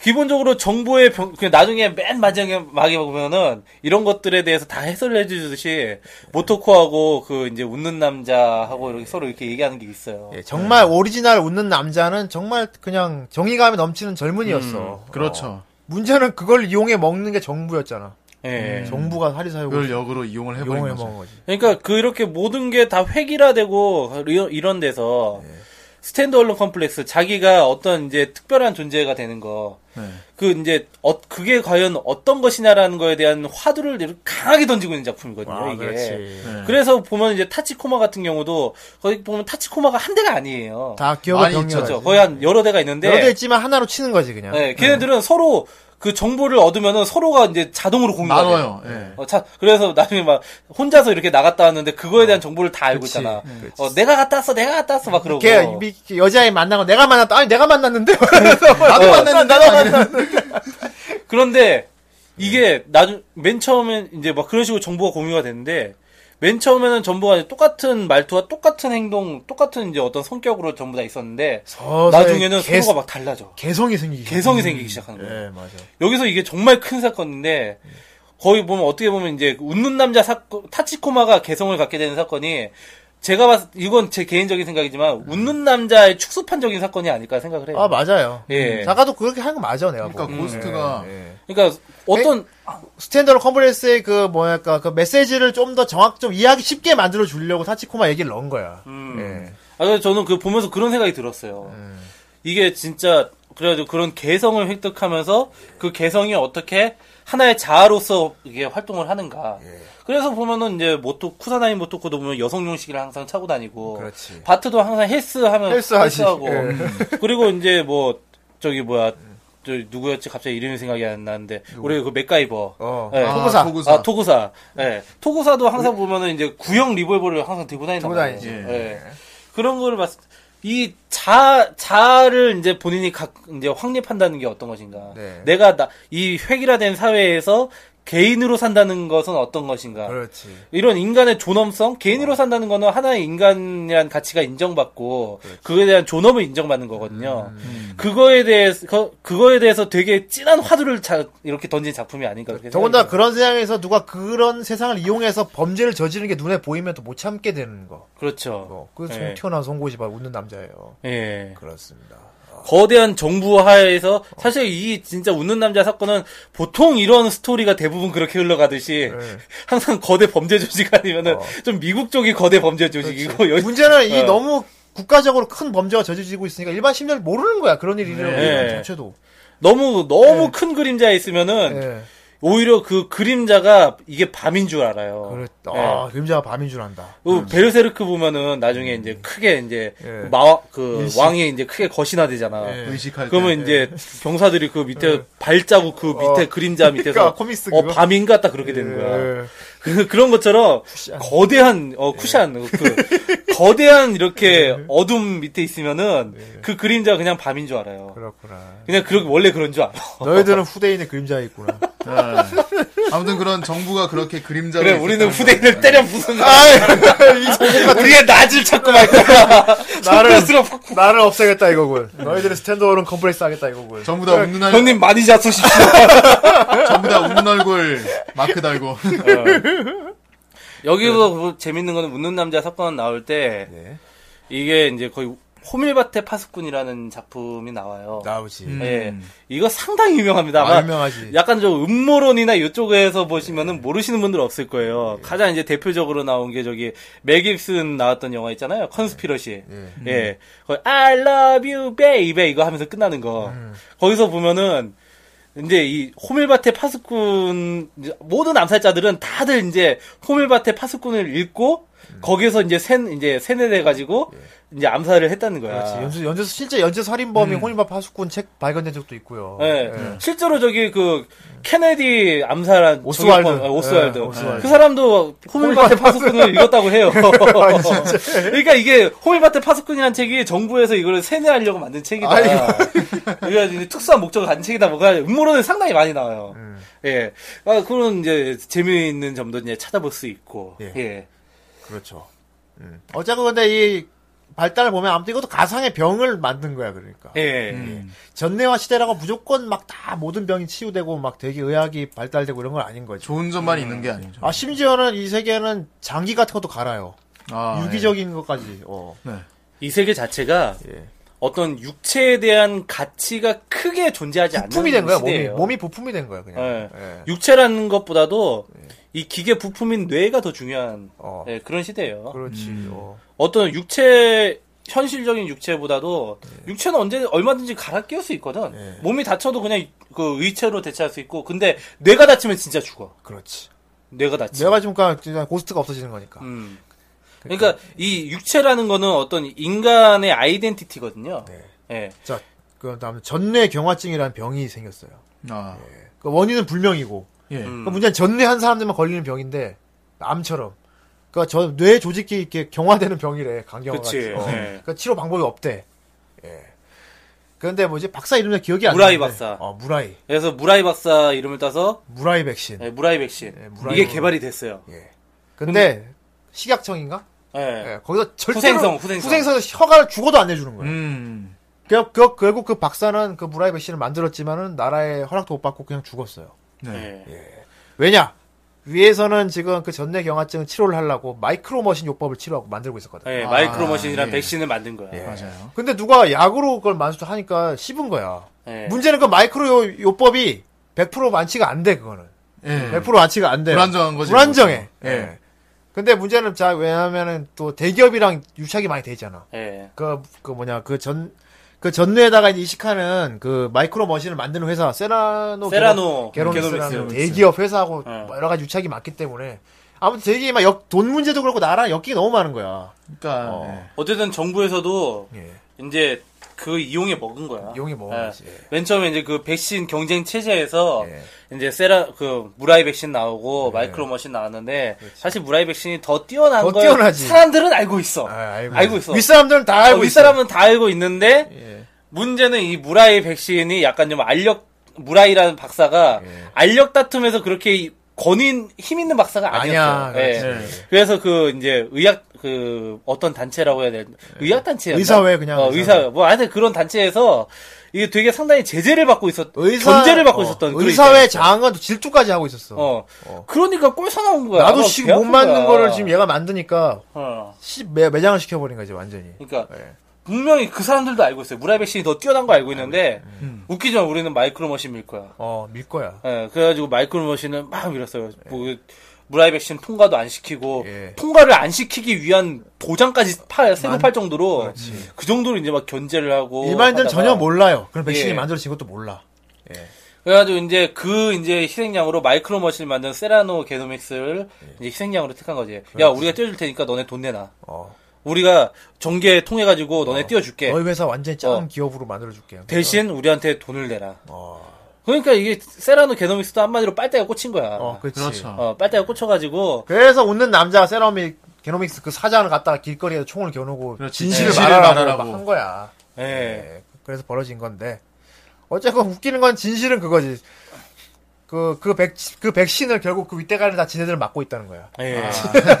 기본적으로 정보의 병, 그냥 나중에 맨 마지막에 막에 보면은 이런 것들에 대해서 다 해설을 해주듯이 모토코하고 그 이제 웃는 남자하고 이렇게 서로 이렇게 얘기하는 게 있어요. 예, 정말 오리지널 웃는 남자는 정말 그냥 정의감이 넘치는 젊은이였어 어. 그렇죠. 문제는 그걸 이용해 먹는 게 정부였잖아 예. 정부가 사리사욕을 그걸 역으로 이용을 해버린 이용해 거죠. 먹은 거지 그러니까 그렇게 모든 게 다 획일화되고 이- 이런 데서 예. 스탠드얼론 컴플렉스 자기가 어떤 이제 특별한 존재가 되는 거. 네. 그 이제 어, 그게 과연 어떤 것이냐라는 거에 대한 화두를 이렇게 강하게 던지고 있는 작품이거든요. 아, 이게. 그렇지. 네. 그래서 보면 이제 타치코마 같은 경우도 거기 보면 타치코마가 한 대가 아니에요. 다 기업을 많이 병렬하지 그렇죠. 거의 한 여러 대가 있는데 여러 대 있지만 하나로 치는 거지 그냥 네, 걔네들은 서로 그 정보를 얻으면은 서로가 이제 자동으로 공유가 돼요. 나눠요. 예. 어, 자, 그래서 나중에 막 혼자서 이렇게 나갔다 왔는데 그거에 대한 정보를 다 알고 어. 그치. 있잖아. 음. 어, 내가 갔다 왔어, 내가 갔다 왔어, 막 그러고. 걔 이- 여자애 만나고 내가 만났다 아니 내가 만났는데 어, 나도 만났는데 나도 만났는데. 네. 그런데 이게 나중 맨 처음엔 이제 막 그런 식으로 정보가 공유가 되는데 맨 처음에는 전부가 이제 똑같은 말투와 똑같은 행동, 똑같은 이제 어떤 성격으로 전부 다 있었는데 서서히 음, 나중에는 어, 개- 서로가 막 달라져. 개성이 생기기 개성이 생기기 시작하는 거예요. 예 맞아 여기서 이게 정말 큰 사건인데 거의 보면 어떻게 보면 이제 웃는 남자 사건 타치코마가 개성을 갖게 되는 사건이 제가 봤 이건 제 개인적인 생각이지만 웃는 남자의 축소판적인 사건이 아닐까 생각을 해요. 음. 아 맞아요 예. 음, 작가도 그렇게 한 거 맞아 내가 그러니까 보고. 고스트가 예. 그러니까 어떤 스탠더드 컴플렉스의 그 뭐랄까 그 메시지를 좀 더 정확 좀 이해하기 쉽게 만들어 주려고 타치코마 얘기를 넣은 거야. 예. 아 그래서 저는 그 보면서 그런 생각이 들었어요. 음. 이게 진짜 그래가지고 그런 개성을 획득하면서 그 개성이 어떻게 하나의 자아로서 이게 활동을 하는가. 예. 그래서 보면은 이제 모토 쿠사나이 모토코도 보면 여성 용식을 항상 차고 다니고 그렇지. 바트도 항상 헬스 하면 헬스하지. 하고 예. 그리고 이제 뭐 저기 뭐야 저 누구였지 갑자기 이름이 생각이 안 나는데 우리 그 맥가이버 어. 예. 토구사. 음. 토구사. 아, 토구사. 예. 토구사도 항상 보면은 이제 구형 리볼버를 항상 들고 다니는 들고 거예요. 다니지. 예. 그런 거를 봤을 때, 이 자, 자아를 이제 본인이 각, 이제 확립한다는 게 어떤 것인가. 네. 내가 나, 이 획일화된 사회에서 개인으로 산다는 것은 어떤 것인가. 그렇지. 어. 이런 인간의 존엄성, 개인으로 산다는 거는 하나의 인간이란 가치가 인정받고 그거에 대한 존엄을 인정받는 거거든요. 음. 그거에 대해서 그, 그거에 대해서 되게 진한 화두를 자, 이렇게 던진 작품이 아닌가. 그렇게 더군다나 생각이 그런 세상에서 누가 그런 세상을 이용해서 범죄를 저지르는 게 눈에 보이면 또 못 참게 되는 거. 들어요. 그렇죠. 어, 그송 예. 튀어나온 송곳이 막 웃는 남자예요. 예. 그렇습니다. 거대한 정부 하에서 사실 이 진짜 웃는 남자 사건은 보통 이런 스토리가 대부분 그렇게 흘러가듯이 네. 항상 거대 범죄 조직 아니면은 좀 미국 쪽이 거대 범죄 조직이고 여기 어. 문제는 이 어. 너무 국가적으로 큰 범죄가 저지르고 있으니까 일반 시민들 모르는 거야. 그런 일이 일어나는 예. 건 자체도. 너무 너무 네. 큰 그림자에 있으면은 예. 오히려 그 그림자가 이게 밤인 줄 알아요. 그랬 예. 아, 그림자가 밤인 줄 안다. 그 베르세르크 보면은 나중에 이제 크게 이제 음. 예. 마, 그 일식. 왕이 이제 크게 거신화되잖아. 예. 의식할 때. 그러면 이제 병사들이 그 밑에 발자국 그 밑에 어. 그림자 밑에서 그러니까 코믹스 어 그거. 밤인가 딱 그렇게 되는 거야. 예. 그, 그런 것처럼 거대한 어 네. 쿠션 그 거대한 이렇게 어둠 밑에 있으면은 그 그림자 가 그냥 밤인 줄 알아요. 네. 그렇구나. 그냥 그 원래 그런 줄 알아. 너희들은 후대인의 그림자에 있구나. 네. 아무튼 그런 정부가 그렇게 그림자로. 그래 있었다는 우리는 거. 네. 후대인을 때려 부순다. 아, 우리의 낮을 찾고 나를 말거야나를 나를 없애겠다 이거군. 너희들은 스탠드얼은 컴플렉스 하겠다 이거군. 전부 다 웃는 얼굴, 형님 많이 잡수십시오. 전부 다 웃는 얼굴 마크 달고. 네. 여기서 그 재밌는 거는 웃는 남자 사건 나올 때 이게 이제 거의 호밀밭의 파수꾼이라는 작품이 나와요. 나오지. 음. 예. 이거 상당히 유명합니다. 아, 아마 유명하지. 약간 좀 음모론이나 이쪽에서 보시면은 모르시는 분들 없을 거예요. 가장 이제 대표적으로 나온 게 저기 맥 깁슨 나왔던 영화 있잖아요. 컨스피러시. 음. 예. 거기 I love you baby 이거 하면서 끝나는 거. 음. 거기서 보면은 이제 이 호밀밭의 파수꾼 이제 모든 암살자들은 다들 이제 호밀밭의 파수꾼을 읽고 음. 거기서 이제 센 이제 세뇌돼 가지고 이제 암살을 했다는 거야. 예. 그렇지. 연쇄, 연쇄, 실제 연쇄 살인범이 혼인밥 파수꾼 책 발견된 적도 있고요. 예. 예. 실제로 저기 그 케네디 암살한 오스왈드. 정의권, 아, 오스왈드. 예, 오스왈드. 그 사람도 호밀밭의 파수꾼을 읽었다고 해요. 아, 그러니까 이게 호밀밭의 파수꾼이라는 책이 정부에서 이걸 세뇌하려고 만든 책이다. 그러니까 이제 특수한 목적을 가진 책이다. 뭐가 음모론이 상당히 많이 나와요. 예. 아, 그런 이제 재미있는 점도 이제 찾아볼 수 있고. 예. 예. 그렇죠. 음. 어쨌든 근데 이 발단을 보면 아무튼 이것도 가상의 병을 만든 거야, 그러니까. 예. 전내화 시대라고 무조건 막 다 모든 병이 치유되고 막 되게 의학이 발달되고 이런 건 아닌 거죠. 좋은 점만 있는 게 아니죠. 아 심지어는 이 세계는 장기 같은 것도 갈아요. 아, 유기적인 것까지. 어. 예. 네. 이 세계 자체가 예. 어떤 육체에 대한 가치가 크게 존재하지 않는 부품이 된 거야. 몸이 시대예요. 몸이 부품이 된 거야 그냥. 예. 예. 육체라는 것보다도 이 기계 부품인 뇌가 더 중요한 네. 어. 예, 그런 시대예요. 그렇지. 어. 어떤 육체 현실적인 육체보다도 네. 육체는 언제 얼마든지 갈아 끼울 수 있거든. 예. 몸이 다쳐도 그냥 그 의체로 대체할 수 있고, 근데 뇌가 다치면 진짜 죽어. 그렇지. 뇌가 다치. 내가 지금 그러니까 진짜 고스트가 없어지는 거니까. 음. 그러니까 이 육체라는 거는 어떤 인간의 아이덴티티거든요. 네. 예. 자, 그 다음에 전뇌 경화증이라는 병이 생겼어요. 아, 그 원인은 불명이고. 예. 음. 그 문제는 전뇌한 사람들만 걸리는 병인데 암처럼. 그러니까 저 뇌 조직이 이렇게 경화되는 병이래 강경화 같이. 그치. 어. 네. 그러니까 치료 방법이 없대. 예. 그런데 뭐지 박사 이름이 기억이 안 무라이 나는데. 박사. 어 무라이. 그래서 무라이 박사 이름을 따서 무라이 백신. 예, 무라이 백신 예, 무라이 이게 백- 개발이 됐어요. 예. 근데 식약청인가? 예. 예. 거기서 절대로 후생성, 후생성. 후생성 허가를 죽어도 안 내주는 거예요. 음. 그, 그, 결국 그 박사는 그 무라이 백신을 만들었지만은 나라의 허락도 못 받고 그냥 죽었어요. 네. 예. 왜냐? 위에서는 지금 그 전뇌 경화증 치료를 하려고 마이크로 머신 요법을 치료하고 만들고 있었거든. 예, 아, 마이크로 머신이란 예. 백신을 만든 거야. 예. 맞아요. 근데 누가 약으로 그걸 만수하니까 씹은 거야. 예. 문제는 그 마이크로 요, 법이100% 완치가 안 돼, 그거는. 예. 100% 완치가 안 돼. 불안정한 거지. 불안정해. 예. 예. 근데 문제는 자, 왜냐면은 또 대기업이랑 유착이 많이 되잖아. 예. 그, 그 뭐냐, 그 전, 그 전뇌에다가 이제 이식하는 그 마이크로 머신을 만드는 회사, 세라노. 세라노, 음, 게로믹스라는 게로믹스. 대기업 회사하고 어. 뭐 여러 가지 유착이 많기 때문에. 아무튼 되게 막 역, 돈 문제도 그렇고 나랑 엮기 너무 많은 거야. 그러니까 어. 예. 어쨌든 정부에서도 예. 이제 그 이용해 먹은 거야. 이용해 먹은 예. 거지. 예. 맨 처음에 이제 그 백신 경쟁 체제에서 예. 이제 세라 그 무라이 백신 나오고 마이크로 머신 나왔는데 사실 무라이 백신이 더 뛰어난 그렇죠. 더 걸 뛰어나지. 사람들은 사람들은 알고 있어. 아, 알고, 있어. 윗사람들은 다 알고 어, 있어. 윗사람은 다 알고 있는데 예. 문제는 이 무라이 백신이 약간 좀 알력 무라이라는 박사가 예. 알력 다툼에서 그렇게 권인 힘 있는 박사가 아니야. 아니었어. 그렇지. 예. 그래서 그 이제 의학 그 어떤 단체라고 해야 되나 의학 단체 예. 의사회, 그냥 어, 의사회. 의사 뭐 하여튼 그런 단체에서 이게 되게 상당히 제재를 받고 있었 의사, 견제를 받고 어, 있었던 그런 의사회 입장이었어. 장은 질투까지 하고 있었어. 어. 그러니까 꼴사 나온 거야 나도 아마 씨, 배 못 아픈 맞는 거야. 거를 지금 얘가 만드니까 어. 씨, 매, 매장을 시켜버린 거지 완전히. 그러니까 예. 분명히 그 사람들도 알고 있어요 무라이 백신이 더 뛰어난 거 알고 있는데 아, 네. 음. 웃기지만 우리는 마이크로 머신 밀 거야 어, 밀 거야. 예, 그래가지고 마이클 머신을 막 밀었어요. 뭐, 무라이 백신 통과도 안 시키고, 네. 예. 통과를 안 시키기 위한 도장까지 팔, 세금팔 정도로, 그 정도로 이제 막 견제를 하고. 일반인들은 어, 하다가 전혀 몰라요. 그럼 백신이 예. 만들어진 것도 몰라. 그래가지고 이제 그 이제 희생양으로 마이크로 머신을 만든 세라노 게노믹스를 예. 이제 희생양으로 택한 거지. 야, 우리가 띄워줄 테니까 너네 돈 내놔. 어. 우리가 정계 통해가지고 너네 띄워줄게. 너희 회사 완전히 작은 어. 기업으로 만들어줄게. 대신 우리한테 돈을 내라. 어, 그러니까 이게 세라노 게노믹스도 한마디로 빨대가 꽂힌 거야. 어, 그렇지. 그렇죠. 어, 빨대가 꽂혀가지고, 그래서 웃는 남자가 세라믹 게노믹스 그 사장을 갖다가 길거리에 총을 겨누고 그렇지. 진실을 진실을 말하라고, 말하라고. 막 한 거야. 예. 예, 그래서 벌어진 건데 어쨌건 웃기는 건 진실은 그거지. 그, 그 백, 그 백신을 결국 그 윗대가리 다 지네들을 맞고 있다는 거야. 예.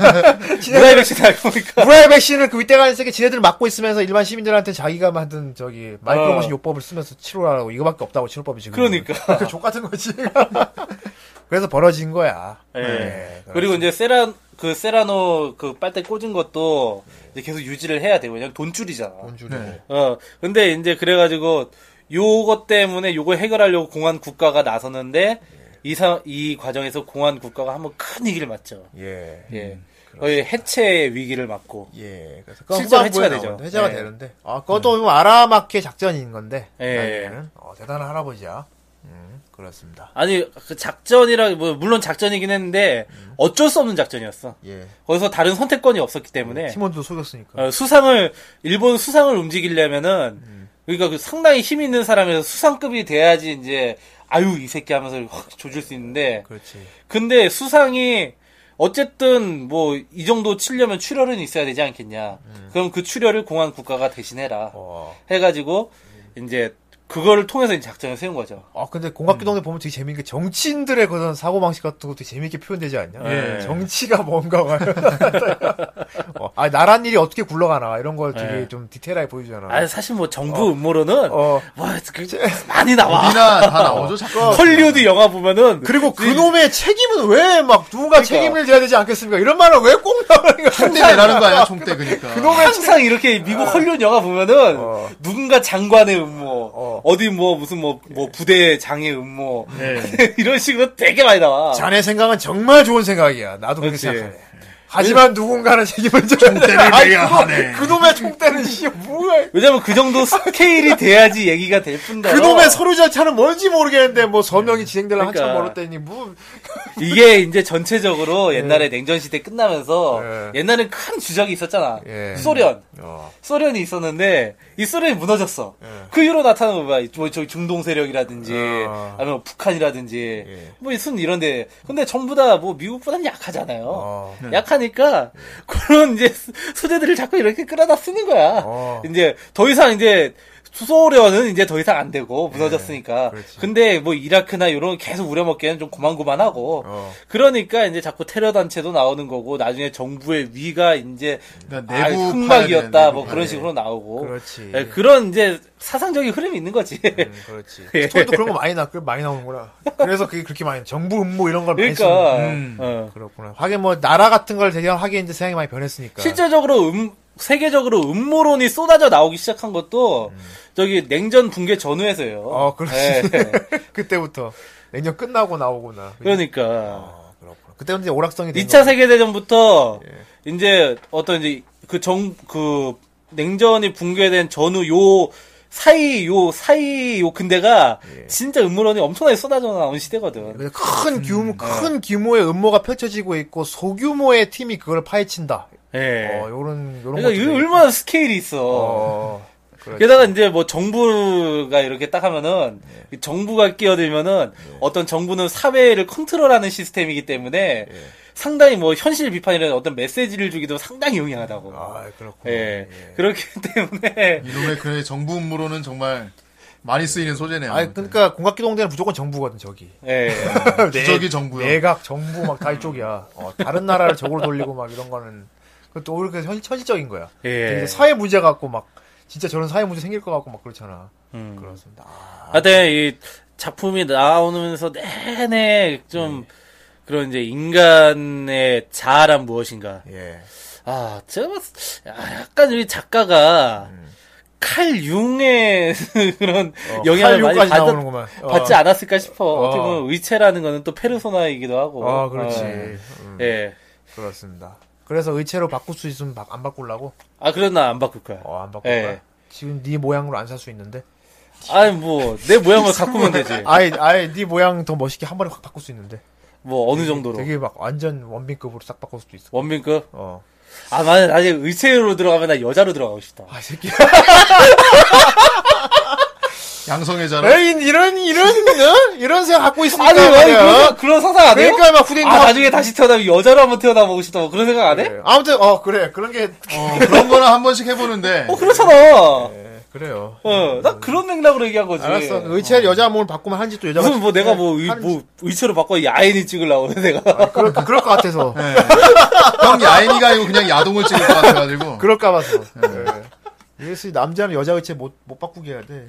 무라이 지네들, 백신 알고 보니까. 브라이 백신을 그 윗대가리 세게 지네들을 맞고 있으면서 일반 시민들한테 자기가 만든 저기 마이크로 어. 머신 요법을 쓰면서 치료하라고 이거밖에 없다고 치료법이 지금. 그러니까. 족 같은 거지. 그래서 벌어진 거야. 예. 예, 그리고 이제 세라 그 세라노 그 빨대 꽂은 것도 이제 계속 유지를 해야 되고 왜냐면 돈줄이잖아. 원줄이. 네. 어 근데 이제 그래가지고 요것 때문에 요거 해결하려고 공안 국가가 나섰는데 이사 이 과정에서 공안 국가가 한번 큰 위기를 맞죠. 예. 예. 거의 해체의 위기를 맞고. 예. 그래서 실제로 후반부에 해체가 나오는데, 되죠. 해체가 예. 되는데. 아, 그것도 좀 아라마키의 작전인 건데. 예. 나중에는. 어, 대단한 할아버지야. 음, 그렇습니다. 아니 그 작전이라 뭐 물론 작전이긴 했는데 어쩔 수 없는 작전이었어. 예. 거기서 다른 선택권이 없었기 때문에 음, 팀원도 속였으니까. 어, 수상을 일본 수상을 움직이려면은 음. 그러니까 그 상당히 힘 있는 사람에서 수상급이 돼야지 이제 아유 이 새끼 하면서 확 조질 수 있는데 그렇지. 근데 수상이 어쨌든 뭐 이 정도 치려면 출혈은 있어야 되지 않겠냐. 그럼 그 출혈을 공안 국가가 대신해라. 음. 어. 해가지고 이제 그거를 통해서 이제 작전을 세운 거죠. 아, 근데 음. 공각기동대 보면 되게 재밌는 게 정치인들의 그런 사고방식 같은 것도 되게 재밌게 표현되지 않냐? 예. 정치가 뭔가가. 어, 아, 나란 일이 어떻게 굴러가나. 이런 걸 되게 예. 좀 디테일하게 보여주잖아. 아 사실 뭐 정부 음모론은 어. 와 그, 많이 나와. 이나 다 나오죠. 자꾸 헐리우드 영화 보면은 그리고 그놈의 책임은 왜 막 누가 그러니까. 책임을 져야 되지 않겠습니까? 이런 말을 왜 꼭 나오는 거야? 총대 내라는 거 아니야 총대 그니까. 항상 이렇게 미국 헐리우드 영화 보면은 어. 누군가 장관의 음모, 어. 어. 디뭐 무슨 뭐, 뭐 부대 장의 음모 이런 식으로 되게 많이 나와. 자네 생각은 정말 좋은 생각이야. 나도 그렇게 그렇지. 생각하네. 하지만 누군가는 책임을 져야 돼. 총대를 아이, 내야 그놈- 하네. 그놈의 총대는 씨 뭐야? 왜냐면 그 정도 스케일이 돼야지 얘기가 될 뿐더러 그놈의 서류 절차는 뭔지 모르겠는데 뭐 서명이 진행되려 한참 그러니까. 멀었다니 뭐 이게 이제 전체적으로 옛날에 네. 냉전 시대 끝나면서 예. 옛날엔 큰 주적이 있었잖아. 예. 소련. 어. 소련이 있었는데 이 소련이 무너졌어. 예. 그 이후로 나타난 거야. 뭐 저기 중동 세력이라든지 아. 아니면 북한이라든지 예. 뭐순 이런데 근데 전부 다 뭐 미국보다는 약하잖아요. 어. 약하니까 예. 그런 이제 수- 소재들을 자꾸 이렇게 끌어다 쓰는 거야. 어. 이제 더 이상 이제 소련은 이제 더 이상 안 되고 무너졌으니까. 예. 그렇지. 근데 뭐 이라크나 이런 계속 우려먹기에는 좀 고만고만하고. 어. 그러니까 이제 자꾸 테러 단체도 나오는 거고 나중에 정부의 위가 이제 그러니까 아, 내부 흑막이었다 파야 돼, 뭐 내부 그런 파야 식으로 나오고 그렇지. 예, 그런 이제 사상적인 흐름이 있는 거지. 음, 그렇지. 예. 스토리도 그런 거 많이 나, 그 많이 나오는구나. 그래서 그게 그렇게 많이, 정부 음모 이런 걸 많이 그러니까 쓰는 음. 어. 그렇구나. 하긴 뭐, 나라 같은 걸 대결하기엔 이제 세상이 많이 변했으니까. 실제적으로 음 세계적으로 음모론이 쏟아져 나오기 시작한 것도 저기 냉전 붕괴 전후에서예요. 어, 그렇지. 예, 예. 그때부터. 내년 끝나고 나오구나. 그러니까 아, 그렇구나. 그때는 이제 오락성이 된 2차 거구나. 세계 대전부터 이제 어떤 이제 그 정 그 냉전이 붕괴된 전후 요 사이 요 사이 요 근대가 진짜 음모론이 엄청나게 쏟아져 나온 시대거든. 그래서 음, 큰 규모, 네. 큰 규모의 음모가 펼쳐지고 있고, 소규모의 팀이 그걸 파헤친다. 예. 어, 요런, 요런 그러니까 이거 것도 얼마나 스케일이 있어. 어, 그렇지. 게다가 이제 뭐 정부가 이렇게 딱 하면은 네. 정부가 끼어들면은 어떤 정부는 사회를 컨트롤하는 시스템이기 때문에 네. 상당히 뭐 현실 비판이라는 어떤 메시지를 주기도 상당히 용이하다고. 아, 그렇구나. 예. 그렇기 때문에 돼. 이놈의 그래 정부 음모론은 정말 많이 쓰이는 소재네요. 아니, 그러니까, 공각기동대는 무조건 정부거든, 저기. 예. 주적이 정부요. 네. 내각, 정부, 막 다 이쪽이야. 어, 다른 나라를 적으로 돌리고 막 이런 거는. 그것도 오히려 그래서 현, 현실적인 거야. 예. 되게 사회 문제 같고 막, 진짜 저런 사회 문제 생길 것 같고 막 그렇잖아. 음. 그렇습니다. 아, 하여튼 이 작품이 나오면서 내내 좀 네. 그런 이제 인간의 자아란 무엇인가. 예. 아, 제가 봤을 때, 아, 약간 우리 작가가 칼 융의 그런 영향을 많이 음. 어, 칼류까지 받았, 나오는구만. 어. 받지 않았을까 싶어. 어떻게 어. 보면 의체라는 거는 또 페르소나이기도 하고. 아, 그렇지. 예. 음, 예. 그렇습니다. 그래서 의체로 바꿀 수 있으면 바- 안 바꾸려고? 아, 그래도 나안 바꿀 거야. 어, 안 바꿀 거야. 예. 지금 네 모양으로 안 살 수 있는데? 아니, 뭐, 내 모양을 바꾸면 되지. 아예, 아예 네 모양 더 멋있게 한 번에 확 바꿀 수 있는데? 뭐, 어느 정도로. 되게 막 완전 원빈급으로 싹 바꿀 수도 있어. 원빈급? 어. 아, 만약 나중에 의체로 들어가면 나 여자로 들어가고 싶다. 아, 이 새끼야. 양성애자라. 에이, 이런, 이런, 어? 이런 생각 갖고 있으니까. 아니, 아니, 그러니까 말이야. 그런, 그런 상상 안 해요? 그러니까 막 후대인 아, 나중에 다시 태어나면 여자로 한번 태어나보고 싶다. 뭐 그런 생각 안 해? 예. 아무튼, 어, 그래. 그런 게, 어, 그런 거는 한 번씩 해보는데 어, 그렇잖아. 예, 그래요. 어, 나 그런 맥락으로 얘기한 거지. 알았어. 그 의체를 여자 몸을 바꾸면 한지 또 여자 네. 무슨 뭐 내가 뭐, 의, 하는지. 뭐 의체로 바꿔 야인이 찍으려고 내가. 아, 그럴, 그럴 것 같아서. 네. 형 야인이가 아니고 그냥 야동을 찍을 것 같아가지고 그럴까 봐서. 네. 예. 예수 남자는 여자 의체 못, 못 바꾸게 해야 돼.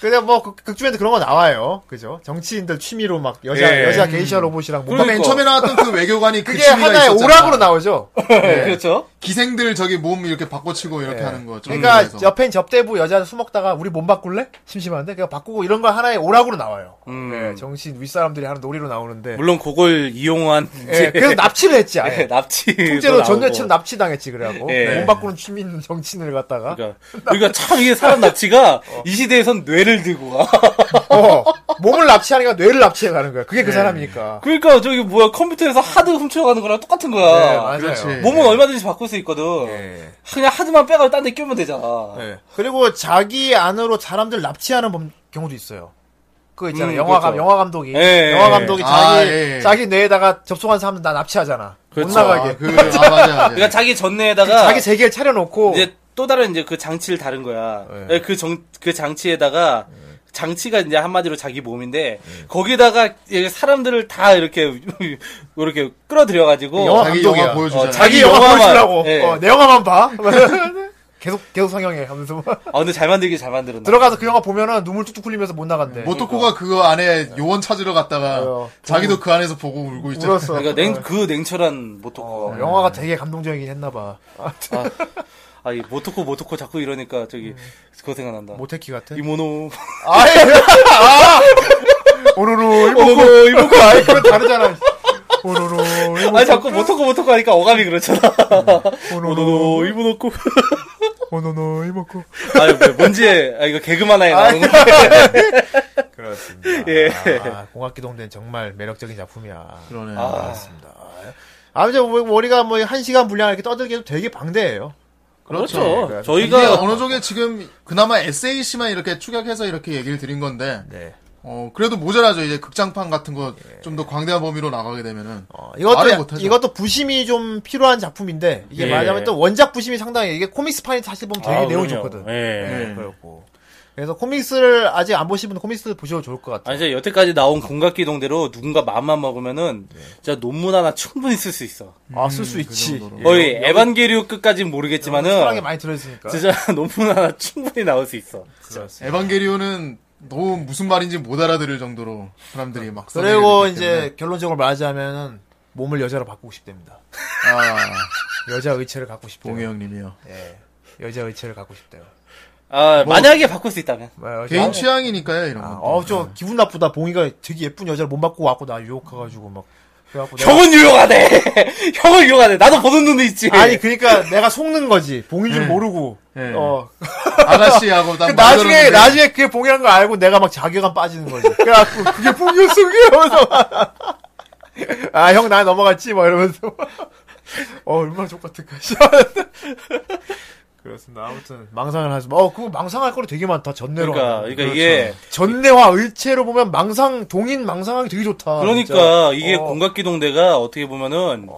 근데 뭐 극- 극중에도 그런 거 나와요. 그죠? 정치인들 취미로 막 여자 예. 여자 게이샤 로봇이랑 뭔가 그맨 처음에 나왔던 그 외교관이 그 그게 취미가 하나의 있었잖아. 오락으로 나오죠. 그렇죠. 기생들 저기 몸 이렇게 바꿔치고 이렇게 예. 하는 거. 어, 좀 그러니까 그래서. 옆엔 접대부 여자 숨먹다가 우리 몸 바꿀래? 심심한데 그냥 바꾸고 이런 거 하나의 오락으로 나와요. 음. 네. 예, 정신 윗사람들이 하는 놀이로 나오는데. 물론 그걸 이용한 예, 그래서 납치를 했지. 아예. 예, 납치 통째로 전여친을 납치당했지 그래갖고 예. 몸 바꾸는 취미 있는 정치인을 갖다가 그러니까, 그러니까 참 이게 사람 납치가 이 시대에선 뇌를 들고 가. 어, 몸을 납치하니까 뇌를 납치해 가는 거야. 그게 그 사람이니까. 그러니까 저기 뭐야 컴퓨터에서 하드 훔쳐가는 거랑 똑같은 네, 거야. 맞아요. 그렇지. 몸은 얼마든지 뭐 바꿀 수 있거든. 예. 그냥 하드만 빼가지고 딴 데 끼우면 되잖아. 예. 그리고 자기 안으로 사람들 납치하는 범- 경우도 있어요. 그거 있잖아. 음, 영화감, 그렇죠. 영화 감독이. 예, 영화 예. 감독이 아, 자기, 예, 예. 자기 뇌에다가 접속한 사람들 다 납치하잖아. 못 나가게. 아, 그, 아, 맞아, 맞아. 그러니까 자기 전내에다가 자기 세계를 차려놓고. 이제 또 다른 이제 그 장치를 다른 거야. 예. 그 정, 그 장치에다가 장치가 이제 한마디로 자기 몸인데 네. 거기다가 이제 사람들을 다 이렇게 이렇게 끌어들여가지고 영화 자기 감독이야. 영화 보여주잖아. 어, 자- 자기 자기 영화 영화만- 보여주려고. 예. 어, 내 영화만 봐. 계속, 계속 상영해 하면서. 막. 아 근데 잘 만들긴 잘 만들었나. 들어가서 그 영화 보면은 눈물 뚝뚝 흘리면서 못 예. 나간대. 모토코가 그거 안에 요원 찾으러 갔다가 어, 자기도 그 안에서 보고 울고 있잖아. 울었어. 그러니까 냉, 그 냉철한 모토코. 어, 영화가 되게 감동적이긴 했나봐. 아, 아, 이 모토코 모토코 자꾸 이러니까 저기 그거 생각난다. 음. 모테키 같아? 이모노. 아예 아 오로로 이보고 이보고 아이 그건 다르잖아 오로로 아 자꾸 모토코 모토코 하니까 어감이 그렇잖아. 음. 오노노 이모노코. 오노노 이보고 아 뭔지 아 이거 개그만 하에 나오는 거. 그렇습니다 예. 아, 공학기동대는 정말 매력적인 작품이야 그러네. 아, 그렇습니다 아무튼 뭐, 머리가 뭐 한 시간 분량 이렇게 떠들기도 되게 방대해요 그렇죠. 그렇죠. 근데 저희가 어느 쪽에 지금 그나마 SAC만 이렇게 축약해서 이렇게 얘기를 드린 건데, 네 어, 그래도 모자라죠. 이제 극장판 같은 거 좀 더 광대한 범위로 나가게 되면은. 어, 말을 이것도 못하죠. 이것도 부심이 좀 필요한 작품인데 이게 예. 말하자면 또 원작 부심이 상당히 이게 코믹스판이 사실 보면 되게 아, 내용이 그럼요. 좋거든 예. 네, 그렇고 그래서 코믹스를 아직 안 보신 분은 코믹스 보셔도 좋을 것 같아요 아니 진짜 여태까지 나온 공각기동대로 누군가 마음만 먹으면은 네. 진짜 논문 하나 충분히 쓸 수 있어. 아 쓸 수 있지 음, 그 정도로. 예. 어, 거의 에반게리온 끝까지는 사랑이 모르겠지만은 많이 들어있으니까. 진짜 논문 하나 충분히 나올 수 있어. 에반게리온은 너무 무슨 말인지 못 알아들을 정도로 사람들이 막 그리고 써내기 때문에. 이제 결론적으로 말하자면은 몸을 여자로 바꾸고 싶답니다. 아 여자 의체를 갖고 싶대요. 봉이 형님이요. 예. 여자 의체를 갖고 싶대요. 아 만약에 바꿀 수 있다면. 뭐, 여자- 개인 취향이니까요 이런 아, 거. 어, 좀 기분 나쁘다. 봉이가 되게 예쁜 여자를 못 바꾸고 왔고 나 유혹해가지고 막. 그래갖고 내가- 형은 유용하네. 형은 유용하네. 나도 보는 눈도 있지. 아니 그러니까 내가 속는 거지. 봉인 줄 예. 모르고. 예. 어. 아가씨하고 딱 그 나중에 만들었는데 나중에 그게 봉이라는 걸 알고 내가 막 자괴감 빠지는 거지. 그래갖고 그게 봉이었어 그게 하면서. 아형 나 넘어갔지 막 이러면서. 어 얼마나 족같을까 씨. 그렇습니다. 아무튼 망상을 하지 마. 어 그거 망상할 거리 되게 많다. 전내로. 그러니까, 하면. 그렇죠. 그러니까 이게 전내와 의체로 보면 망상 동인 망상하기 되게 좋다. 그러니까 진짜. 이게 어, 공각기동대가 어떻게 보면은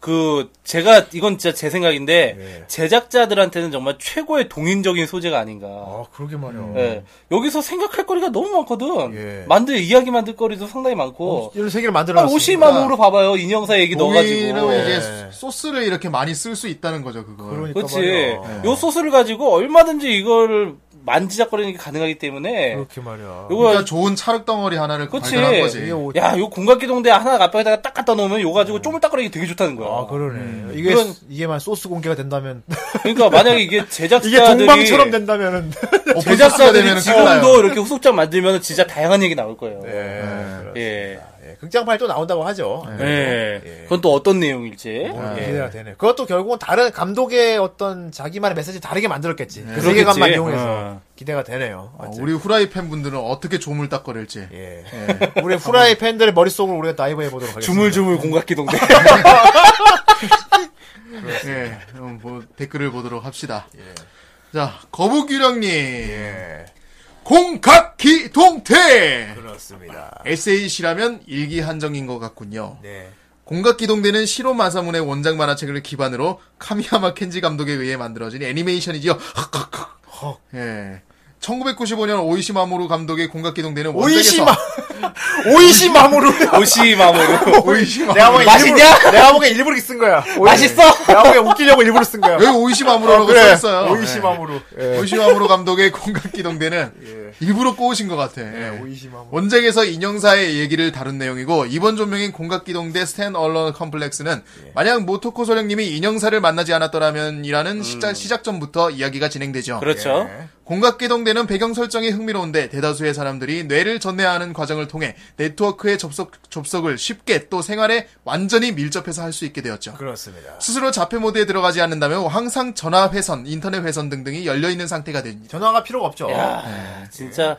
그 제가 이건 진짜 제 생각인데 예. 제작자들한테는 정말 최고의 동인적인 소재가 아닌가. 아 그러게 말이야. 예. 여기서 생각할 거리가 너무 많거든. 예. 만들 이야기 만들 거리도 상당히 어, 많고. 이런 세계를 아, 만들어 오시마모로 봐봐요. 인형사 얘기 봉이로 넣어가지고. 예. 이게 소스를 이렇게 많이 쓸 수 있다는 거죠 그거. 네. 그러니까. 그렇지. 말이야. 요 소스를 가지고 얼마든지 이걸 만지작거리는 게 가능하기 때문에. 그렇게 말이야. 요거 그러니까 좋은 찰흙 덩어리 하나를 그치. 발견한 거지. 이게 오- 야, 요 공각기동대 하나 앞에다가 딱 갖다 놓으면 요 가지고 쪼물딱거리기 되게 좋다는 거야. 음. 아 그러네. 이게 어, 음. 그런- 이게만 소스 공개가 된다면 그러니까 만약에 이게 제작자들이 이게 동방처럼 된다면은 오픈 소스가 제작자들이 되면은 큰일 나요. 지금도 이렇게 후속작 만들면 진짜 다양한 얘기 나올 거예요. 예. 그렇습니다. 예. 예, 극장판이 또 나온다고 하죠. 예. 그건 또 어떤 내용일지. 어, 예. 기대가 되네. 그것도 결국은 다른 감독의 어떤 자기만의 메시지 다르게 만들었겠지. 그 그렇겠지. 세계관만 이용해서 어. 기대가 되네요. 어, 어째. 우리 후라이 팬분들은 어떻게 조물딱거릴지. 예. 우리 후라이 팬들의 머릿속으로 우리가 다이브 해보도록 하겠습니다. 주물주물 공각기동대. 예, 그럼 뭐 댓글을 보도록 합시다. 예. 자, 거북유령님. 공각기 동태! 그렇습니다. SAC라면 일기 한정인 것 같군요. 네. 공각기동대는 시로 마사문의 원작 만화책을 기반으로 카미야마 켄지 감독에 의해 만들어진 애니메이션이지요. 헉헉헉. 예. 1995년 오이시마모루 감독의 공각기동대는 원작에서 오이시마 오이시마모루. 오시마모로. 오이시마 내가 보기엔 맛있냐? 일부러, 내가 보기엔 일부러 쓴 거야. 오이- 맛있어? 아, 내가 보기엔 웃기려고 일부러 쓴 거야. 어, 아, 여기 오이시마모루라고 써있어요. 오이시마모루. 예. 오시마무로 감독의 공각기동대는 예. 일부러 꼬으신 것 같아. 예, 예. 오이시마모. 원작에서 인형사의 얘기를 다룬 내용이고 이번 존명인 공각기동대 스탠 얼런 컴플렉스는 만약 모토코 소령님이 인형사를 만나지 않았더라면이라는 시작, 시작점부터 이야기가 진행되죠. 그렇죠. 예. 공각기동대는 배경 설정이 흥미로운데 대다수의 사람들이 뇌를 전내하는 과정을 통해 네트워크의 접속, 접속을 쉽게 또 생활에 완전히 밀접해서 할 수 있게 되었죠. 그렇습니다. 스스로 자폐 모드에 들어가지 않는다면 항상 전화 회선, 인터넷 회선 등등이 열려 있는 상태가 됩니다. 전화가 필요가 없죠. 야, 진짜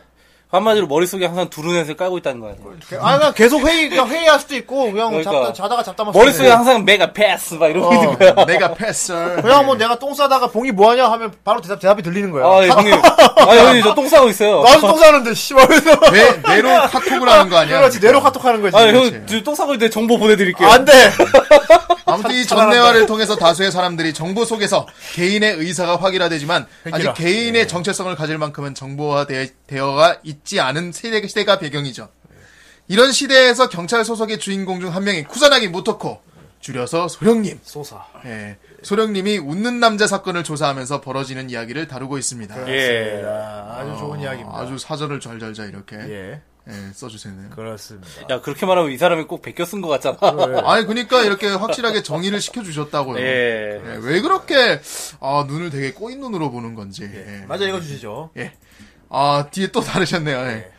한마디로 머릿속에 항상 두루넷을 깔고 있다는 거 아니에요. 아, 나 계속 회의, 그냥 회의할 수도 있고, 그냥 그러니까. 잡다, 자다가 잡다만. 머릿속에 항상 메가 패스 막 어, 어. 이러고 있는 거야. 내가 패스. 그냥 뭐 내가 똥 싸다가 봉이 뭐하냐 하면 바로 대답, 대답이 들리는 거예요. 아, 예, 형님. 아, 형님, 저 똥 싸고 있어요. 나도 똥 싸는데, 씨발. 뇌, 뇌로 카톡을 하는 거 아니야? 그렇지, 뇌로 카톡 하는 거지. 아, 형, 지금 똥 싸고 있는데 정보 보내드릴게요. 안 돼! 아무튼 이 전대화를 통해서 다수의 사람들이 정보 속에서 개인의 의사가 확일화되지만 아직 확일화. 개인의 정체성을 가질 만큼은 정보화되어가 있지 않은 세대, 시대가 배경이죠. 이런 시대에서 경찰 소속의 주인공 중 한 명인 쿠사나기 모토코 줄여서 소령님. 소사. 예, 소령님이 웃는 남자 사건을 조사하면서 벌어지는 이야기를 다루고 있습니다. 예. 아주 좋은 이야기입니다. 아주 사절을 잘잘잘 이렇게 예. 예, 써주세요. 그렇습니다. 야, 그렇게 말하면 이 사람이 꼭 베껴 쓴 것 같잖아. 아니 그러니까 이렇게 확실하게 정의를 시켜주셨다고요. 예. 예, 왜 그렇게 아, 눈을 되게 꼬인 눈으로 보는 건지. 예. 맞아, 읽어주시죠. 예. 아 뒤에 또 다르셨네요. 예.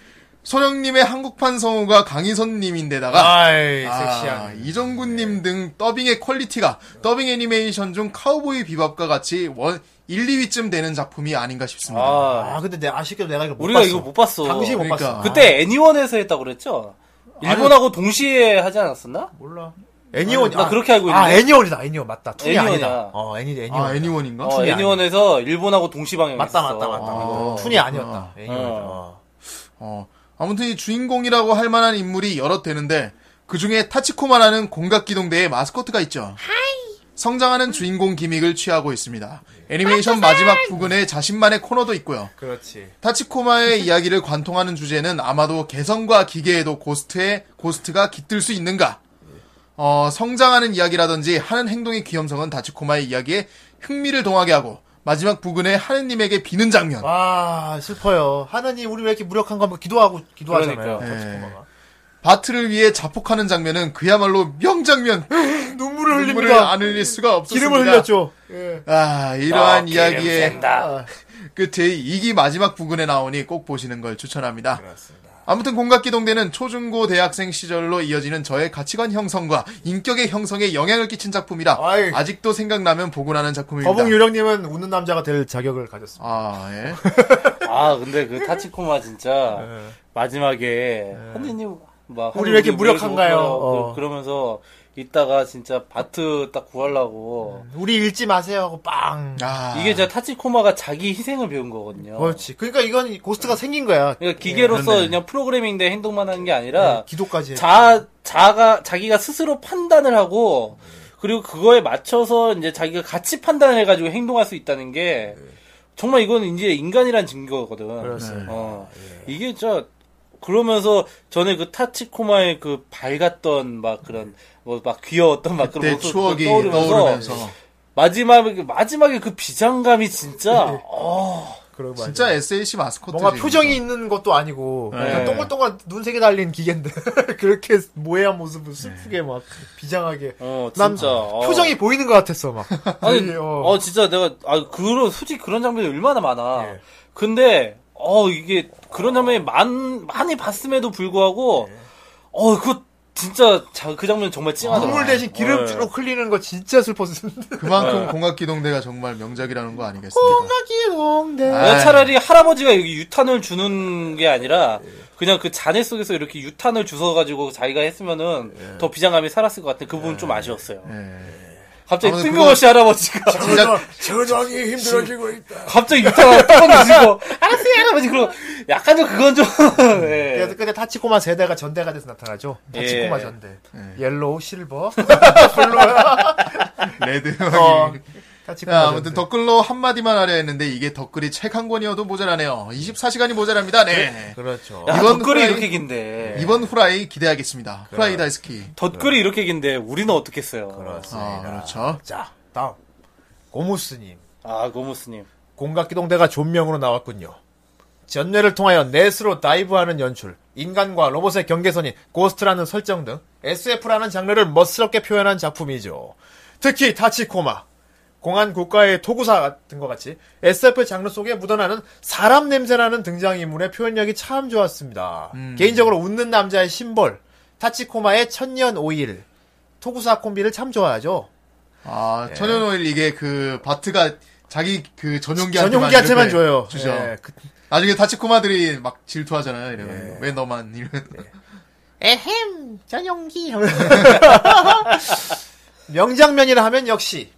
소령님의 한국판 성우가 강희선님인데다가 아이, 예, 아, 섹시한. 이정구님 등 더빙의 퀄리티가 더빙 애니메이션 중 카우보이 비밥과 같이 원 1, 2위쯤 되는 작품이 아닌가 싶습니다. 아, 아, 근데 내, 아쉽게도 내가 이거 못 우리가 봤어. 이거 못 봤어. 당신이 못 그러니까. 봤어. 그때 애니원에서 했다고 그랬죠? 일본하고 동시에 하지 않았었나? 몰라. 애니온. 나 그렇게 알고 아, 있는데. 애니온이다, 애니온. 맞다. 툰이 애니온이야. 아니다. 어, 애니, 애니온. 아, 애니원인가? 어, 애니원에서 일본하고 동시방향 맞다, 맞다, 맞다. 아, 툰이 아니었다. 애니온. 어. 어, 아무튼 이 주인공이라고 할 만한 인물이 여럿 되는데 그 중에 타치코마라는 공각기동대의 마스코트가 있죠. 성장하는 주인공 기믹을 취하고 있습니다. 애니메이션 마지막 부분에 자신만의 코너도 있고요. 그렇지. 타치코마의 이야기를 관통하는 주제는 아마도 개성과 기계에도 고스트의 고스트가 깃들 수 있는가? 어, 성장하는 이야기라든지 하는 행동의 귀염성은 타치코마의 이야기에 흥미를 동하게 하고 마지막 부분에 하느님에게 비는 장면. 와, 슬퍼요. 하나님, 우리 왜 이렇게 무력한 거 한번 기도하고, 기도하잖아요. 그러니까요. 터치 예. 고마가. 바트를 위해 자폭하는 장면은 그야말로 명장면. 눈물을 눈물을 안 흘릴 수가 없었습니다. 기름을 흘렸죠. 예. 아, 이러한 아, 이야기의 기름샌다. 끝에 2기 마지막 부분에 나오니 꼭 보시는 걸 추천합니다. 아무튼 공각기동대는 초중고 대학생 시절로 이어지는 저의 가치관 형성과 인격의 형성에 영향을 끼친 작품이라 아이. 아직도 생각나면 보고 나는 작품입니다. 거북 유령님은 웃는 남자가 될 자격을 가졌습니다. 아, 예. 아, 근데 그 타치코마 진짜 마지막에 선생님 막 네. 우리 왜 이렇게 무력한가요? 어. 그, 러면서 이따가 진짜 바트 딱 구하려고 어. 우리 읽지 마세요 하고 빵. 아, 이게 진짜 타치코마가 자기 희생을 배운 거거든요. 그렇지. 그러니까 이건 고스트가 생긴 거야. 그러니까 기계로서 그냥 프로그래밍된 행동만 하는 게 아니라 네, 기도까지. 해. 자 자가 자기가 스스로 판단을 하고 그리고 그거에 맞춰서 이제 자기가 같이 판단해 가지고 행동할 수 있다는 게 정말 이건 이제 인간이란 증거거든. 네. 그렇습니다. 어. 이게 저 그러면서 전에 그 타치코마의 그 밝았던 막 그런 뭐 막 귀여웠던 막 그런 그때 모습 추억이 떠오르면서, 떠오르면서 마지막에 마지막에 그 비장감이 진짜 어, 그런 거 진짜 아니야. SAC 마스코트 뭔가 표정이 있는 것도 아니고 네. 그냥 동글동글 눈색이 달린 기계인데 그렇게 모해한 모습은 슬프게 막 비장하게 어 난 진짜 어. 표정이 보이는 것 같았어 막 아니, 되게, 어. 어, 진짜 내가, 아, 그런, 솔직히 그런 장면이 얼마나 많아. 예. 근데, 어, 이게, 그런 장면이 많, 많이 봤음에도 불구하고, 어, 그, 진짜, 자, 그 장면 정말 찡하다. 눈물 대신 기름 쭉 흘리는 거 진짜 슬펐는데 그만큼 네. 공각기동대가 정말 명작이라는 거 어, 아니겠습니까? 기동대 아. 차라리 할아버지가 여기 유탄을 주는 게 아니라, 그냥 그 잔해 속에서 이렇게 유탄을 주워가지고 자기가 했으면은, 더 비장감이 살았을 것 같아. 그 부분 좀 아쉬웠어요. 예. 갑자기 아무튼 뜬금없이 할아버지가. 진짜 저장이 힘들어지고 있다 갑자기 유탄을 뚜껑 주시고, 알았어요, 할아버지. 그리고, 약간 좀 그건 좀, 예. 그래서 근데 타치코마 세대가 전대가 돼서 나타나죠 타치코마 예. 전대 예. 옐로우 실버 레드. 어, 타치코마 자, 아무튼 전대. 댓글로 한마디만 하려 했는데 이게 댓글이 책 한 권이어도 모자라네요. 24시간이 모자랍니다. 네. 그렇죠 야, 이번 댓글이 후라이- 이렇게 긴데. 이번 후라이 기대하겠습니다. 후라이 다이스키. 덧글이 이렇게 긴데 우리는 어떻겠어요? 아, 그렇죠. 자 다음 고무스님 아 고무스님. 공각기동대가 존명으로 나왔군요. 전뇌를 통하여 넷으로 다이브하는 연출, 인간과 로봇의 경계선인 고스트라는 설정 등 SF라는 장르를 멋스럽게 표현한 작품이죠. 특히 타치코마, 공안 국가의 토구사 같은 것 같이 SF 장르 속에 묻어나는 사람 냄새나는 등장인물의 표현력이 참 좋았습니다. 음. 개인적으로 웃는 남자의 심벌, 타치코마의 천년 오일, 토구사 콤비를 참 좋아하죠. 아, 천연오일 이게 그 바트가 자기 그 전용기한테만, 네. 전용기한테만 이렇게 줘요. 주죠. 예, 그- 나중에 다치코마들이 막 질투하잖아요. 이러면 왜 너만 이런. 에헴 전용기 명장면이라 하면 역시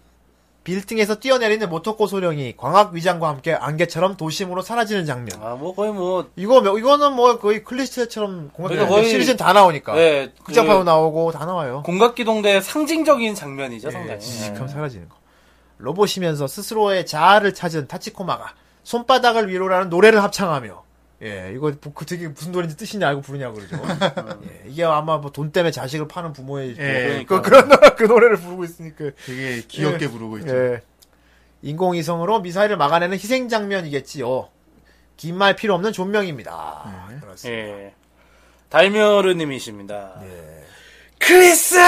빌딩에서 뛰어내리는 모토코 소령이 광학 위장과 함께 안개처럼 도심으로 사라지는 장면. 아, 뭐 거의 뭐 이거 뭐- 이거는 뭐 거의 클리셰처럼 공학 그러니까 거의- 시리즈 는다 나오니까 예, 그 극장판도 나오고 다 나와요. 공각기동대의 상징적인 장면이죠, 예, 상당히. 지식함 사라지는 거. 로봇이면서 스스로의 자아를 찾은 타치코마가 손바닥을 위로라는 노래를 합창하며 예 이거 뭐- 그 되게 무슨 노래인지 뜻인지 알고 부르냐고 그러죠. 예, 이게 아마 뭐 돈 때문에 자식을 파는 부모의 뭐 예, 그러니까. 그, 그런 노래- 그 노래를 부르고 있으니까. 되게 귀엽게 예. 부르고 있죠. 예. 인공위성으로 미사일을 막아내는 희생 장면이겠지요. 긴 말 필요 없는 존명입니다. 그렇습니다. 예. 달멸르님이십니다. 크리스!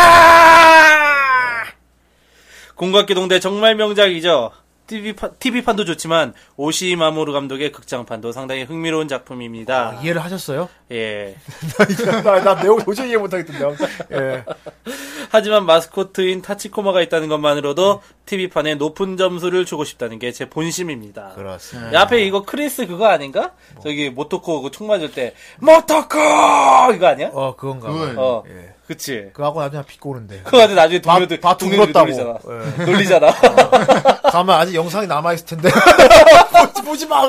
공각기동대 정말 명작이죠. TV판, TV판도 좋지만 오시마모루 감독의 극장판도 상당히 흥미로운 작품입니다. 아, 이해를 하셨어요? 예. 나, 나 내용 도저히 이해 못하겠던데요. 예. 하지만 마스코트인 타치코마가 있다는 것만으로도 TV판에 높은 점수를 주고 싶다는 게 제 본심입니다. 그렇습니다. 야, 앞에 이거 크리스 그거 아닌가? 저기 모토코 그총 맞을 때 모토코 이거 아니야? 어, 어, 그건가. 그건- 봐요. 예. 그치. 그거하고 나중에 픽고 오는데. 그거 같은 나중에 다- 동료들 다 동료들 둥글었다고. 놀리잖아. 예. 놀리잖아. 가만 아직 영상이 남아있을 텐데. 보지, 보지 마!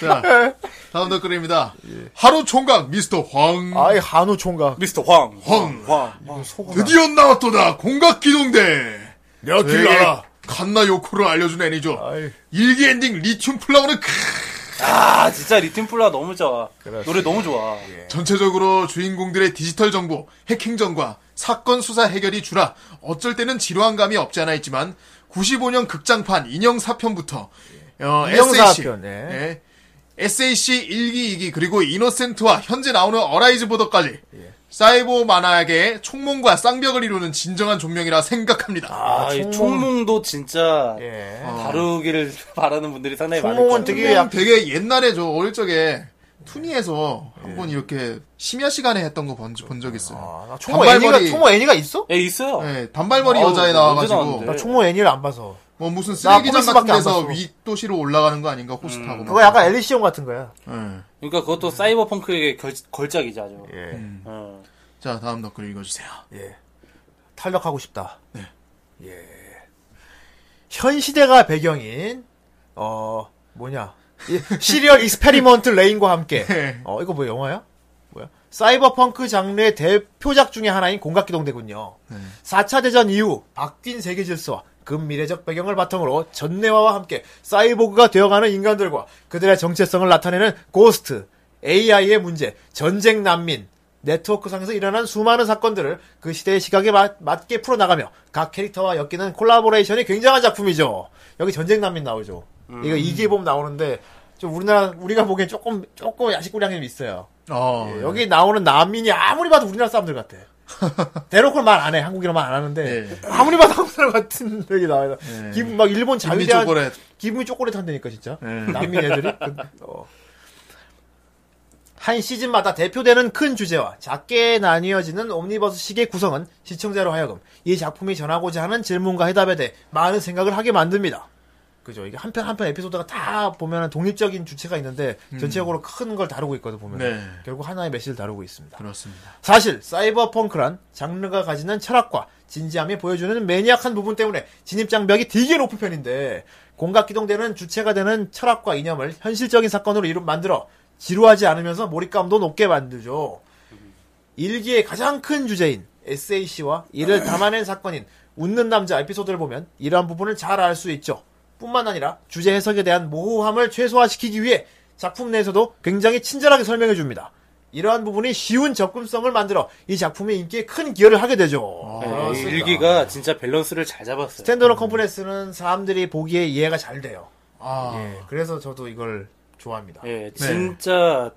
자, 다음 댓글입니다. 하루 총각 미스터 황. 아이, 한우 총각. 미스터 황. 음. 황. 황. 아, 드디어 나왔도다 공각기동대. 내가 길 알아. 칸나 요코를 알려준 애니죠. 아이. 예. 일기 엔딩 리튬 플라워는 크. 아, 진짜 리듬 플라 너무 좋아. 그렇지. 노래 너무 좋아. 예. 전체적으로 주인공들의 디지털 정보, 해킹전과 사건 수사 해결이 주라 어쩔 때는 지루한 감이 없지 않아 있지만 95년 극장판 인형 사편부터 어, 인형 SAC, 사편, 예. 예. SAC 1기 2기 그리고 이노센트와 현재 나오는 어라이즈 보더까지 예. 사이버 만화계의 총몽과 쌍벽을 이루는 진정한 존명이라 생각합니다. 아, 이 총몽도 진짜 예. 다루기를 바라는 분들이 상당히 많을 것 총몽은 같아요. 되게 약, 되게 옛날에 저 어릴 적에 투니에서 예. 한번 이렇게 심야 시간에 했던 거 본 적 있어요. 아, 나 총모 애니가, 총모 애니가 있어? 예, 있어요. 예, 단발머리 아우, 여자에 언제 나와가지고 나왔는데? 아. 나 총모 애니를 안 봐서. 뭐 무슨 나 쓰레기장 같은 코믹스밖에 안 데서 봤어. 음. 어? 윗도시로 올라가는 거 아닌가 호스 타고 그거 약간 엘리시온 같은 거야. 예. 그러니까 그것도 사이버펑크의 결, 걸작이죠, 아주. 음. 예. 어. 자 다음 댓글 읽어주세요 예. 탈락하고 싶다. 예. 현 시대가 배경인 어 뭐냐 이 시리얼 익스페리먼트 레인과 함께 예. 어 이거 뭐 영화야? 뭐야? 사이버펑크 장르의 대표작 중에 하나인 공각기동대군요. 4차 대전 이후 바뀐 세계 질서와 근미래적 배경을 바탕으로 전내화와 함께 사이보그가 되어가는 인간들과 그들의 정체성을 나타내는 고스트, AI의 문제, 전쟁 난민, 네트워크상에서 일어난 수많은 사건들을 그 시대의 시각에 맞, 맞게 풀어나가며 각 캐릭터와 엮이는 콜라보레이션이 굉장한 작품이죠. 여기 전쟁 난민 나오죠. 이거 이기에 보면 나오는데 좀 우리나라 우리가 보기엔 조금 조금 야식구량이 있어요. 어, 예, 여기 나오는 난민이 아무리 봐도 우리나라 사람들 같아. 대놓고 말 안 해. 한국이라 말 안 하는데. 예. 아무리 봐도 한국 사람 같은 얘기 나와요. 기분 막 일본 김미 자유대한 초콜릿 기분이 쪼꼬릿한다니까 진짜 예. 난민 애들이 근데, 어. 한 시즌마다 대표되는 큰 주제와 작게 나뉘어지는 옴니버스식의 구성은 시청자로 하여금 이 작품이 전하고자 하는 질문과 해답에 대해 많은 생각을 하게 만듭니다. 그죠? 이게 한편 한편 에피소드가 다 보면 독립적인 주체가 있는데 전체적으로 큰 걸 다루고 있거든 보면 네. 결국 하나의 메시지를 다루고 있습니다. 그렇습니다 사실 사이버펑크란 장르가 가지는 철학과 진지함이 보여주는 매니악한 부분 때문에 진입장벽이 되게 높은 편인데 공각기동대는 주체가 되는 철학과 이념을 현실적인 사건으로 이루 만들어 지루하지 않으면서 몰입감도 높게 만들죠. 일기의 가장 큰 주제인 SAC와 이를 담아낸 사건인 웃는 남자 에피소드를 보면 이러한 부분을 잘 알 수 있죠. 뿐만 아니라 주제 해석에 대한 모호함을 최소화시키기 위해 작품 내에서도 굉장히 친절하게 설명해 줍니다. 이러한 부분이 쉬운 접근성을 만들어 이 작품의 인기에 큰 기여를 하게 되죠. 네, 예, 아, 그렇습니다. 일기가 진짜 밸런스를 잘 잡았어요. 스탠드론 컴플렉스는 사람들이 보기에 이해가 잘 돼요. 아 예, 그래서 저도 이걸 좋아합니다. 예, 진짜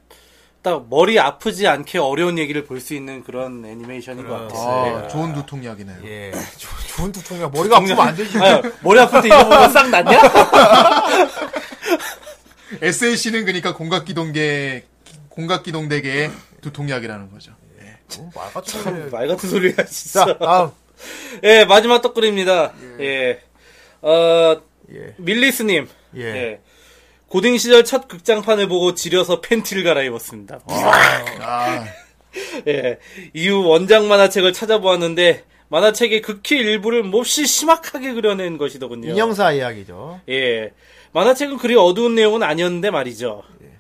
딱 머리 아프지 않게 어려운 얘기를 볼 수 있는 그런 애니메이션인 것 그렇죠. 같아요. 아, 좋은 두통 이야기네요. 예, 좋- 좋은 두통이야. 머리가 아프면 안 되지. 아유, 머리 아플 때 이거 보면 싹 낫냐? SLC는 그러니까 공각기동계, 공각기동대계의 두통 이야기라는 거죠. 어, 말 같은 소리. 말 같은 소리야 진짜. 자, 다음. 예, 마지막 떡글입니다. 예. 어, 예. 밀리스님. 예. 예. 고등 시절 첫 극장판을 보고 지려서 팬티를 갈아입었습니다. 아, 예. 이후 원작 만화책을 찾아보았는데, 만화책의 극히 일부를 몹시 심악하게 그려낸 것이더군요. 인형사 이야기죠. 예. 만화책은 그리 어두운 내용은 아니었는데 말이죠. 예.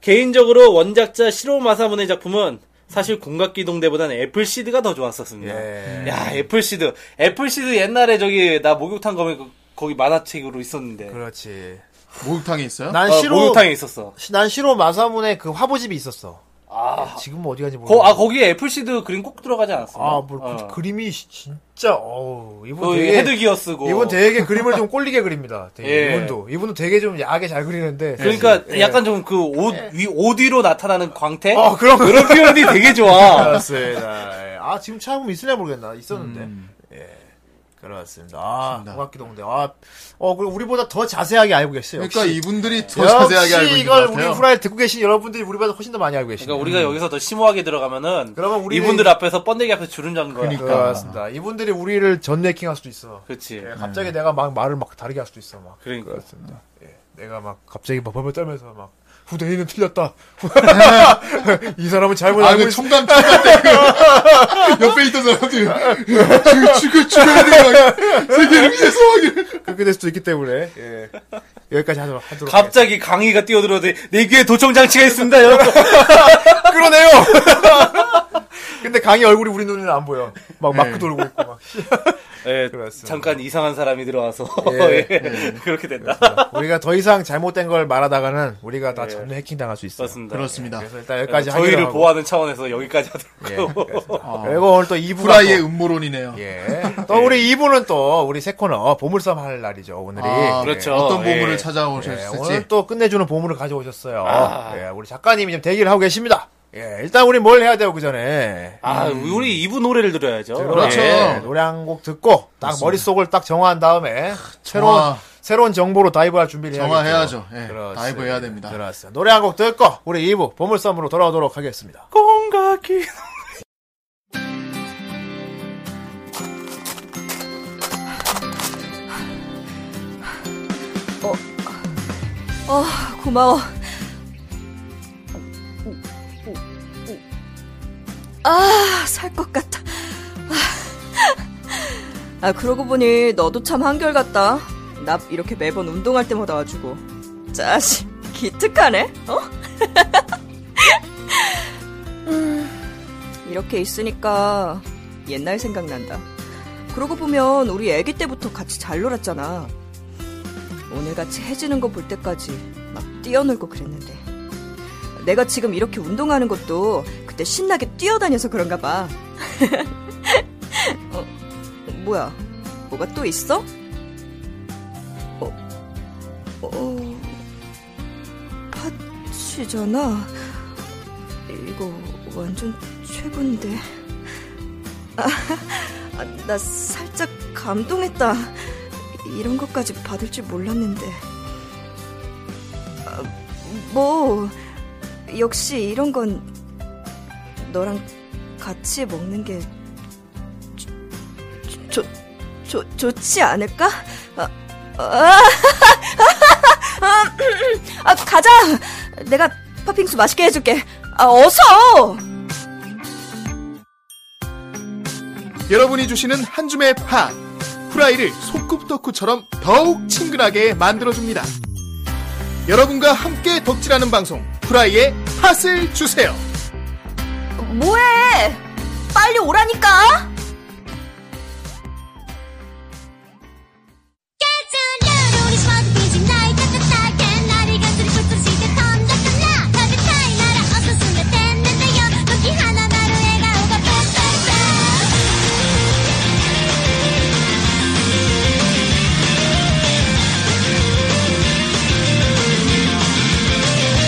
개인적으로 원작자 시로 마사문의 작품은 사실 공각기동대보단 애플시드가 더 좋았었습니다. 예. 야, 애플시드. 애플시드 옛날에 저기, 나 목욕탕 거기, 거기 만화책으로 있었는데. 그렇지. 목욕탕에 있어요? 난 어, 시로 목욕탕에 있었어. 시- 난 시로 마사문의 그 화보집이 있었어. 아, 지금 뭐 어디 간지 모르겠 거, 아 거기에 애플시드 그림 꼭 들어가지 않았어. 그 아, 뭐 그, 그림이 시- 진짜 어우 이분 되게 헤드기어 쓰고. 이분 되게 그림을 좀 꼴리게 그립니다. 되게 예. 이분도 이분도 되게 좀 야하게 잘 그리는데. 그러니까 예. 약간 좀 그 옷, 위, 옷 위로 나타나는 광태? 어 그런 거. 그런 표현이 되게 좋아. 그렇습니다. 예. 아 지금 찾으면 있으냐 모르겠나 있었는데. 예. 그렇습니다. 아, 공학기동대. 아, 어, 그리고 우리보다 더 자세하게 알고 계세요. 그러니까 역시. 이분들이 더 자세하게 알고 역시 있는 이걸 것 우리 같아요. 후라이 듣고 계신 여러분들이 우리보다 훨씬 더 많이 알고 계시네요. 그러니까 우리가 여기서 더 심오하게 들어가면은 음. 그러면 우리- 이분들 앞에서 번데기 앞에서 주름 잡는 거야. 그러니까. 그렇습니다. 이분들이 우리를 전래킹할 수도 있어. 그치 예, 갑자기 내가 막 말을 막 다르게 할 수도 있어. 막. 그러니까. 그렇습니다. 예, 내가 막 갑자기 막 벌벌 떨면서 막 후대인은 틀렸다. 이 사람은 잘못 아, 알고 그 있어. 청담, 청담 때 그, 옆에 있던 사람들이, 죽여, 죽여, 죽여야 돼, 막. 세계를 위해서, 막. 그렇게 될 수도 있기 때문에 예. 여기까지 하도록 하도록 갑자기 강의가 뛰어들어대 내 귀에 도청 장치가 있습니다, 여러분. 하겠습니다. 그러네요. 예. 근데 강의 얼굴이 우리 눈에는 안 보여. 네. 막 마크 예. 돌고 있고 막. 예, 그렇습니다. 잠깐 이상한 사람이 들어와서 예, 예, 그렇게 된다. 우리가 더 이상 잘못된 걸 말하다가는 우리가 다 예. 전면 해킹 당할 수 있어요. 그렇습니다. 네, 예, 그렇습니다. 그래서 일단 여기까지 저희를 하기로 하고. 보호하는 차원에서 여기까지 하도록 예. 하고. 그렇습니다. 그리고 오늘 또 2부가 후라이의 음모론이네요. 예. 또 우리 2부는 또 우리 새 코너 보물섬 할 날이죠 오늘이. 아, 예. 그렇죠. 어떤 보물을 예. 예, 찾아오셨을지. 오늘 또 끝내주는 보물을 가져오셨어요. 아. 예, 우리 작가님이 지금 대기를 하고 계십니다. 예, 일단 우리 뭘 해야 돼요 그 전에. 아, 우리 이부 노래를 들어야죠. 그렇죠. 음. 예, 노래 한 곡 듣고 딱 머릿속을 딱 정화한 다음에 새로운 새로운 정보로 다이브할 준비를 해야죠. 아, 정화해야죠. 예, 다이브 해야 됩니다. 그렇습니다. 노래 한 곡 듣고 우리 2부 보물섬으로 돌아오도록 하겠습니다. 공각기 어, 고마워. 아, 살 것 같아. 아, 그러고 보니 너도 참 한결같다. 나 이렇게 매번 운동할 때마다 와주고. 짜식, 기특하네, 어? 음, 이렇게 있으니까 옛날 생각난다. 그러고 보면 우리 애기 때부터 같이 잘 놀았잖아. 오늘같이 해지는 거 볼 때까지 막 뛰어놀고 그랬는데 내가 지금 이렇게 운동하는 것도 그때 신나게 뛰어다녀서 그런가 봐 어, 뭐야 뭐가 또 있어? 어, 어 파치잖아 이거 완전 최고인데 아, 아, 나 살짝 감동했다 이런 것까지 받을 줄 몰랐는데. 아, 뭐, 역시 이런 건 너랑 같이 먹는 게 좋, 좋, 좋, 좋지 않을까? 아, 아, 아, 가자! 내가 팥빙수 맛있게 해줄게. 아, 어서! 여러분이 주시는 한 줌의 팥 후라이를 소꿉 덕후처럼 더욱 친근하게 만들어줍니다. 여러분과 함께 덕질하는 방송 후라이의 팥을 주세요. 뭐해! 빨리 오라니까! 「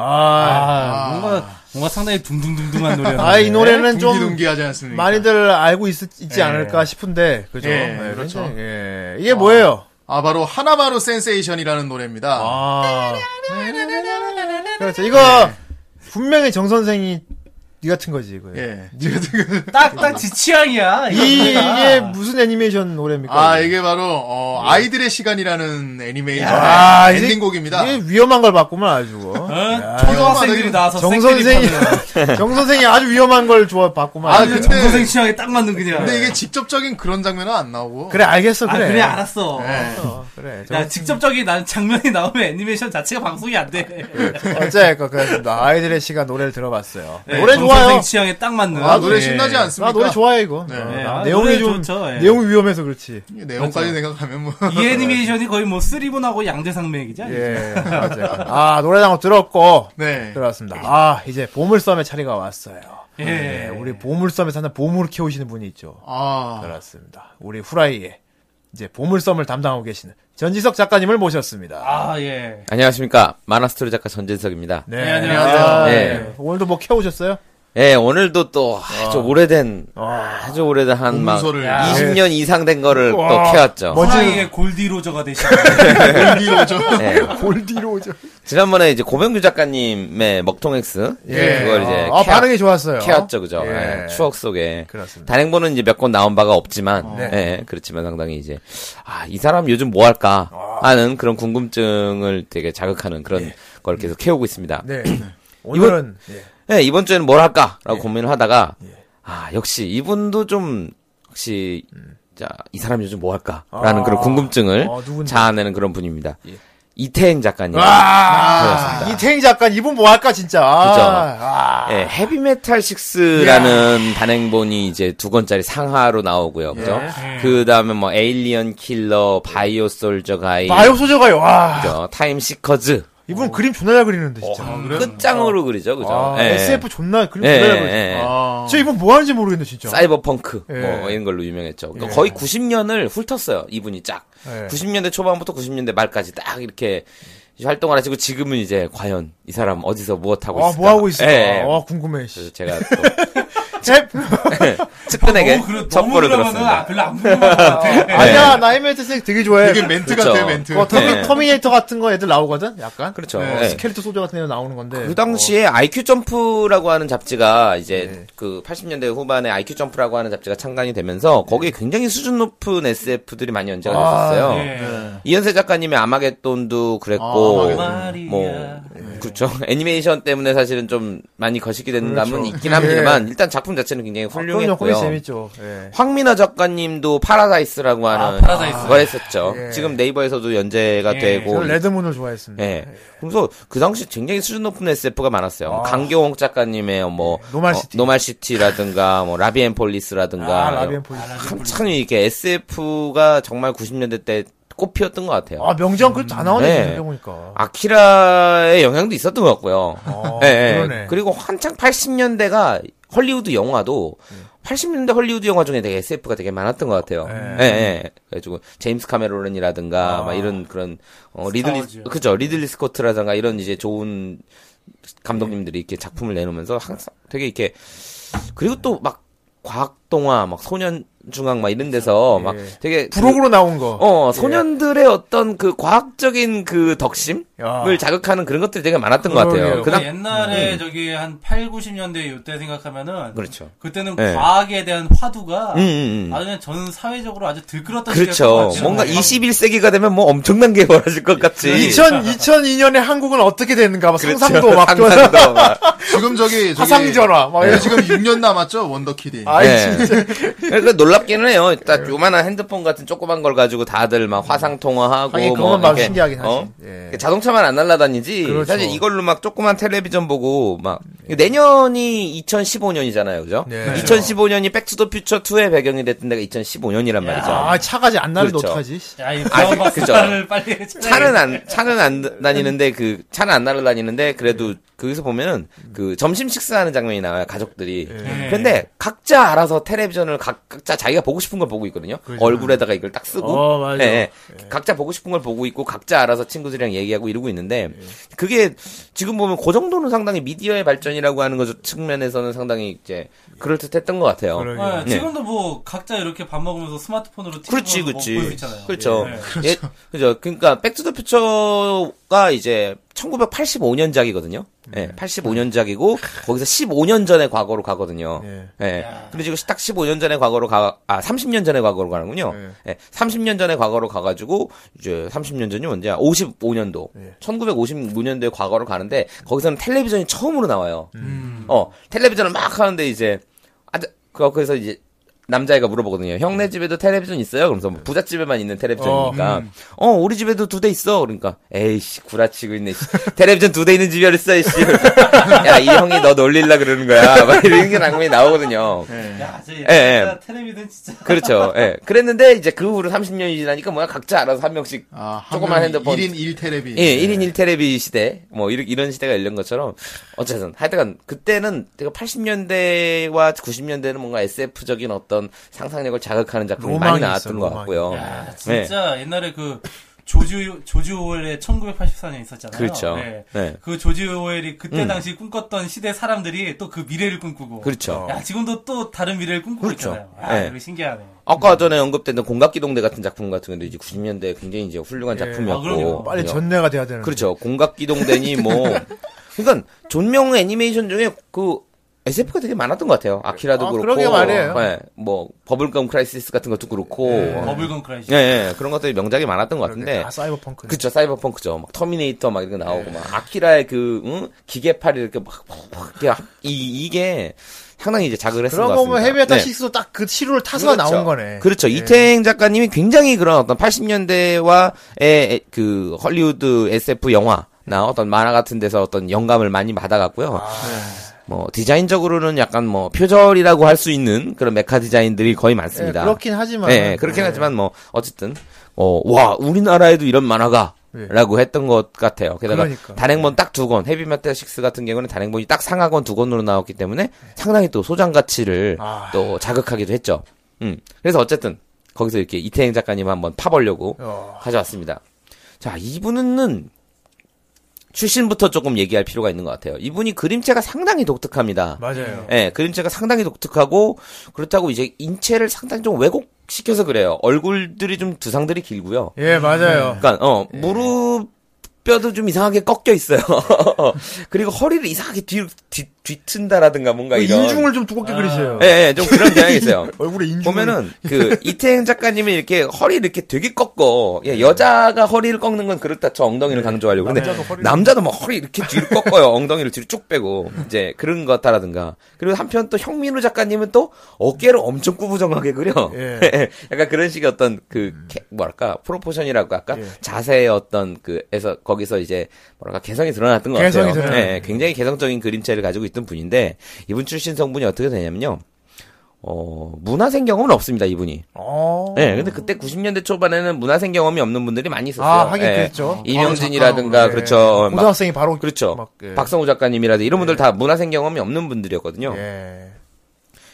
아, 아, 뭔가 뭔가 상당히 둥둥둥둥한 노래였는데. 아, 이 노래는 좀 네. 둥기둥기하지 않습니까? 많이들 알고 있, 지 예. 않을까 싶은데 그죠? 예, 네, 그렇죠. 굉장히, 예. 이게 뭐예요? 아 바로 하나마루 센세이션이라는 노래입니다. 아. 그렇죠. 이거 네. 분명히 정 선생이 니 같은 거지 이거. 예. 딱딱 지 취향이야. 이, 이게 무슨 애니메이션 노래입니까? 아 이게? 이게 바로 어, 아이들의 시간이라는 애니메이션 아, 이게- 엔딩곡입니다. 이게 위험한 걸 봤구만 아주. 어? 초등학생들이 나와서 정 쌩때리 선생이 파는. 정 선생이 아주 위험한 걸 좋아 봤구만. 아, 아주. 근데- 정 선생 취향에 딱 맞는 그냥. 근데 이게 직접적인 그런 장면은 안 나오고. 그래 알겠어 아 그래. 그래 알았어. 예. 어, 그래. 정- 야 직접적인 난 장면이 나오면 애니메이션 자체가 방송이 안 돼. 네. 어쨌건 그렇습니다. 아이들의 시간 노래를 들어봤어요. 네, 노래 정 좋아요. 선생 취향에 딱 맞는. 아 노래 예. 신나지 않습니까? 나 노래 좋아해 이거. 네. 어, 나 네, 아, 내용이 노래 좀 좋죠, 예. 내용이 위험해서 그렇지. 이 내용까지 생각하면 뭐. 이 애니메이션이 거의 뭐 쓰리본하고 양대상맥이죠. 예. 맞아요. 아 노래랑 들었고 네. 들어왔습니다. 아 이제 보물섬의 차례가 왔어요. 예. 네, 우리 보물섬에 사는 보물을 키우시는 분이 있죠. 아 그렇습니다. 우리 후라이에 이제 보물섬을 담당하고 계시는 전지석 작가님을 모셨습니다. 아 예. 안녕하십니까. 만화스토리 작가 전진석입니다. 네, 네, 안녕하세요. 네. 오늘도 뭐 캐오셨어요? 예, 오늘도 또 아주 오래된, 음. 아주 오래된 한 막, 문서를 20년 이상 된 거를 와. 또 캐왔죠. 멋진- 호랑이의 골디로저가 되시고 공기로죠. 예. 네. 골디로 오죠. 지난번에 이제 고명규 작가님의 먹통엑스. 예. 그걸 이제 아, 캐- 반응이 좋았어요. 캐왔죠, 그죠? 예. 예, 추억 속에. 그렇습니다. 단행본은 이제 몇 권 나온 바가 없지만, 네. 예, 그렇지만 상당히 이제, 아, 이 사람 요즘 뭐 할까? 아. 하는 그런 궁금증을 되게 자극하는 그런 걸 계속 캐오고 있습니다. 예. 네. 오늘은 예. 네, 이번 주에는 뭘 할까라고 고민을 하다가 아 역시 이분도 좀 혹시 자 이 사람 요즘 뭐 할까라는 음. 아. 그런 궁금증을 어, 누군데? 예. 자아내는 그런 분입니다. 이태행 작가님. 아, 이태희 작가 이분 뭐 할까 진짜. 아, 그죠. 아. 예, 헤비메탈 식스라는 단행본이 이제 두 권짜리 상하로 나오고요. 예. 그죠? 그 다음에 뭐 에일리언 킬러, 바이오 솔저 가이, 마요 소재가요. 와. 예. 그죠? 타임 시커즈 이분 그림 존나 잘 그리는데 진짜. 끝장으로 그리죠, 그죠? 음. 아, 예. SF 존나 그림 예, 존나 잘 예, 그리죠. 예. 아, 진짜 이분 뭐 하는지 모르겠네 진짜. 사이버펑크 예. 뭐 이런 걸로 유명했죠. 그러니까 예. 거의 90년을 훑었어요. 이분이 쫙. 예. 90년대 초반부터 90년대 말까지 딱 이렇게 활동을 하시고 지금은 이제 과연 이 사람 어디서 무엇 하고 와, 있을까? 뭐 하고 있어? 예, 그 예. 와, 궁금해. 씨. 그래서 제가 또 제- 측근에게 너무 어, 그러- 너무 첩보를 그러면은 아, 들었습니다. 별로 안 궁금한 것 예. 같아. 아니야, 나 헤메트 색 되게 좋아해. 되게 멘트 그렇죠. 같아요 멘트. 어, 터미, 예. 터미네이터 같은 거 애들 나오거든? 약간? 그렇죠. 어, 예. 스켈리터 소재 같은 애 나오는 건데. 그 당시에 IQ 점프라고 하는 잡지가 이제 그 80년대 후반에 IQ 점프라고 하는 잡지가 창간이 되면서 거기에 굉장히 수준 높은 SF들이 많이 연재가 아, 됐었어요. 예. 이현세 작가님의 아마겟돈도 그랬고 아, 아마겟돈. 뭐 마리아. 네. 그렇죠 애니메이션 때문에 사실은 좀 많이 거시기 된 감은 있긴 합니다만 일단 작품 자체는 굉장히 그렇죠. 네. 아, 그럼요, 그게 훌륭했고요. 재밌죠. 예. 황민아 작가님도 파라다이스라고 하는 파라다이스. 걸 했었죠. 아, 예. 지금 네이버에서도 연재가 예. 되고 저는 레드문을 좋아했습니다. 그 예. 그래서 그 당시 굉장히 수준 높은 SF가 많았어요. 강경홍 작가님의 뭐 아. 예, 노말시티. 라든가뭐 라비앤폴리스라든가 아, 라비엔 폴리스. 한참 이렇게 SF가 정말 90년대 때 꽃피었던 것 같아요. 아, 명장 그래도 다 나오네, 네. 지금 생각해보니까. 아키라의 영향도 있었던 것 같고요. 아, 예, 예. 그러네. 그리고 한창 80년대가 헐리우드 영화도 80년대 헐리우드 영화 중에 되게 SF가 되게 많았던 것 같아요. 예, 예. 그래가지고 제임스 카메론이라든가 막 이런 그런 어, 리들리 스타워즈. 그죠 리들리 스코트라든가 이런 이제 좋은 감독님들이 이렇게 작품을 내놓으면서 항상 되게 이렇게 그리고 또 막 과학 동화 막 소년 중앙 막 이런 데서 막 되게 그- 부록으로 나온 거. 어, 소년들의 어떤 그 과학적인 그 덕심을 야. 자극하는 그런 것들이 되게 많았던 것 그러게요. 예. 같아요. 그러니까 그당 옛날에 저기 한 8, 90년대 이때 생각하면은 음. 그렇죠. 그때는 예. 과학에 대한 화두가 음, 음, 음. 아주 그냥 저는 사회적으로 아주 들끓었던 네. 그렇죠. 시기였던 뭔가 21세기가 되면 뭐 엄청난 게 벌어질 것 같지. 2000, 2002년에 한국은 어떻게 되는가, 막 상상도 막 좋아서. 그렇죠. 상상도 막. 지금 저기 저기 화상전화. 막 예, 이런. 지금 6년 남았죠 원더키디. 아이, 예. 진짜. 그러니까 놀랍기는 해요. 딱 요만한 핸드폰 같은 조그만 걸 가지고 다들 막 화상 통화하고 하긴 뭐 그건 막 이렇게, 신기하긴 하지. 어? 예. 자동차만 안 날라다니지. 그렇죠. 사실 이걸로 막 조그만 텔레비전 보고 막 내년이 2015년이잖아요. 그죠? 네. 2015년이 백투더퓨처 2의 배경이 됐던 데가 2015년이란 말이죠. 아, 차까지 안 나는데 그렇죠. 어떡하지? 야이 아, 네. 네. 브라운 박스를 빨리 네. 차는 안 차는 안 다니는데 그 차는 안 날아다니는데 그래도 거기서 보면은 그 점심 식사하는 장면이 나와요 가족들이. 네. 근데 각자 알아서 텔레비전을 각, 각자 자기가 보고 싶은 걸 보고 있거든요. 그렇죠. 얼굴에다가 이걸 딱 쓰고. 어, 맞아요. 예, 예. 각자 보고 싶은 걸 보고 있고 각자 알아서 친구들이랑 얘기하고 이러고 있는데 네. 그게 지금 보면 그 정도는 상당히 미디어의 발전이라고 하는 것 측면에서는 상당히 이제 그럴 듯했던 것 같아요. 그러게요. 네, 네. 지금도 뭐 각자 이렇게 밥 먹으면서 스마트폰으로 TV 그렇지, 보면서 그렇지. 뭐 볼수 있잖아요. 그렇죠. 예. 예, 그죠. 그러니까 백투더퓨처가 이제 1985년작이거든요. 예, 85년작이고 거기서 15년 전의 과거로 가거든요. 예. 예. 그리고 지금 딱 15년 전의 과거로 가, 아 30년 전의 과거로 가는군요. 예. 30년 전의 과거로 가가지고 이제 30년 전이 언제야? 55년도, 1955년도의 과거로 가는데 거기서는 텔레비전이 처음으로 나와요. 어, 텔레비전을 막 하는데 이제 아, 그 거기서 이제 남자애가 물어보거든요. 형네 집에도 텔레비전 있어요? 그러면서 뭐 부잣집에만 있는 텔레비전이니까. 음. 어, 우리 집에도 두 대 있어. 그러니까, 에이씨, 구라치고 있네, 씨. 텔레비전 두 대 있는 집이었어, 이씨. 야, 이 형이 너 놀릴라 그러는 거야. 막 이런 게 낭만이 나오거든요. 네. 네. 야, 저 예, 진짜 텔레비전 진짜. 그렇죠. 예. 그랬는데, 이제 그 후로 30년이 지나니까 뭐야, 각자 알아서 한 명씩 아, 조그만 핸드폰. 1인 1 테레비. 네. 네. 예, 1인 1 테레비 시대, 뭐, 이런, 이런 시대가 열린 것처럼, 어쨌든, 하여튼, 그때는, 제가 80년대와 90년대는 뭔가 SF적인 어떤 상상력을 자극하는 작품이 로망이 많이 나왔던 있어요, 것 로망이. 같고요. 네. 야, 진짜 옛날에 그 조지 조지 오웰의 1984년 있었잖아요. 그렇죠. 네. 네. 그 조지 오웰이 그때 음. 당시 꿈꿨던 시대 사람들이 또 그 미래를 꿈꾸고. 그렇죠. 야, 지금도 또 다른 미래를 꿈꾸고 그렇죠. 있잖아요. 아, 예. 이거 신기하네. 아까 전에 언급됐던 공각기동대 같은 작품 같은 경우도 이제 90년대 굉장히 이제 훌륭한 아, 작품이었고. 그럼요. 예. 빨리 어, 그죠? 전내가 돼야 되는. 그렇죠. 공각기동대니 뭐. 그러니까 존명 애니메이션 중에 그 SF가 되게 많았던 것 같아요. 아키라도 아, 그렇고. 그러게 말이에요. 예, 뭐 버블검 크라이시스 같은 것도 그렇고. 예. 버블건 크라이시. 예, 그런 것들이 명작이 많았던 것 같은데. 아 사이버펑크. 네. 그쵸, 사이버펑크죠. 막 터미네이터 막 이런 거 나오고, 막 아키라의 그, 응? 기계팔이 이렇게 막, 막, 막, 이렇게 하- 이, 이게 상당히 이제 자극을 했을 것 그런 같습니다. 거면 헤비에타 네. 식스도 딱 그 시로를 타서 나온 거네. 그렇죠. 이태행 작가님이 굉장히 그런 어떤 80년대와의 그 헐리우드 SF 영화 나 어떤 만화 같은 데서 어떤 영감을 많이 받아갔고요. 네. 뭐 디자인적으로는 약간 뭐 표절이라고 할 수 있는 그런 메카 디자인들이 거의 예, 많습니다. 그렇긴 하지만. 예, 예, 그렇긴 하지만 뭐 어쨌든 어, 와 우리나라에도 이런 만화가 예. 라고 했던 것 같아요. 게다가 그러니까. 단행본 딱 두 권, 헤비메탈 6 같은 경우는 단행본이 딱 상하권 두 권으로 나왔기 때문에 상당히 또 소장 가치를 아. 또 자극하기도 했죠. 음, 그래서 어쨌든 거기서 이렇게 이태행 작가님 한번 파보려고 어. 가져왔습니다. 자, 이분은 출신부터 조금 얘기할 필요가 있는 것 같아요. 이분이 그림체가 상당히 독특합니다. 맞아요. 예, 그림체가 상당히 독특하고 그렇다고 이제 인체를 상당히 좀 왜곡시켜서 그래요. 얼굴들이 좀 두상들이 길고요. 예, 맞아요. 그러니까 어 네. 무릎 뼈도 좀 이상하게 꺾여 있어요. 그리고 허리를 이상하게 뒤, 뒤 뒤튼다라든가 뭔가 그 이런 인중을 좀 두껍게 그리세요. 예, 예, 좀 그런 경향이 있어요. 얼굴에 인중. 보면은 그 이태행 작가님이 이렇게 허리 이렇게 되게 꺾어 예, 여자가 허리를 꺾는 건 그렇다 저 엉덩이를 강조하려고 근데 네. 남자도 허리를- 남자도 막 허리 이렇게 뒤로 꺾어요 엉덩이를 뒤로 쭉 빼고 이제 그런 것다라든가 그리고 한편 또 형민우 작가님은 또 어깨를 엄청 꾸부정하게 그려 예. 약간 그런 식의 어떤 그 캐- 뭐랄까 프로포션이라고 할까 예. 자세의 어떤 그에서 거기서 이제 뭐랄까 개성이 드러났던 것 개성이 같아요 드러나요. 예, 굉장히 개성적인 그림체를 가지고 있던 분인데 이분 출신 성분이 어떻게 되냐면요. 어, 문화생 경험은 없습니다, 이분이. 어. 예, 근데 그때 90년대 초반에는 문화생 경험이 없는 분들이 많이 있었어요. 아, 하긴 예. 그랬죠. 이명진이라든가, 예. 그렇죠. 막, 고등학생이 바로 그렇죠. 막, 예. 박성우 작가님이라든가 이런 분들 다 문화생 경험이 없는 분들이었거든요. 예.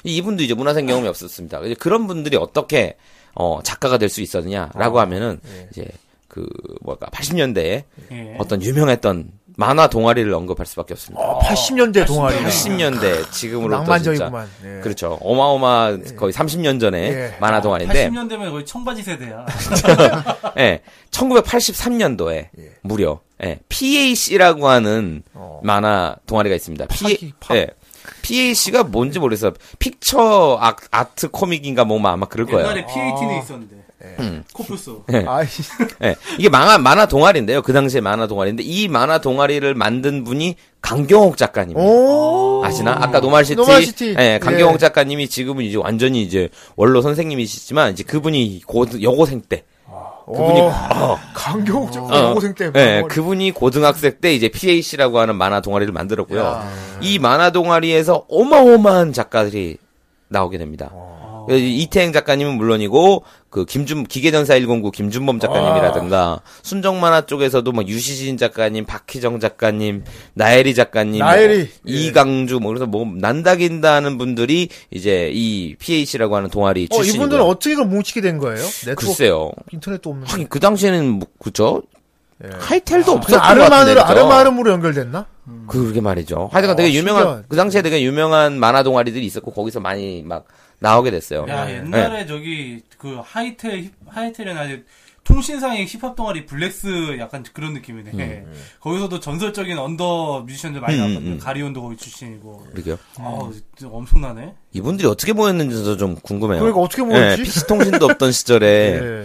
이- 이분도 이제 문화생 경험이 없었습니다. 이제 그런 분들이 어떻게, 어, 작가가 될 수 아, 있었느냐라고 하면은, 예. 이제, 그, 뭐랄까, 80년대에 예. 어떤 유명했던 만화 동아리를 언급할 수 밖에 없습니다. 어, 80년대 동아리. 80년대 지금으로 낭만적이구만. 예. 그렇죠. 어마어마 거의 30년 전에 예. 만화 동아리인데 80년대면 거의 청바지 세대야. 예, 1983년도에 무려 예, PAC라고 하는 어. 만화 동아리가 있습니다. 파기, 파- 예, PAC가 뭔지 모르겠어. 픽처 아, 아트 코믹인가 뭐 아마 그럴 거예요. 음. 옛날에 PAT는 있었는데. 코뿔소. 아이, 그 예, 이게 만화, 만화 동아리인데요. 그 당시에 만화 동아리인데 이 만화 동아리를 만든 분이 강경옥 작가님이에요. 오. 아시나? 아까 노말시티. 노말시티. 예, 강경옥 예. 작가님이 지금은 이제 완전히 이제 원로 선생님이시지만 이제 그분이 고, 여고생 때. 그분이 오. 어, 강경욱 좀 어. 고생 때. 예, 머리- 그분이 고등학생 때 이제 PAC라고 하는 만화 동아리를 만들었고요. 이 만화 동아리에서 어마어마한 작가들이 나오게 됩니다. 그 이- 이태행 작가님은 물론이고 그 김준 기계전사 109 김준범 작가님이라든가 순정 만화 쪽에서도 막 유시진 작가님, 박희정 작가님, 나혜리 작가님, 나혜리. 뭐 이강주 뭐 그래서 뭐 난다긴다는 분들이 이제 이 PH라고 하는 동아리 어, 출신 이분들은 어떻게 그 뭉치게 된 거예요? 네트워크 글쎄요. 인터넷도 없는. 하긴 그 당시에는 뭐, 그죠? 하이텔도 그 없었던 것 같은데. 아르마르 그죠? 아르마름으로 연결됐나? 그러게 말이죠. 하여튼 어, 되게 유명한 신기하다. 그 당시에 되게 유명한 만화 동아리들이 있었고 거기서 많이 막 나오게 됐어요. 야 예. 옛날에 저기 그 하이텔 힙- 하이텔이나 이제 통신상의 힙합 동아리 블랙스 약간 그런 느낌이네. 거기서도 전설적인 언더 뮤지션들 많이 예. 음, 나왔거든요. 음. 그렇죠. 가리온도 거기 출신이고. 그러게요. 아우 진짜 엄청나네. 이분들이 어떻게 모였는지도 좀 궁금해요. 그러니까 어떻게 예, 모였지? PC통신도 없던 시절에 예.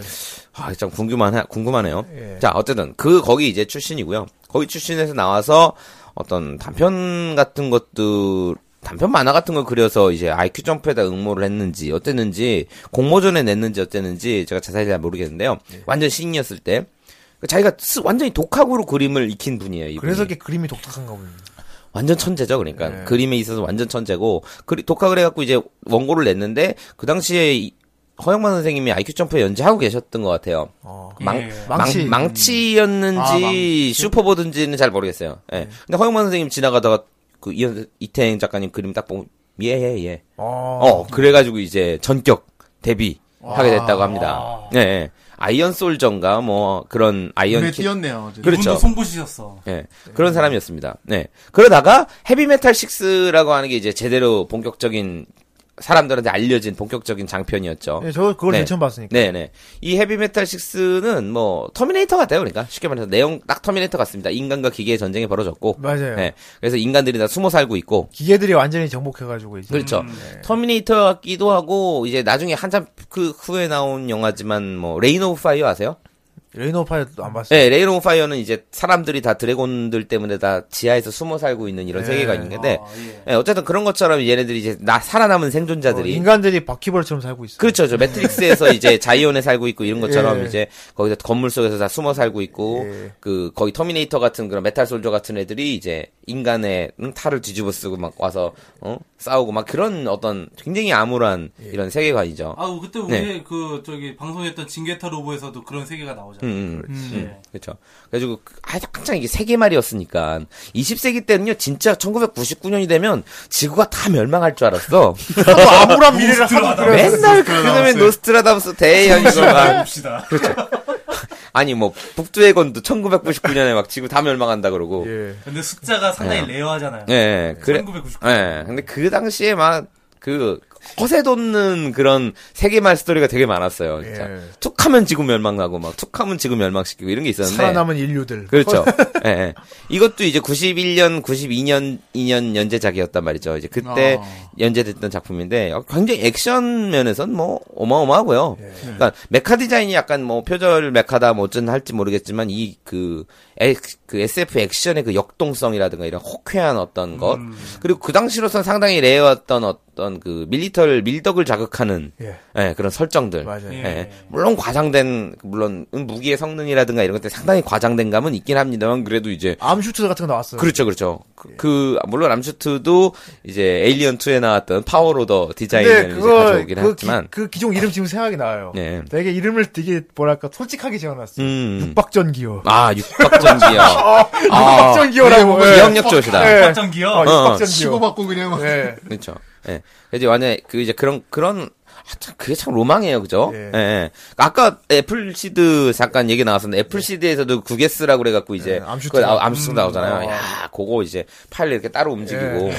아, 참 궁금한 궁금하네요. 예. 자, 어쨌든 그 거기 이제 출신이고요. 거기 출신에서 나와서 어떤 단편 같은 것도 단편 만화 같은 걸 그려서 이제 IQ 점프에다 응모를 했는지 어땠는지 공모전에 냈는지 어땠는지 제가 자세히 잘 모르겠는데요. 예. 완전 신인이었을 때그 자기가 쓰- 완전히 독학으로 그림을 익힌 분이에요. 이분이. 그래서 이렇게 예. 그림이 독특한가 봅니다. 완전 천재죠, 그러니까 그림에 있어서 완전 천재고 그리, 독학을 해갖고 이제 원고를 냈는데 그 당시에 이- 허영만 선생님이 IQ 점프에 연재하고 계셨던 것 같아요. 망, 예. 망치. 망치. 였는지 아, 망치. 슈퍼보드인지는 잘 모르겠어요. 예. 근데 허영만 선생님 지나가다가 그 이- 이태행 작가님 그림 딱 보고 예예 예, 예. 아. 어. 어 그래가지고 이제 전격 데뷔 하게 됐다고 합니다. 예. 예. 아이언 솔전가 뭐 그런 아이언 눈에 키 띄었네요. 어쨌든. 그래. 이분도 그렇죠. 손부시셨어. 예. 그런 사람이었습니다. 네. 그러다가 헤비메탈 6라고 하는 게 이제 제대로 본격적인 사람들한테 알려진 본격적인 장편이었죠. 예, 저 그걸 네. 맨 처음 봤으니까. 네, 네. 이 헤비메탈 6는 뭐 터미네이터 같아요. 그러니까 쉽게 말해서 내용 딱 터미네이터 같습니다. 인간과 기계의 전쟁이 벌어졌고. 맞아요. 네. 그래서 인간들이 다 숨어 살고 있고 기계들이 완전히 정복해가지고 이제. 음, 그렇죠. 터미네이터 같기도 하고 이제 나중에 한참 그 후에 나온 영화지만 뭐 레인 오브 파이어 아세요? 레인 오브 파이어도 안 봤어요. 네, 레일 오브 파이어는 이제 사람들이 다 드래곤들 때문에 다 지하에서 숨어 살고 있는 네. 이런 세계가 있는데, 아, 예. 예, 어쨌든 그런 것처럼 얘네들이 이제 나 살아남은 생존자들이 어, 인간들이 바퀴벌처럼 살고 있어요. 그렇죠, 저 매트릭스에서 이제 자이온에 살고 있고 이런 것처럼 예. 이제 거기서 건물 속에서 다 숨어 살고 있고 그 거기 터미네이터 같은 그런 메탈 솔저 같은 애들이 이제 인간의 응, 탈을 뒤집어쓰고 막 와서 어? 싸우고 막 그런 어떤 굉장히 암울한 예. 이런 세계관이죠. 아우 그때 우리 네. 그 저기 방송했던 징게타 로보에서도 그런 세계가 음, 나오잖아. 요 음. 음. 그렇죠. 그래가지고 그- 아, 한창 이게 세계 말이었으니까 20세기 때는요 진짜 1999년이 되면 지구가 다 멸망할 줄 알았어. 하도 암울한 미래를 하도 그려. 맨날 그놈의 노스트라다무스 대현이고 네. 막 봅시다. 아니 뭐 북두해건도 1999년에 막 지구 다 멸망한다 그러고. 예. 예. 근데 숫자가 상당히 레어하잖아요. 네. 그래. 1999. 예. 근데 그 당시에 막 그 허세 돋는 그런 세계말 스토리가 되게 많았어요. 진짜. 예. 툭하면 지구 멸망하고 막 툭하면 지구 멸망시키고 이런 게 있었는데. 살아남은 인류들. 네. 그렇죠. 예, 예. 이것도 이제 91년, 92년, 2년 연재작이었단 말이죠. 이제 그때 연재됐던 작품인데 어, 굉장히 액션 면에선 뭐 어마어마하고요. 그러니까 메카 디자인이 약간 뭐 표절 메카다 뭐 어쩐 할지 모르겠지만 이 그 그 SF 액션의 그 역동성이라든가 이런 호쾌한 어떤 것 그리고 그 당시로선 상당히 레어였던 어떤 그 밀리터를 밀덕을 자극하는 예. 예, 그런 설정들. 맞아요. 예. 예. 물론 과장된 물론 음, 무기의 성능이라든가 이런 것들 상당히 과장된 감은 있긴 합니다만 그래도 이제 암슈트 같은 거 나왔어요. 그렇죠 그렇죠 예. 그, 그, 물론 암슈트도 이제 에일리언 2에 나왔던 파워로더 근데 디자인을 이제 그거 가져오긴 그, 기, 했지만 그 기종 이름 지금 생각이 나요. 예. 되게 이름을 되게 뭐랄까 솔직하게 지어놨어. 요 음. 육박전기요. 아 육박전기요 아 육박전기요라고. 예, 영역 좋으시다 예. 박정기요. 어, 육박전기요. 치고받고 그냥 막. 예. 그렇죠. 예. 이제 완전 그 이제 그런 그런 아, 참 그게 참 로망이에요, 그죠? 예. 예. 예. 아까 애플시드 잠깐 얘기 나왔었는데 애플시드에서도 구게스라고 그래가지고 이제 예, 암슈트. 그 아- 암슈트 음. 나오잖아요. 예, 야, 그거 이제 팔을 이렇게 따로 움직이고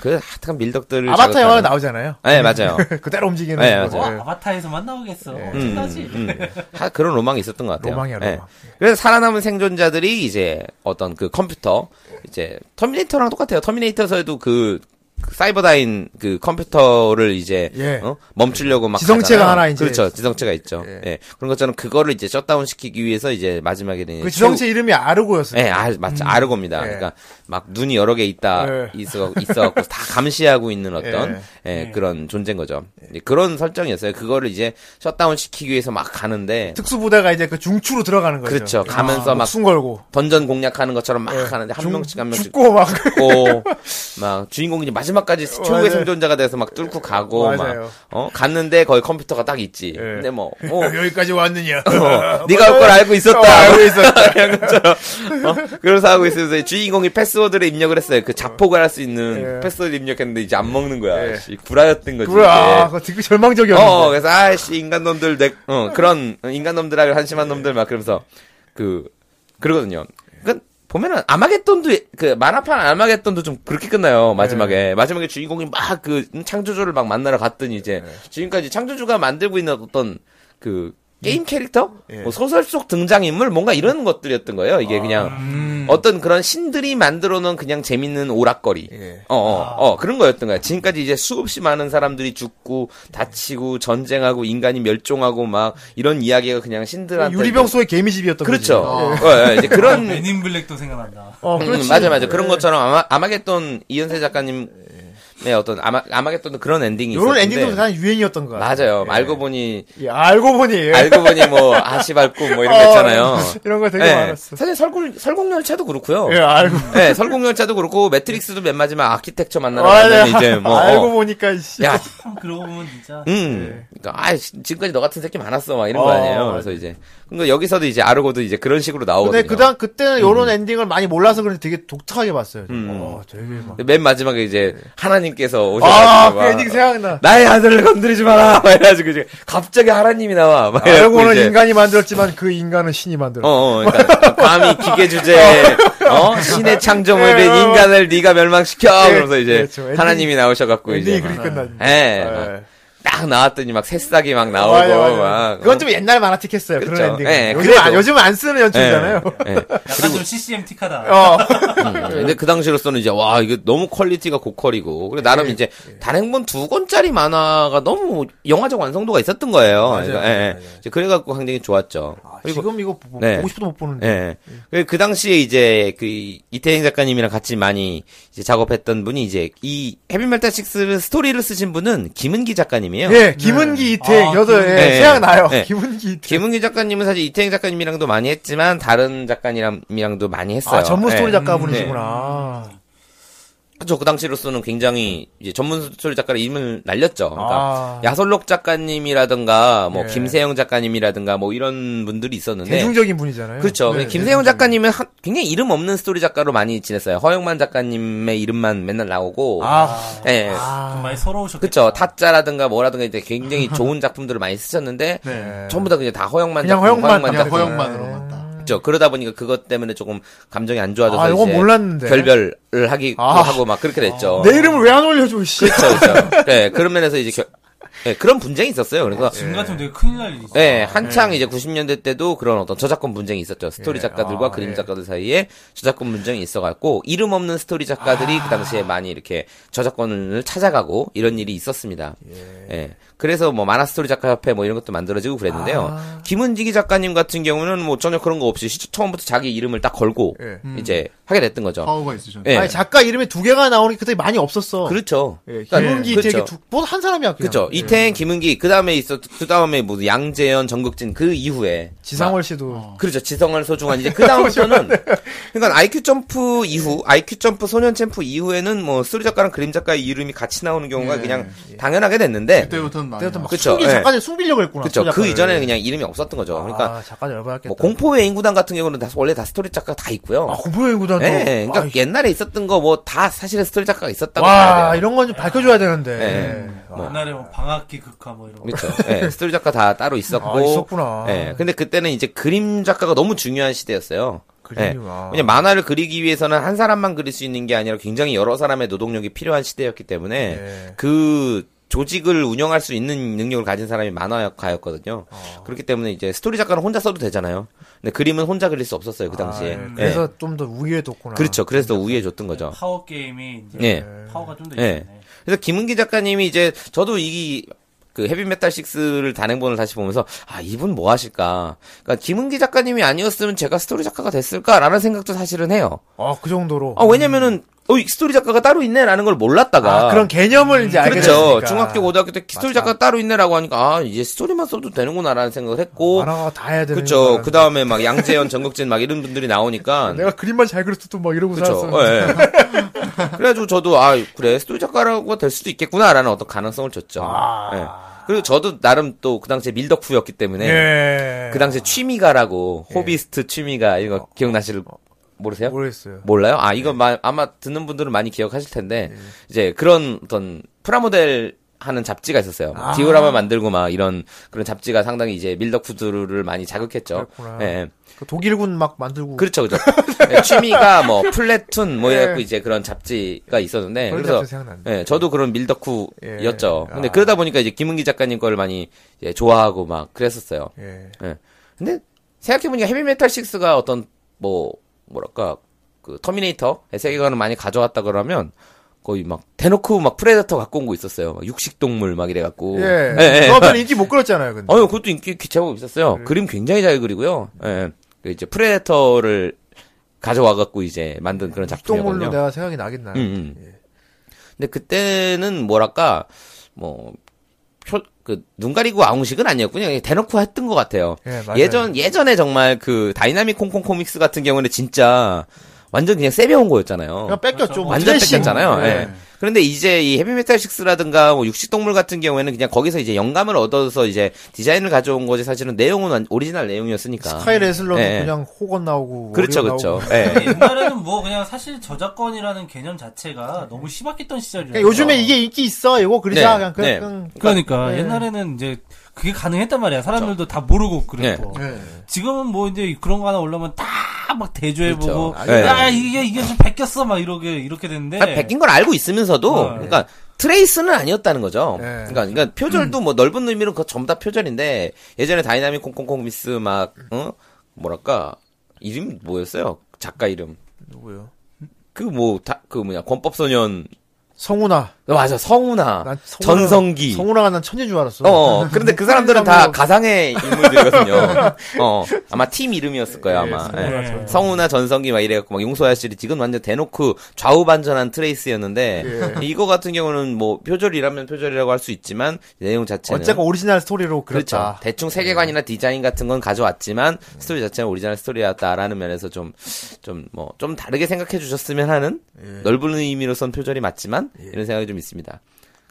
그 하여튼 밀덕들을 아바타 영화 자극하는- 나오잖아요. 예, 맞아요. 그대로 움직이는 예, 거. 어, 맞아요. 예. 아바타에서만 나오겠어. 예. 음, 엄청나지. 음. 하, 그런 로망이 있었던 것 같아요. 로망이야, 예. 로망. 그래서 살아남은 생존자들이 이제 어떤 그 컴퓨터, 이제 터미네이터랑 똑같아요. 터미네이터에서도 그, 그 사이버다인 그 컴퓨터를 이제 예. 어? 멈추려고 막 지성체가 가잖아요. 하나 이제 그렇죠 지성체가 있죠 예. 예. 그런 것처럼 그거를 이제 셧다운 시키기 위해서 이제 마지막에는 그 지성체 이름이 아르고였어요. 예, 아, 맞죠. 아르고입니다. 예. 그러니까 막 눈이 여러 개 있다 예. 있어 있어갖고 다 감시하고 있는 어떤 예, 그런 존재인 거죠. 이제 그런 설정이었어요. 그거를 이제 셧다운 시키기 위해서 막 가는데 특수부대가 이제 그 중추로 들어가는 거죠. 그렇죠. 가면서 아, 막 목숨 걸고 던전 공략하는 것처럼 막 예. 하는데 한 중- 명씩 한 명씩 죽고 막 죽고 막 주인공이 이제 마지막까지 최고의 맞아요. 생존자가 돼서 막 뚫고 가고 맞아요. 막 어? 갔는데 거기 컴퓨터가 딱 있지. 근데 뭐 어, 여기까지 왔느냐. 어, 네가 올 걸 알고 있었다. 어, 알고 이런 것처럼. 어? 그래서 하고 있으면서 주인공이 패스워드를 입력을 했어요. 그 자폭을 할 수 있는 예. 패스워드 입력했는데 이제 안 먹는 거야. 씨, 예. 구라였던 거지. 그래, 아, 이게. 그거 되게 절망적이었는데. 네. 어, 그래서 아씨 인간 놈들 내, 어, 그런 인간 놈들하고 한심한 놈들 막 그러면서 그 그러거든요. 그 보면은 아마겟돈도 그 만화판 아마겟돈도 좀 그렇게 끝나요 마지막에 네. 마지막에 주인공이 막 그 창조주를 막 만나러 갔더니 이제 네. 지금까지 창조주가 만들고 있는 어떤 그 음. 게임 캐릭터, 예. 뭐 소설 속 등장 인물 뭔가 이런 것들이었던 거예요. 이게 아. 그냥 음. 어떤 그런 신들이 만들어놓은 그냥 재밌는 오락거리. 예. 예. 어, 어, 어, 그런 거였던 거야. 지금까지 이제 수없이 많은 사람들이 죽고, 다치고, 전쟁하고, 인간이 멸종하고, 막, 이런 이야기가 그냥 신들한테. 유리병 속의 개미집이었던 그렇죠. 거지. 아. 어, 예, 이제 그런. 음, 맨인 블랙도 생각난다. 어, 음, 그렇지. 맞아, 맞아. 예. 그런 것처럼 아마, 아마겟돈, 이현세 작가님의 어떤 아마, 아마겟돈도 그런 엔딩이 요런 있었는데. 엔딩도 가장 유행이었던 거야. 맞아요. 알고 보니, 예, 알고 보니. 알고 보니 뭐, 아시발꿈 뭐 이런 거 어, 있잖아요. 이런 거 되게 예. 많았어. 사실 설국, 설국열차도 그렇고요 예, 알고. 네, 설국열차도 그렇고, 매트릭스도 맨 마지막 아키텍처 만나러 맞아. 네. 가면 이제 뭐. 알고 어, 보니까, 씨. 야, 참 그러고 보면 진짜 음. 그러니까, 아 지금까지 너 같은 새끼 많았어. 막 이런 거 네. 어, 아니에요. 그래서 이제. 그러니까 여기서도 이제 아르고도 이제 그런 식으로 나오거든요. 근데 그당 그때는 요런 엔딩을 많이 몰라서 그런지 되게 독특하게 봤어요. 음. 어, 되게 막. 근데 맨 마지막에 이제 하나님께서 아, 오셔가지고. 그 막 엔딩 생각나. 나의 아들을 건드리지 마라! 막 이래가지고 이제 갑자기 하나님이 나와. 막 네, 그 이래갖고 알고는 이제 인간이 만들었지만 그 인간은 신이 만들었어. 어, 어, 그러니까 감히 기계 주제에 어? 신의 창조물인 예, 어. 인간을 네가 멸망시켜 예, 그러면서 이제 그렇죠. 엔딩- 하나님이 나오셔갖고 이제 엔딩이 그렇죠. 막, 그렇게 끝나지. 예, 막 예. 딱 나왔더니 막 새싹이 막 나오고 어, 맞아, 맞아. 막 어. 그건 좀 옛날 만화틱 했어요. 그런 그렇죠. 엔딩. 예, 요즘, 그래도- 안, 요즘 안 쓰는 연출이잖아요. 예, 예. 약간 좀 CCM틱하다. 어. 음, 근데 그 당시로서는 이제 와 이거 너무 퀄리티가 고퀄이고 그래 나름 예, 이제 단행본 두 권짜리 만화가 너무 영화적 완성도가 있었던 거예요. 그래서, 예, 예. 이제 그래갖고 굉장히 좋았죠. 그리고 아, 지금 이거 보, 네. 보고 싶어도 못 보는데. 예. 음. 그, 그 당시에 이제 그 이태행 작가님이랑 같이 많이 이제 작업했던 분이 이제 이 해빈멜타 식스 스토리를 쓰신 분은 김은기 작가님이에요. 예, 김은기 이태 아, 여덟 김은기. 네. 예, 예, 생각나요. 예. 김은기 이태. 김은기 작가님은 사실 이태행 작가님이랑도 많이 했지만 다른 작가님이랑도 많이 했어요. 음, 네. 아, 전문 스토리 예. 작가분이시구나. 아, 그렇죠. 그 당시로서는 굉장히 이제 전문 스토리 작가로 이름을 날렸죠. 그러니까 아. 야설록 작가님이라든가 뭐 예. 김세영 작가님이라든가 뭐 이런 분들이 있었는데 대중적인 분이잖아요. 그렇죠. 네, 김세영 작가님은 한- 굉장히 이름 없는 스토리 작가로 많이 지냈어요. 허영만 작가님의 이름만 맨날 나오고. 아, 예. 좀 많이 서러우셨겠다. 그쵸. 타짜라든가 뭐라든가 이제 굉장히 좋은 작품들을 많이 쓰셨는데. 네. 전부 다 그냥 다 허영만 그냥 작품, 허영만, 그냥 작품. 허영만으로 만다. 그렇죠. 그러다 보니까 그것 때문에 조금 감정이 안 좋아져서 아, 이건 이제 몰랐는데. 결별을 하기 아. 하고 막 그렇게 됐죠. 내 이름을 왜 안 올려줘, 씨. 그렇죠. 그렇죠. 네, 그런 면에서 이제 결- 네, 그런 분쟁이 있었어요. 아, 그래서 그렇죠. 지금 같으면 되게 큰일 날 일이지. 네, 한창 이제 90년대 때도 그런 어떤 저작권 분쟁이 있었죠. 스토리 작가들과 아, 그림 예. 작가들 사이에 저작권 분쟁이 있어갖고 이름 없는 스토리 작가들이 그 아. 당시에 많이 이렇게 저작권을 찾아가고 이런 일이 있었습니다. 예. 그래서 뭐 만화 스토리 작가 협회 뭐 이런 것도 만들어지고 그랬는데요. 아. 김은지기 작가님 같은 경우는 뭐 전혀 그런 거 없이 시- 처음부터 자기 이름을 딱 걸고 예. 이제 하게 됐던 거죠. 파워가 있으셨네. 예. 아니, 작가 이름이 두 개가 나오는 게 그때 많이 없었어. 그렇죠. 예, 그러니까 김은기 그렇죠. 이태 이게 두, 뭐한 사람이야, 그냥. 예. 그렇죠. 이태행, 김은기 그 다음에 있었 그 다음에 뭐 양재현, 정극진 그 이후에 지상월 씨도. 그렇죠. 지성을 소중한 이제 그 다음부터는 네. 그러니까 IQ 점프 이후, IQ 점프 소년 챔프 이후에는 뭐 스토리 작가랑 그림 작가의 이름이 같이 나오는 경우가 그냥 당연하게 됐는데 그때부터는 많이. 예, 그때부터 막 그쵸, 숨기, 예. 작가들 숨기려고 했구나. 그렇죠. 그 작가를. 이전에는 그냥 이름이 없었던 거죠. 그러니까 아, 작가 열받았겠다. 뭐 공포의 인구단 같은 경우는 다- 원래 다 스토리 작가 다 있고요. 아, 공포의 구단도. 예, 그러니까 옛날에 있었던 거 뭐 다 사실은 스토리 작가가 있었다고 봐야 아, 와, 돼요. 이런 건 좀 밝혀줘야 되는데. 네. 아, 예. 와. 옛날에 뭐 방학기 극화 뭐 이런 거. 그렇죠. 예, 스토리 작가 다 따로 있었고. 아, 있었구나. 예, 근데 그때는 이제 그림 작가가 너무 중요한 시대였어요. 그림이 예. 와. 왜냐 만화를 그리기 위해서는 한 사람만 그릴 수 있는 게 아니라 굉장히 여러 사람의 노동력이 필요한 시대였기 때문에 예. 그 조직을 운영할 수 있는 능력을 가진 사람이 만화가였거든요. 어. 그렇기 때문에 이제 스토리 작가는 혼자 써도 되잖아요. 근데 그림은 혼자 그릴 수 없었어요 그 당시에. 아, 예. 예. 그래서 좀 더 우위에 뒀구나. 그렇죠. 그래서 더 우위에 줬던 거죠. 파워 게임이 이제 예. 파워가 좀 더 예. 있네. 그래서 김은기 작가님이 이제 저도 이 그 헤비메탈 6를 단행본을 다시 보면서 아 이분 뭐 하실까? 그러니까 김은기 작가님이 아니었으면 제가 스토리 작가가 됐을까라는 생각도 사실은 해요. 아, 그 정도로. 아 왜냐면은 어, 스토리 작가가 따로 있네라는 걸 몰랐다가 아, 그런 개념을 이제 알게 그렇죠. 됐으니까. 중학교 고등학교 때 스토리 작가 따로 있네라고 하니까 아 이제 스토리만 써도 되는구나라는 생각을 했고 알아 다 해야 되는 그렇죠. 거라는 그 다음에 막 양재현, 정극진 막 이런 분들이 나오니까 내가 그림만 잘 그렸어도 막 이러고 그렇죠. 살았어. 예. 그래가지고 저도 아 그래 스토리 작가라고 될 수도 있겠구나라는 어떤 가능성을 줬죠. 아. 예. 그리고 저도 나름 또 그 당시에 밀덕후였기 때문에 예. 그 당시에 취미가라고 호비스트 취미가 어, 이거 기억나실 모르세요? 모르겠어요. 예. 몰라요? 아, 이거 마- 아마 듣는 분들은 많이 기억하실 텐데, 이제 그런 어떤 프라모델 하는 잡지가 있었어요. 아. 막 디오라마 만들고 막 이런 그런 잡지가 상당히 이제 밀덕푸드를 많이 자극했죠. 그렇구나. 예, 예. 그 독일군 막 만들고 그렇죠, 그렇죠. 예, 취미가 뭐 플래툰 뭐 이래갖고 이제 그런 잡지가 있었는데, 그런 그래서 잡지 생각난다. 예, 저도 그런 밀덕후였죠. 예. 근데 아. 그러다 보니까 이제 김은기 작가님 걸 많이 이제 좋아하고 막 그랬었어요. 예. 예. 근데 생각해보니까 헤비메탈 6가 어떤 뭐 뭐랄까 그 터미네이터의 세계관을 많이 가져왔다 그러면 거의 막 대놓고 막 프레데터 갖고 온 거 있었어요. 막 육식 동물 막 이래 갖고. 예. 그거는 인기 못 끌었잖아요, 근데. 어, 그것도 인기 기차고 있었어요. 음. 그림 굉장히 잘 그리고요. 예. 그 이제 프레데터를 가져와 갖고 이제 만든 동물로 그런 작품이거든요. 내가 예. 생각이 나긴 나. 음, 음. 근데 그때는 뭐랄까 뭐 그, 눈 가리고 아웅식은 아니었군요. 그냥 대놓고 했던 것 같아요. 예, 맞아요. 예전 예전에 정말 그 다이나믹 콩콩 코믹스 같은 경우는 진짜 완전 그냥 세배운 거였잖아요. 그냥 뺏겼죠. 뭐 어. 완전 트래싱. 뺏겼잖아요. 네. 예. 예. 그런데 이제 이 헤비메탈 식스라든가 뭐 육식동물 같은 경우에는 그냥 거기서 이제 영감을 얻어서 이제 디자인을 가져온 거지 사실은 내용은 완- 오리지널 내용이었으니까. 스카이 레슬러도 예. 그냥 호건 나오고 그렇죠, 워리어 그렇죠. 나오고. 예. 옛날에는 뭐 그냥 사실 저작권이라는 개념 자체가 너무 심각했던 시절이라. 그러니까 요즘에 이게 인기 있어. 이거 그리자. 네, 그냥 그 네. 냥 그러니까 네. 옛날에는 이제 그게 가능했단 말이야. 사람들도 다 모르고 그랬고. 네. 예. 지금은 뭐 이제 그런 거 하나 올라오면 다 막 대조해보고 아, 그렇죠. 네. 야 이게 이게 좀 베꼈어 막 이러게 이렇게 됐는데 아, 베낀 걸 알고 있으면서도, 어, 그러니까 트레이스는 아니었다는 거죠. 아, 네. 그러니까, 그러니까 표절도 뭐 넓은 의미로 그 전부 다 표절인데 예전에 다이나믹 콩콩콩 미스 막 어? 뭐랄까 이름 뭐였어요? 작가 이름 누구요? 그 뭐 다 그 뭐냐 권법소년 성훈아. 어, 맞아 성우나 난 성우나- 전성기 성훈아가 난 천인 줄 알았어. 어, 어 그런데 그 사람들은 다 성우라고. 가상의 인물들이거든요. 어 아마 팀 이름이었을 거예요 아마. 예, 예. 성훈아, 전성기. 성우나 전성기 막 이래갖고 막 용서야 시리즈 이건 완전 대놓고 좌우반전한 트레이스였는데 예. 이거 같은 경우는 뭐 표절이라면 표절이라고 할 수 있지만 내용 자체는 어쨌건 오리지널 스토리로 그렇죠. 네. 그렸다. 대충 세계관이나 디자인 같은 건 가져왔지만 스토리 자체는 오리지널 스토리였다라는 면에서 좀 좀 뭐 좀 다르게 생각해 주셨으면 하는 넓은 의미로선 표절이 맞지만 이런 생각이 좀 있습니다.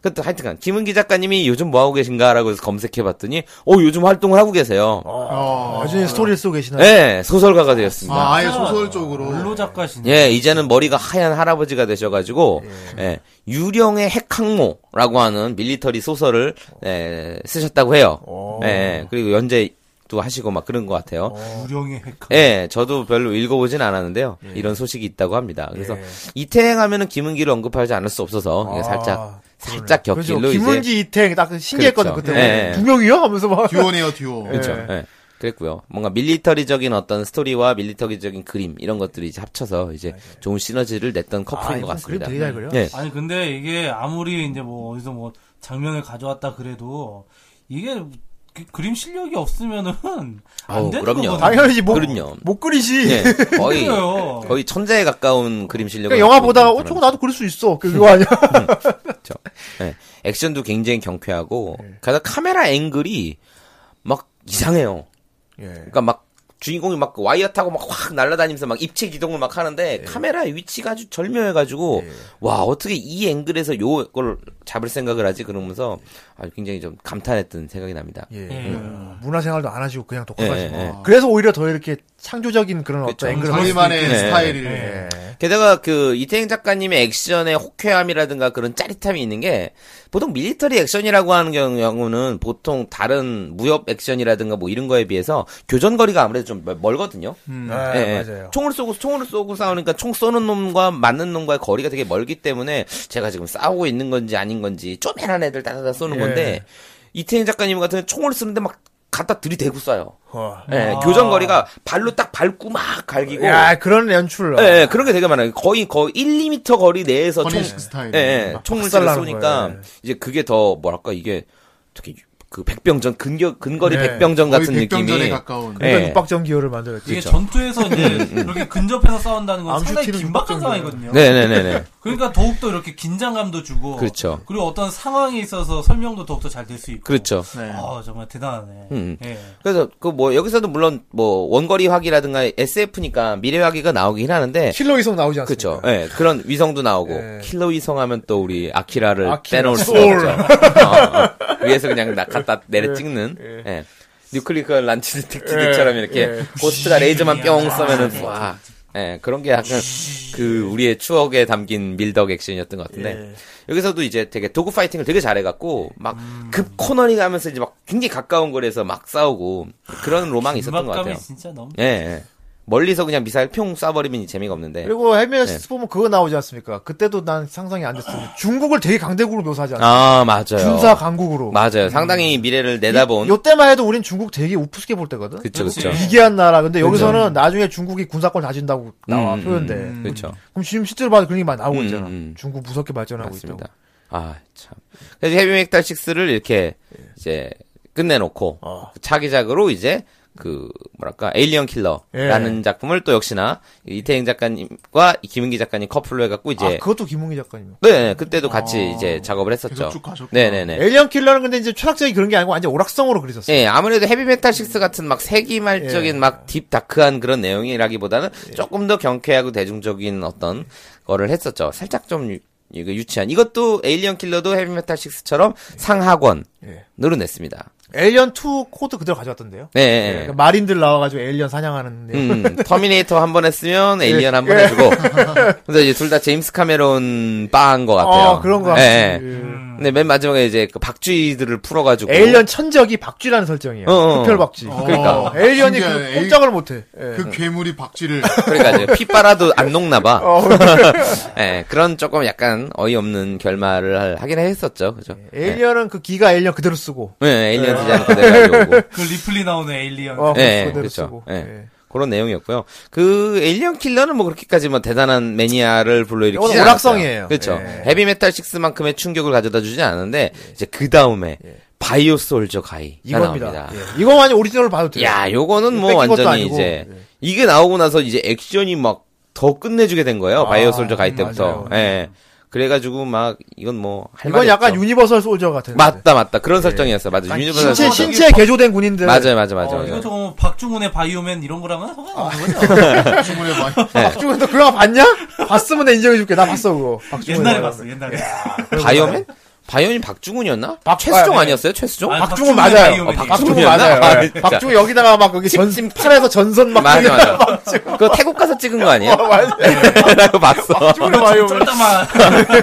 그때 하여튼간 김은기 작가님이 요즘 뭐 하고 계신가라고 해서 검색해봤더니 어 요즘 활동을 하고 계세요. 어. 여전히 스토리를 쓰고 계시나요? 네 소설가가 되었습니다. 아, 아예 소설 쪽으로. 원로 작가시네. 예, 이제는 머리가 하얀 할아버지가 되셔가지고, 예, 유령의 핵항모라고 하는 밀리터리 소설을, 예, 쓰셨다고 해요. 예, 그리고 연재도 하시고 막 그런 것 같아요. 유령의 핵. 예, 저도 별로 읽어보진 않았는데요. 예. 이런 소식이 있다고 합니다. 그래서 이태행 하면은 김은기를 언급하지 않을 수 없어서, 예, 살짝, 살짝 아, 그렇죠. 격길로 이제. 김은기 이태행 딱 신기했거든 그렇죠. 그때 예, 예. 두 명이요 하면서 막 듀오네요, 듀오. 그렇죠. 예. 예. 그랬고요. 뭔가 밀리터리적인 어떤 스토리와 밀리터리적인 그림 이런 것들이 이제 합쳐서 이제 좋은 시너지를 냈던 예. 아, 이분 커플인 것 그림 같습니다. 되게 잘 그려. 예. 아니 근데 이게 아무리 이제 뭐 어디서 뭐 장면을 가져왔다 그래도 이게 그- 그림 실력이 없으면은 안 아우, 되는 그럼요. 거거든요. 당연히 못, 그럼요. 못 그리지. 예, 거의 그래요. 거의 천재에 가까운 그림 실력을 그러니까 영화 갖고 보다가 어 있는 저거 사람. 나도 그릴 수 있어. 그거 아니야. 예, 액션도 굉장히 경쾌하고 예. 가다 카메라 앵글이 막 이상해요. 그러니까 막 주인공이 막 와이어 타고 막 확 날아다니면서 막 입체 기동을 막 하는데 예. 카메라의 위치가 아주 절묘해가지고 와 어떻게 이 앵글에서 요걸 잡을 생각을 하지 그러면서 아주 굉장히 좀 감탄했던 생각이 납니다. 예. 예. 문화생활도 안 하시고 그냥 독학하시고. 음. 예, 예, 예. 그래서 오히려 더 이렇게 창조적인 그런 그렇죠. 어떤 앵글. 저희만의 네. 스타일을. 예. 게다가 그 이태행 작가님의 액션의 호쾌함이라든가 그런 짜릿함이 있는 게 보통 밀리터리 액션이라고 하는 경우는 보통 다른 무협 액션이라든가 뭐 이런 거에 비해서 교전 거리가 아무래도 좀 멀- 멀거든요. 음. 아, 예, 맞아요. 총을 쏘고 총을 쏘고 싸우니까 총 쏘는 놈과 맞는 놈과의 거리가 되게 멀기 때문에 제가 지금 싸우고 있는 건지 아닌 건지 쪼매난 애들 따다다 쏘는 예. 건데 이태행 작가님 같은 경우는 총을 쓰는데 막 갖다 들이대고 쏴요. 어. 예, 아. 교전 거리가 발로 딱 밟고 막 갈기고 야, 그런 연출. 예, 예, 그런 게 되게 많아요. 거의 거의 1, 2미터 거리 내에서 총, 커닝 스타일. 예, 예, 총을 박살 쏘 나는 쏘니까 거예요. 이제 그게 더 뭐랄까 이게 되게 그 백병전 근겨 근거리 네, 백병전 거의 같은 백병전에 느낌이 가까운. 예. 그러니까 육박전 기호를 만들었지. 이게 그렇죠. 전투에서 음, 이제 이렇게 근접해서 싸운다는 건 암슈티는 상당히 긴박한 육박전이에요. 상황이거든요. 네네네네. 그러니까 더욱더 이렇게 긴장감도 주고 그렇죠. 리고 어떤 상황에 있어서 설명도 더욱더 잘 될 수 있고 그렇죠. 네. 아 정말 대단하네. 음. 예. 그래서 그 뭐 여기서도 물론 뭐 원거리 화기라든가 SF니까 미래 화기가 나오긴 하는데 킬러 위성 나오지 않습니까? 그렇죠. 예. 그런 위성도 나오고 예. 킬러 위성 하면 또 우리 아키라를 아키라 빼놓을 수 소울. 없죠. 어, 어. 위에서 그냥 나 갖다 내려 찍는. 예. 뉴클리컬 란치드 틱티드처럼 이렇게 고스트가 레이저만 뿅 쏘면은 와. 예, 그런 게 약간 그 우리의 추억에 담긴 밀덕 액션이었던 것 같은데 여기서도 이제 되게 도구 파이팅을 되게 잘해갖고 막 급 코너링 하면서 이제 막 굉장히 가까운 거리에서 막 싸우고 그런 로망이 있었던 것 같아요. 긴박감이 진짜 너무 예, 예. 멀리서 그냥 미사일 평 쏴버리면 재미가 없는데. 그리고 헬멧에서 네. 보면 그거 나오지 않습니까? 그때도 난 상상이 안 됐어요. 중국을 되게 강대국으로 묘사하지 않아요? 아 맞아요. 군사 강국으로. 맞아요. 상당히 미래를 내다본. 요 음. 때만 해도 우린 중국 되게 우습게 볼 때거든. 그쵸 그쵸. 그치. 미개한 나라. 근데 여기서는 나중에 중국이 군사권 다진다고 나와 음, 표현돼. 음, 음. 그쵸. 그럼 지금 실제로 봐도 그런 게 많이 나오고 음, 있잖아. 음. 중국 무섭게 발전하고 맞습니다. 있다고. 아 참. 그래서 헤비 메탈 6를 이렇게 예. 이제 끝내놓고 어. 차기작으로 이제 그 뭐랄까 에일리언 킬러라는 예. 작품을 또 역시나 이태영 작가님과 김은기 작가님 커플로 해갖고 이제 아 그것도 어. 김웅기 작가님. 네, 네 그때도 같이 이제 작업을 했었죠. 계속 쭉 가셨구나. 네네네. 엘리언 킬러는 근데 이제 철학적인 그런 게 아니고 완전 오락성으로 그리셨어요. 예, 아무래도 헤비메탈 6 같은 막 예. 세기말적인 막 딥다크한 그런 내용이라기보다는 조금 더 경쾌하고 대중적인 어떤 거를 했었죠. 살짝 좀 유, 이거 유치한. 이것도 에일리언 킬러도 헤비메탈 6처럼 상하권으로 예. 냈습니다. 엘리언 2 코드 그대로 가져왔던데요. 네, 예, 예. 그러니까 마린들 나와가지고 엘리언 사냥하는. 내용. 음, 터미네이터 한 번 예. 했으면 에일리언 한 번 해주고. 근데 이제 둘 다 제임스 카메론 빠인 것 같아요. 아 그런 거. 예, 같아요. 예. 예. 근데 맨 마지막에 이제 그 박쥐들을 풀어가지고. 에일리언 천적이 박쥐라는 설정이에요. 어, 어. 흡혈 박쥐. 그러니까. 어, 에일리언이 그 신기하네. 꼼짝을 못해. 예. 그 괴물이 박쥐를 그러니까 이제 피 빨아도 안 녹나봐. 어, 예, 그런 조금 약간 어이없는 결말을 하긴 했었죠. 그죠? 예, 에일리언은 그 기가 에일리언 그대로 쓰고. 예, 에일리언 디자인 그대로 가져오고. 그 리플리 나오는 에일리언. 어, 예, 그대로 그렇죠. 쓰고. 예. 예. 그런 내용이었고요. 그 에일리언 킬러는 뭐 그렇게까지 뭐 대단한 매니아를 불러일으키지 이건 않았어요. 오락성이에요. 예. 그렇죠. 헤비메탈 6만큼의 충격을 가져다 주지 않은데 이제 그 다음에 바이오 솔저 가이 예. 이겁니다. 나옵니다. 예. 이거 완전 오리지널로 봐도 돼요. 야, 요거는 뭐 뺏긴 것도 완전히 아니고. 이제 예. 이게 나오고 나서 이제 액션이 막 더 끝내주게 된 거예요. 아, 바이오 솔저 가이 음, 때부터. 맞아요. 예. 그래가지고 막 이건 뭐할 이건 약간 유니버설 소저 같은. 맞다 맞다 그런 설정이었어. 맞아. 유니버설 신체 어, 신체 개조된 군인들. 맞아요 아, 맞아 맞아. 어, 이거 맞아. 저거 뭐 박중훈의 바이오맨 이런 거랑은 상관이 없는 거죠. 주문해 많이 아, 예. 네. 박중훈 너 그거 봤냐? 봤으면 내 인정해줄게. 나 봤어 그거. 박중훈. 옛날에 봤어 옛날에. 바이오맨? 바이오맨이 박중훈이었나? 박- 최수종 아, 예. 아니었어요? 최수종? 아, 박중훈 박중훈의 맞아요. 바이오맨이. 어, 박중훈 박중훈이었나? 맞아요. 아, 예. 진짜. 박중훈 여기다가 막 거기 전 팔에서 전선 막. 맞아 맞아. 그거 태국 가서 찍은 거 아니야? 나그 봤어. 쫄다만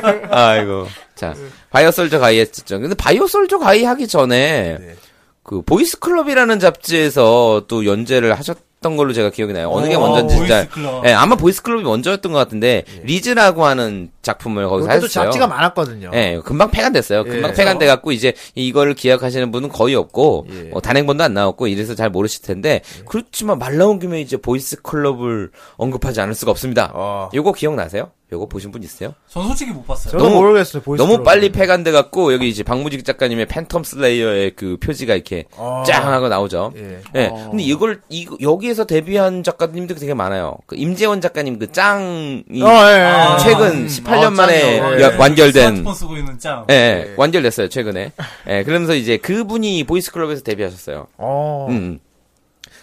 아이고. 자 바이오 솔저 가이 했었죠. 근데 바이오 솔저 가이 하기 전에 네. 그 보이스 클럽이라는 잡지에서 또 연재를 하셨던 걸로 제가 기억이 나요. 어느 게 어, 먼저인지 진짜. 보이스 클럽. 예. 예, 아마 보이스 클럽이 먼저였던 것 같은데 리즈라고 하는 작품을 거기서 그때도 하셨어요. 잡지가 많았거든요. 예, 금방 폐간됐어요. 금방 폐간돼 갖고 이제 이걸 기억하시는 분은 거의 없고 예. 어, 단행본도 안 나왔고 이래서 잘 모르실 텐데 그렇지만 말 나온 김에 이제 보이스 클럽을 언급하지 않을 수가 없습니다. 어. 요거 기억나세요? 요거 보신 분 있어요? 전 솔직히 못 봤어요. 저도 너무- 모르겠어요. 보이스 너무 클럽은. 빨리 폐간돼 갖고 여기 이제 박무직 작가님의 팬텀 슬레이어의 그 표지가 이렇게 아. 짱 하고 나오죠. 예. 근데 이걸 이 여기에서 데뷔한 작가님들 되게 많아요. 그 임재원 작가님 그 짱이 어, 예, 예. 아, 음. 최근 18년 아, 만에 짱이요. 여- 완결된 스마트폰 쓰고 있는 짱. 예, 예, 완결됐어요 최근에. 예, 그러면서 이제 그분이 보이스클럽에서 데뷔하셨어요. 어. 음.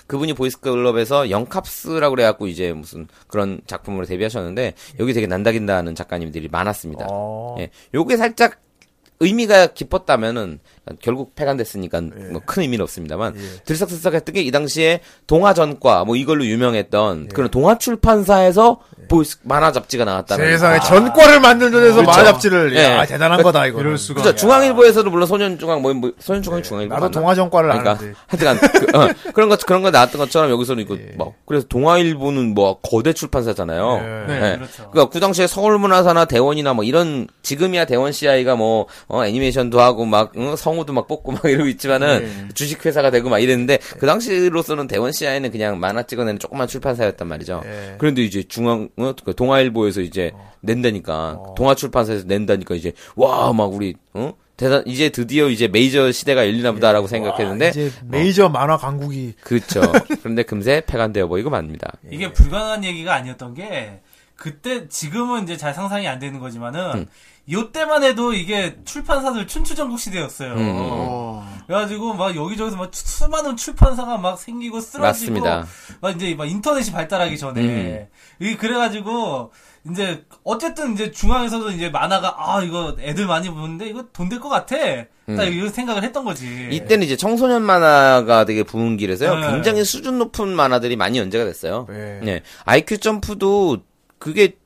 그분이 보이스클럽에서 영캅스라고 그래갖고 이제 무슨 그런 작품으로 데뷔하셨는데 여기 되게 난다긴다는 작가님들이 많았습니다. 어. 예, 요게 살짝 의미가 깊었다면은 결국 폐간됐으니까 예. 뭐 큰 의미는 없습니다만 들썩들썩했던 게 이 당시에 동화전과 뭐 이걸로 유명했던 예. 그런 동화 출판사에서 보이스 만화 잡지가 나왔다는 세상에 전과를 만들던 데서 그렇죠. 마잡지를 예. 그렇죠. 야, 대단한 거다 이거. 이럴 수가. 그죠 중앙일보에서도 물론 소년중앙 뭐, 뭐 소년중앙이 중앙일보 예. 나도 맞나? 동화전과를 그러니까 아는데. 예. 하여튼간 그, 어, 그런 것 그런 거 나왔던 것처럼 여기서는 이거 막 그래서 동아일보는 뭐 거대 출판사잖아요. 네, 그렇죠. 그러니까 그 당시에 서울문화사나 대원이나 뭐 이런 지금이야 대원 CI가 뭐 어, 애니메이션도 하고 막 응, 성우도 막 뽑고 막 이러고 있지만은 예. 주식회사가 되고 막 이랬는데 그 당시로서는 대원 CI는 그냥 만화 찍어내는 조그만 출판사였단 말이죠. 예. 그런데 이제 중앙 어, 그 어. 동아일보에서 이제 낸다니까 동아출판사에서 낸다니까 이제 와 막 우리 어? 대단 이제 드디어 이제 메이저 시대가 열리나 보다라고 생각했는데 뭐 이제 메이저 만화 강국이 그렇죠. 그런데 금세 폐간되어 보이고 맙니다. 이게 불가능한 얘기가 아니었던 게 그때 지금은 이제 잘 상상이 안 되는 음. 거지만은 요때만 해도 이게 출판사들 춘추전국 시대였어요. 음, 그래가지고 막 여기저기서 막 수- 수많은 출판사가 막 생기고 쓰러지고 맞습니다. 음. 막 이제 막 인터넷이 발달하기 전에 이 그래가지고 이제 어쨌든 이제 중앙에서도 이제 만화가 아 이거 애들 많이 보는데 이거 돈 될 것 같아 딱 이런 생각을 했던 거지. 음. 네. 이때는 이제 청소년 만화가 되게 부흥기라서요. 네. 굉장히 수준 높은 만화들이 많이 연재가 예. 됐어요. 네. IQ 점프도 그게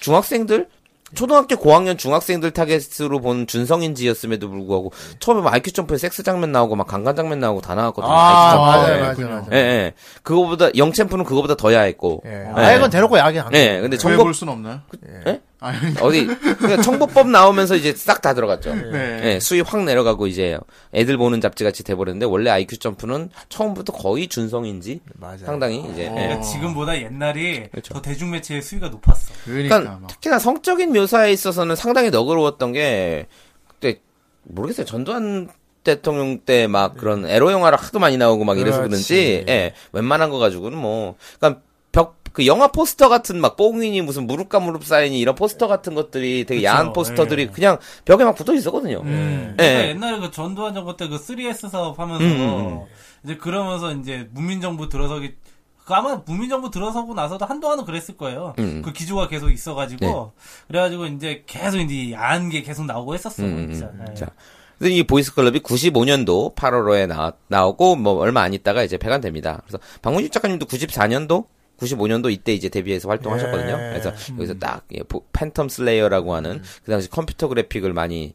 중학생들? 초등학교 고학년 중학생들 타겟으로 본 준성인지였음에도 불구하고 처음에 IQ 점프에 섹스 장면 나오고 막 강간 장면 나오고 다 나왔거든요. 아, IQ 점프에. 맞아요, 맞아요, 맞아요. 예, 예. 그거보다 영챔프는 그거보다 더 야했고. 예. 예. 아예 건 대놓고 약이 안 예. 근데 왜 정보 볼 순 없나요? 예? 아니, 어디 그러니까 청보법 나오면서 이제 싹 다 들어갔죠. 네. 예, 수위 확 내려가고 이제 애들 보는 잡지 같이 돼버렸는데 원래 IQ 점프는 처음부터 거의 준성인지 상당히 이제 예. 그러니까 지금보다 옛날이 그렇죠. 더 대중 매체의 수위가 높았어. 그러니까, 그러니까 막. 특히나 성적인 묘사에 있어서는 상당히 너그러웠던 게 그때 모르겠어요 전두환 대통령 때 막 네. 그런 에로 영화를 하도 많이 나오고 막 이래서 그런지 예, 웬만한 거 가지고는 뭐 그러니까 벽 그 영화 포스터 같은 막 뽕이니 무슨 무릎과 무릎 사인이 이런 포스터 같은 것들이 되게 야한 예. 포스터들이 그냥 벽에 막 붙어 있었거든요. 음. 그러니까 예. 옛날에 그 전두환 정부 때 그 3S 사업 하면서 음, 이제 그러면서 이제 문민정부 들어서기 그 아마 문민정부 들어서고 나서도 한동안은 그랬을 거예요. 음. 네. 그 기조가 계속 있어가지고 그래가지고 이제 계속 이제 야한 게 계속 나오고 했었어. 음, 진짜. 음, 예. 자. 그래서 이 보이스클럽이 95년도 8월호에 나, 나오고 뭐 얼마 안 있다가 이제 폐간됩니다. 그래서 박문식 작가님도 94년도 95년도 이때 이제 데뷔해서 활동하셨거든요. 예. 그래서 음. 여기서 딱 예, 보- 팬텀 슬레이어라고 하는 그 당시 컴퓨터 그래픽을 많이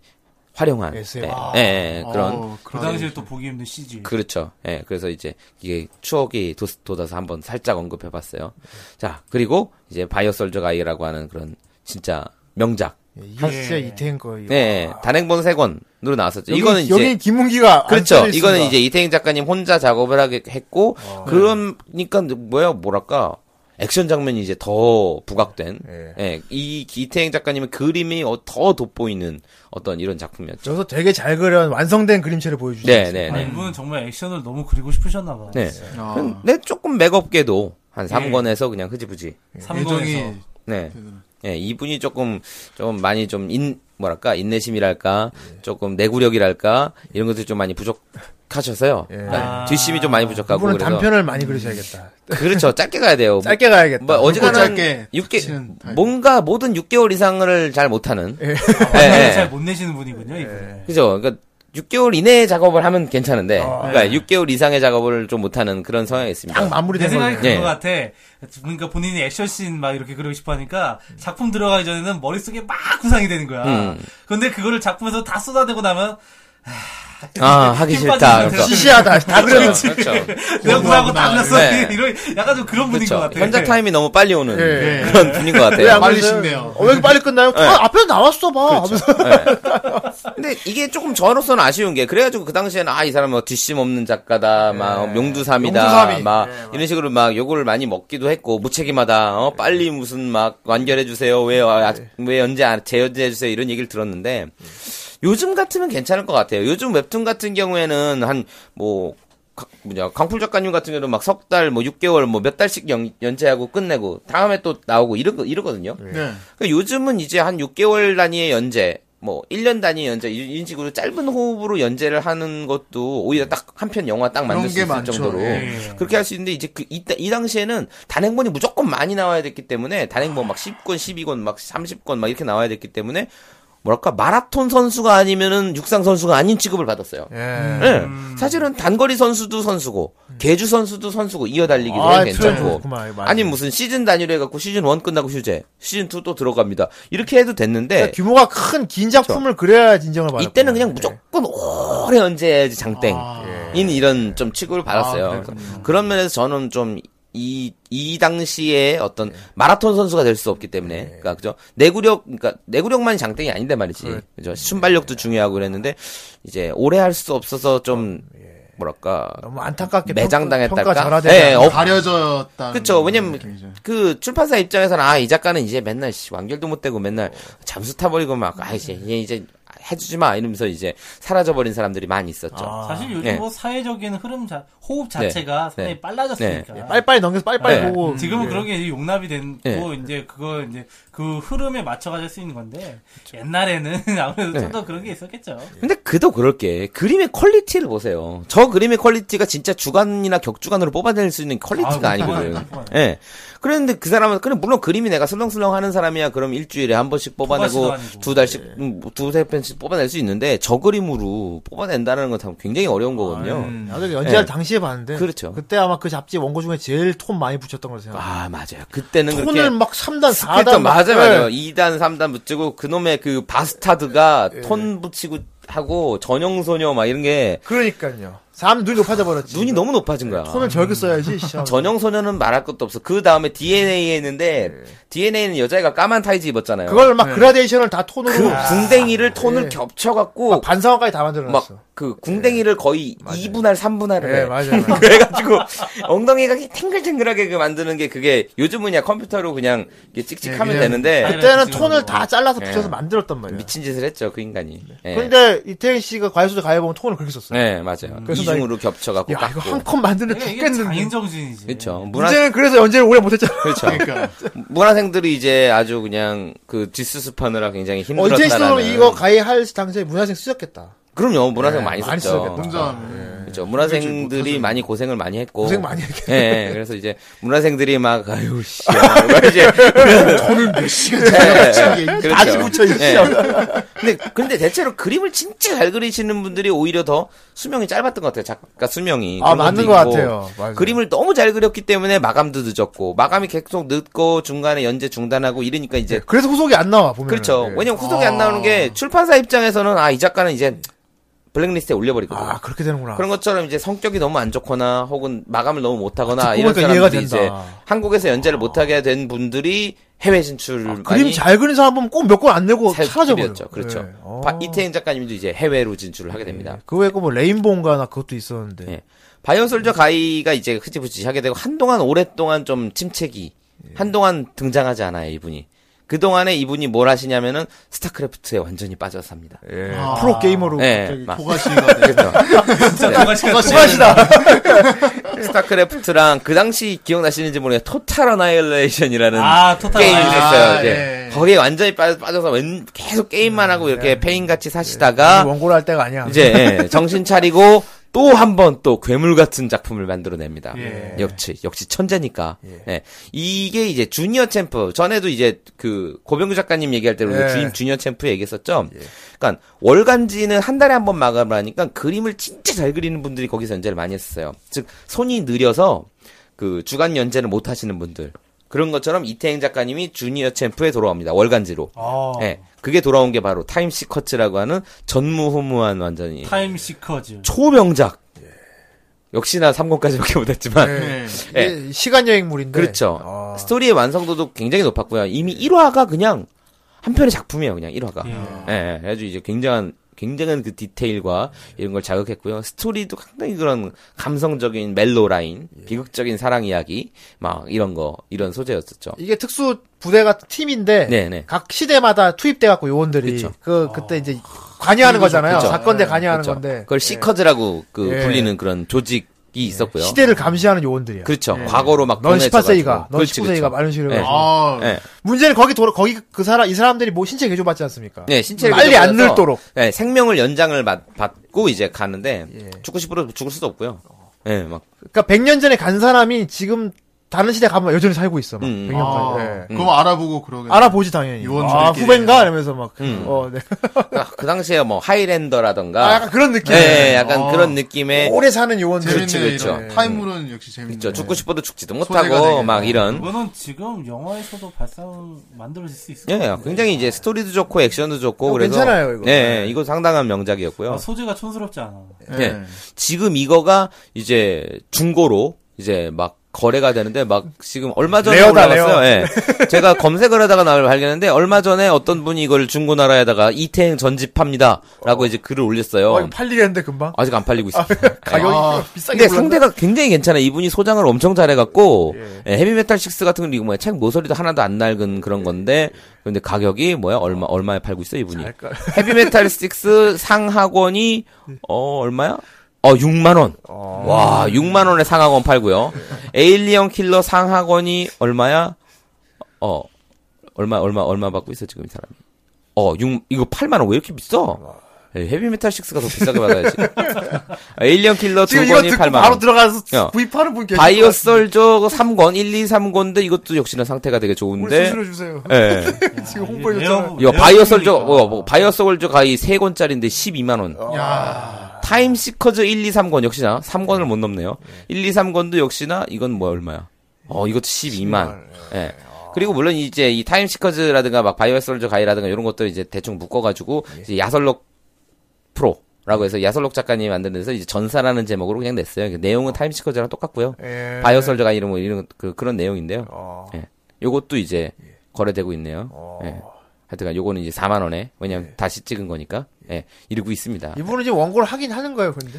활용한 SF. 예, 예, 예, 그런 아. 어, 그 그런 당시에 또 보기 힘든 CG. 그렇죠. 예, 그래서 이제 이게 추억이 도스, 돋아서 한번 살짝 언급해봤어요. 자, 그리고 이제 바이오 솔저 가이라고 하는 그런 진짜 명작. 예, 이게 진짜 이태인 거예요. 네, 단행본 세 권으로 나왔었죠. 여기, 이거는 이제 여기 김문기가 어. 안 그렇죠. 써져 이거는 있습니다. 이제 이태인 작가님 혼자 작업을 하게 했고, 네. 그러니까 뭐야 뭐랄까 액션 장면이 이제 더 부각된, 네. 예, 이 이태인 작가님의 그림이 어- 더 돋보이는 어떤 이런 작품이었죠. 저서 되게 잘 그려온 완성된 그림체를 보여주죠. 네, 네, 아, 네. 이분은 정말 액션을 너무 그리고 싶으셨나 봐. 네. 아, 근데 조금 맥없게도 한 예. 3권에서 그냥 흐지부지. 삼성에서 네. 예, 이분이 조금, 좀 많이 좀 인, 뭐랄까, 인내심이랄까, 조금 내구력이랄까, 이런 것들이 좀 많이 부족하셔서요. 그러니까 뒷심이 좀 많이 부족하고. 예. 아. 이분은 그래서 단편을 많이 그리셔야겠다. 그렇죠. 짧게 가야 돼요. 짧게 가야겠다. 뭐, 어지간한 짧게 6개, 치는 타입. 뭔가 모든 6개월 이상을 잘 못하는. 예. 예. 잘 못 내시는 분이군요. 이분은. 그죠. 그러니까 6개월 이내에 작업을 하면 괜찮은데, 그러니까 6개월 이상의 작업을 좀 못하는 그런 성향이 있습니다. 딱 내 마무리된 생각이 거예요. 그런 예. 것 같아. 그러니까 본인이 액션씬 막 이렇게 그리고 싶어 하니까 작품 들어가기 전에는 머릿속에 막 구상이 되는 거야. 음. 근데 그거를 작품에서 다 쏟아내고 나면 아, 하기 힘 빠지는 싫다. 상태에서 시시하다. 다 그려. 그렇죠. 그렇죠. 내가 뭐 구상하고 다 끝났어. 네. 이런 약간 좀 그런 분인 그렇죠. 것 같아. 현장 타임이 너무 빨리 오는 예. 그런 분인 것 같아요. 왜안 빨리 그러세요? 식네요. 어, 왜 이렇게 빨리 끝나요? 아, 앞에서 나왔어 봐. 그렇죠. 하면서 근데 이게 조금 저로서는 아쉬운 게 그래가지고 그 당시에는 아 이 사람은 뭐 뒷심 없는 작가다 막 명두삼이다 명두삼이. 막 이런 식으로 막 욕을 많이 먹기도 했고 무책임하다 어, 빨리 무슨 막 완결해 주세요 왜왜 아, 왜 언제 안- 재연재해 주세요 이런 얘기를 들었는데 요즘 같으면 괜찮을 것 같아요 요즘 웹툰 같은 경우에는 한뭐 뭐냐 강풀 작가님 같은 경우는 막 석 달 뭐 6개월 뭐 몇 달씩 연, 연재하고 끝내고 다음에 또 나오고 이러, 이러거든요. 네. 그러니까 요즘은 이제 한 6개월 단위의 연재, 뭐 1년 단위의 연재 이- 이런 식으로 짧은 호흡으로 연재를 하는 것도 오히려 딱 한 편 영화 딱 만들 수 그런 있을 게 많죠. 정도로 예. 그렇게 할 수 있는데 이제 그 이때 이 당시에는 단행본이 무조건 많이 나와야 됐기 때문에 단행본 막 10권, 12권, 막 30권 막 이렇게 나와야 됐기 때문에 뭐랄까 마라톤 선수가 아니면은 육상 선수가 아닌 취급을 받았어요. 예. 음. 사실은 단거리 선수도 선수고 개주 선수도 선수고 이어달리기도 아, 괜찮고 그렇구만. 맞아요. 아니 무슨 시즌 단위로 해갖고 시즌 1 끝나고 휴재 시즌 2 또 들어갑니다 이렇게 해도 됐는데 예. 규모가 큰 긴 작품을 그래야 인정을 받아. 그렇죠. 이때는 그냥 무조건 오래 연재해야지 장땡인 아. 네. 이런 좀 취급을 받았어요 그런 면에서 저는 좀 이, 이 당시에 어떤 네. 마라톤 선수가 될 수 없기 때문에, 그러니까 그니까, 그죠? 내구력, 그니까, 내구력만이 장땡이 아닌데 말이지. 그렇죠. 그죠? 순발력도 중요하고 그랬는데, 이제, 오래 할 수 없어서 좀, 뭐랄까, 아, 예. 너무 안타깝게 매장당했달까? 평가 예, 절하되다. 어, 가려졌다는. 그쵸. 음, 왜냐면 네, 느낌이죠. 그 출판사 입장에서는 아 이 작가는 이제 맨날 씨, 완결도 못 되고 맨날 잠수 타버리고 막 아 이제 얘 이제 해주지 마 이러면서 이제 사라져버린 사람들이 많이 있었죠. 사실 요즘 네. 뭐 사회적인 흐름 자, 호흡 자체가 상당히 네. 빨라졌으니까. 예, 빨리빨리 넘겨서 빨리빨리 네. 보고. 예. 지금은 그런 게 이제 용납이 된, 네. 고 이제 그거 이제 그 흐름에 맞춰가질 수 있는 건데, 옛날에는 아무래도 그렇죠. 네. 좀 더 그런 게 있었겠죠. 근데 그도 그럴 게 그림의 퀄리티를 보세요. 저 그림의 퀄리티가 진짜 주간이나 격주간으로 뽑아낼 수 있는 퀄리티가 아, 아, 니거 그건 든 그건 예. 그런데 그 사람은 그래 물론 그림이 내가 슬렁슬렁 하는 사람이야. 그럼 일주일에 한 번씩 두 뽑아내고 번씩도 아니고. 두 달씩 음, 두세 편씩 뽑아낼 수 있는데 저 그림으로 뽑아낸다는 건 참 굉장히 어려운 거거든요. 나도 음. 연재할 네. 당시에 봤는데. 그렇죠. 그때 아마 그 잡지 원고 중에 제일 톤 많이 붙였던 걸로 생각해요. 아, 맞아요. 그때는 어. 톤을 그렇게 막 네. 3단, 스킬도 4단. 예. 맞아 맞아. 2단 3단 붙이고 그놈의 그 바스타드가 예. 톤 붙이고 하고 전용 소녀 막 이런 게 그러니까요. 3 눈이 높아져 버렸지. 눈이 너무 높아진 거야. 네, 톤을 저렇게 써야지. 씨. 전형 소녀는 말할 것도 없어. 그 다음에 DNA 했는데 DNA는 여자애가 까만 타이즈 입었잖아요. 네. 그걸 막 그라데이션을 다 톤으로 그 궁뎅이를 톤을 예. 겹쳐갖고 반상화까지 다 만들어 놨어. 막 그 궁뎅이를 거의 2분할 3분할을 예, 해. 맞아요. 맞아요. 그래가지고 엉덩이가 이렇게 탱글탱글하게 그 만드는 게 그게 요즘은 그냥 컴퓨터로 그냥 이렇게 찍찍하면 그냥 되는데 네, 그때는 지금 톤을 뭐. 다 잘라서 붙여서 예. 만들었단 말이야. 미친 짓을 했죠 그 인간이. 예. 네. 그런데 이태현 씨가 과외소재 가해보면 톤을 그렇게 썼어요. 네 맞아요. 그래서 나 이중으로 겹쳐갖고 야, 이거 네, 깎고. 한 컷 만드는 그러니까 이게 죽겠는데. 장인정신이지. 그렇죠. 문화 문제는 그래서 연재를 오래 못했잖아. 그렇죠. 그러니까 네. 문화생들이 이제 아주 그냥 그 뒷수습하느라 굉장히 언제 힘들었다라는. 어, 있으면 이거 가해할 당시에 문화생 쓰셨겠다. 그럼요 문화생 많이 많이 썼죠. 쓰겠다. 혼자 그렇죠. 문화생들이 많이 고생을 많이 했고. 고생 많이 했겠다. 예, 예. 그래서 이제 문화생들이 막 아유 씨. 막 이제 돈을 몇 시간 예, 그렇죠. 다시 붙여 예. 근데 근데 대체로 그림을 진짜 잘 그리시는 분들이 오히려 더 수명이 짧았던 것 같아요. 작가 수명이. 아, 그런 것도 맞는 것 있고. 같아요. 맞아요. 그림을 너무 잘 그렸기 때문에 마감도 늦었고 마감이 계속 늦고 중간에 연재 중단하고 이러니까 이제 그래서 후속이 안 나와, 예. 보면. 예. 그렇죠. 왜냐면 후속이 안 나오는 게 아. 출판사 입장에서는 아 이 작가는 이제 블랙리스트에 올려버리거든요. 아, 그렇게 되는구나. 그런 것처럼 이제 성격이 너무 안 좋거나 혹은 마감을 너무 못하거나 듣고 이런 보니까 이해가 사람들이 된다. 이제 한국에서 연재를 못하게 된 분들이 해외 진출을 많이 아, 그림 잘 그린 사람 보면 꼭 몇 권 안 내고 뭐 사라져버려. 죠 그렇죠. 예. 어. 바- 이태인 작가님도 이제 해외로 진출을 하게 됩니다. 그 외에 뭐 레인보우인가나 그것도 있었는데. 예. 바이오솔저 가이가 이제 흐지부지 하게 되고 한동안 오랫동안 좀 침체기 한동안 등장하지 않아요 이분이 그 동안에 이분이 뭘 하시냐면은 스타크래프트에 완전히 빠져서 삽니다. 프로 게이머로 네. 예, 막 포가시가 돼. 그렇죠. 네. 수고하시다. 스타크래프트랑 그 당시 기억나시는지 모르겠는데 토탈 어나일레이션이라는 아, 토탈 게임이 어나일레이션. 있어요. 아, 이제 예. 거기에 완전히 빠- 빠져서 웬- 계속 게임만 하고 이렇게 페인같이 사시다가 예. 원고를 할 때가 아니야. 이제 예, 정신 차리고 또 한 번 또 괴물 같은 작품을 만들어냅니다. 예. 역시 역시 천재니까. 예. 이게 이제 주니어 챔프 전에도 이제 그 고병규 작가님 얘기할 때로 예. 주인 주니어 챔프 얘기했었죠. 그러니까 월간지는 한 달에 한 번 마감을 하니까 그림을 진짜 잘 그리는 분들이 거기서 연재를 많이 했어요. 즉 손이 느려서 그 주간 연재를 못 하시는 분들 그런 것처럼 이태행 작가님이 주니어 챔프에 돌아옵니다. 월간지로. 아, 어. 예. 그게 돌아온 게 바로 타임 시커츠라고 하는 전무후무한 완전히 타임 시커즈. 예. 초명작. 역시나 3권까지밖에 못했지만. 네. 예. 예. 이게 시간 여행물인데. 그렇죠. 아. 스토리의 완성도도 굉장히 높았고요. 이미 1화가 그냥 한 편의 작품이에요. 그냥 1화가. 예. 예. 그래가지고 이제 굉장한 굉장한 그 디테일과 이런 걸 자극했고요. 스토리도 상당히 그런 감성적인 멜로 라인, 예. 비극적인 사랑 이야기, 막 이런 거 이런 소재였었죠. 이게 특수 부대가 팀인데 네네. 각 시대마다 투입돼 갖고 요원들이 그쵸. 그 그때 이제 관여하는 거잖아요. 그렇죠. 그쵸. 사건대 관여하는 그렇죠. 건데 그걸 시커즈라고 그 예. 불리는 그런 조직이 있었고요. 시대를 감시하는 요원들이야. 그렇죠. 과거로 막 예. 넌 보내져가지고. 18세기가, 넌 그렇지, 19세기가 그렇죠. 많은 식으로. 예. 해가지고. 아, 예. 문제는 거기 돌아 거기 그 사람 이 사람들이 뭐 신체 개조 받지 않습니까? 네, 신체를 빨리 안 교정받아서, 늙도록. 네, 생명을 연장을 받, 받고 이제 가는데 예. 죽고 싶어도 죽을 수도 없고요. 예, 막 그러니까 100년 전에 간 사람이 지금 다른 시대 가면 여전히 살고 있어. 막 음. 100년까지. 네. 아, 그럼 알아보고 그러겠네. 알아보지 당연히. 아, 요원들끼리. 후배인가 이러면서 막 음. 어, 네. 아, 그 당시에 뭐 하이랜더라던가 아, 약간 그런 느낌. 예, 예, 약간 어. 그런 느낌의 오래 예. 사는 요원들. 재밌네. 그렇죠, 그렇죠. 이런 타임물은 역시 재밌네. 있죠. 죽고 싶어도 죽지도 소재가 되겠네. 못하고 막 이런 이거는 지금 영화에서도 발상 만들어질 수 있을 예, 것 같아요. 굉장히 이제 스토리도 좋고 액션도 좋고 어, 그래서 괜찮아요, 이거. 예, 예, 이거 상당한 명작이었고요. 아, 소재가 촌스럽지 않아. 예. 예. 지금 이거가 이제 중고로 이제 막 거래가 되는데 막 지금 얼마 전에 레어다, 올라왔어요. 예. 제가 검색을 하다가 나를 발견했는데 얼마 전에 어떤 분이 이걸 중고나라에다가 이태행 전집합니다라고 이제 글을 올렸어요. 어, 이거 팔리겠는데 금방? 아직 안 팔리고 있어요. 가격이 아, 비싸게 근데 올랐나? 상대가 굉장히 괜찮아. 요 이분이 소장을 엄청 잘해갖고 예, 헤비메탈 6 같은 건 이거 뭐야 책 모서리도 하나도 안 낡은 예. 그런 건데 근데 가격이 뭐야 얼마 얼마에 팔고 있어 이분이 알까? 헤비메탈 6 상하권이 음. 어 얼마야? 어 6만 원. 와 6만 원에 상하권 팔고요. 에일리언 킬러 상하권이 얼마야? 어 얼마 얼마 얼마 받고 있어 지금 이 사람이? 어 6, 이거 8만 원 왜 이렇게 비싸? 예, 헤비메탈 6가 더 비싸게 받아야지. 에일리언 킬러 두 지금 이거 권이 듣고 8만 바로 원. 들어가서 야. 구입하는 분 계실 것 바이오썰저 3권, 1, 2, 3권인데 이것도 역시나 상태가 되게 같아요. 좋은데. 우리 수수료 주세요. 예. 지금 그렇죠. 홍보해줬잖아요. 이거 바이오썰저, 뭐, 뭐, 바이오썰저 가이 3권짜리인데 12만원. 타임시커즈 1, 2, 3권 역시나 3권을 못 넘네요. 1, 2, 3권도 역시나 이건 뭐 얼마야? 어, 이것도 12만. 예. 그리고 물론 이제 이 타임시커즈라든가 막 바이오썰저 가이라든가 이런 것도 이제 대충 묶어가지고 이제 야설록 프로. 라고 해서 야설록 작가님이 만든 데서 이제 전사라는 제목으로 그냥 냈어요. 그 내용은 타임시커즈랑 똑같고요. 예. 바이오설저가 이런 뭐 이런 그, 그런 내용인데요. 어. 예. 요것도 이제 예. 거래되고 있네요. 예. 하여튼간 요거는 이제 4만 원에 왜냐면 예. 다시 찍은 거니까 예. 이러고 있습니다. 이분은 지금 원고를 하긴 하는 거예요, 근데.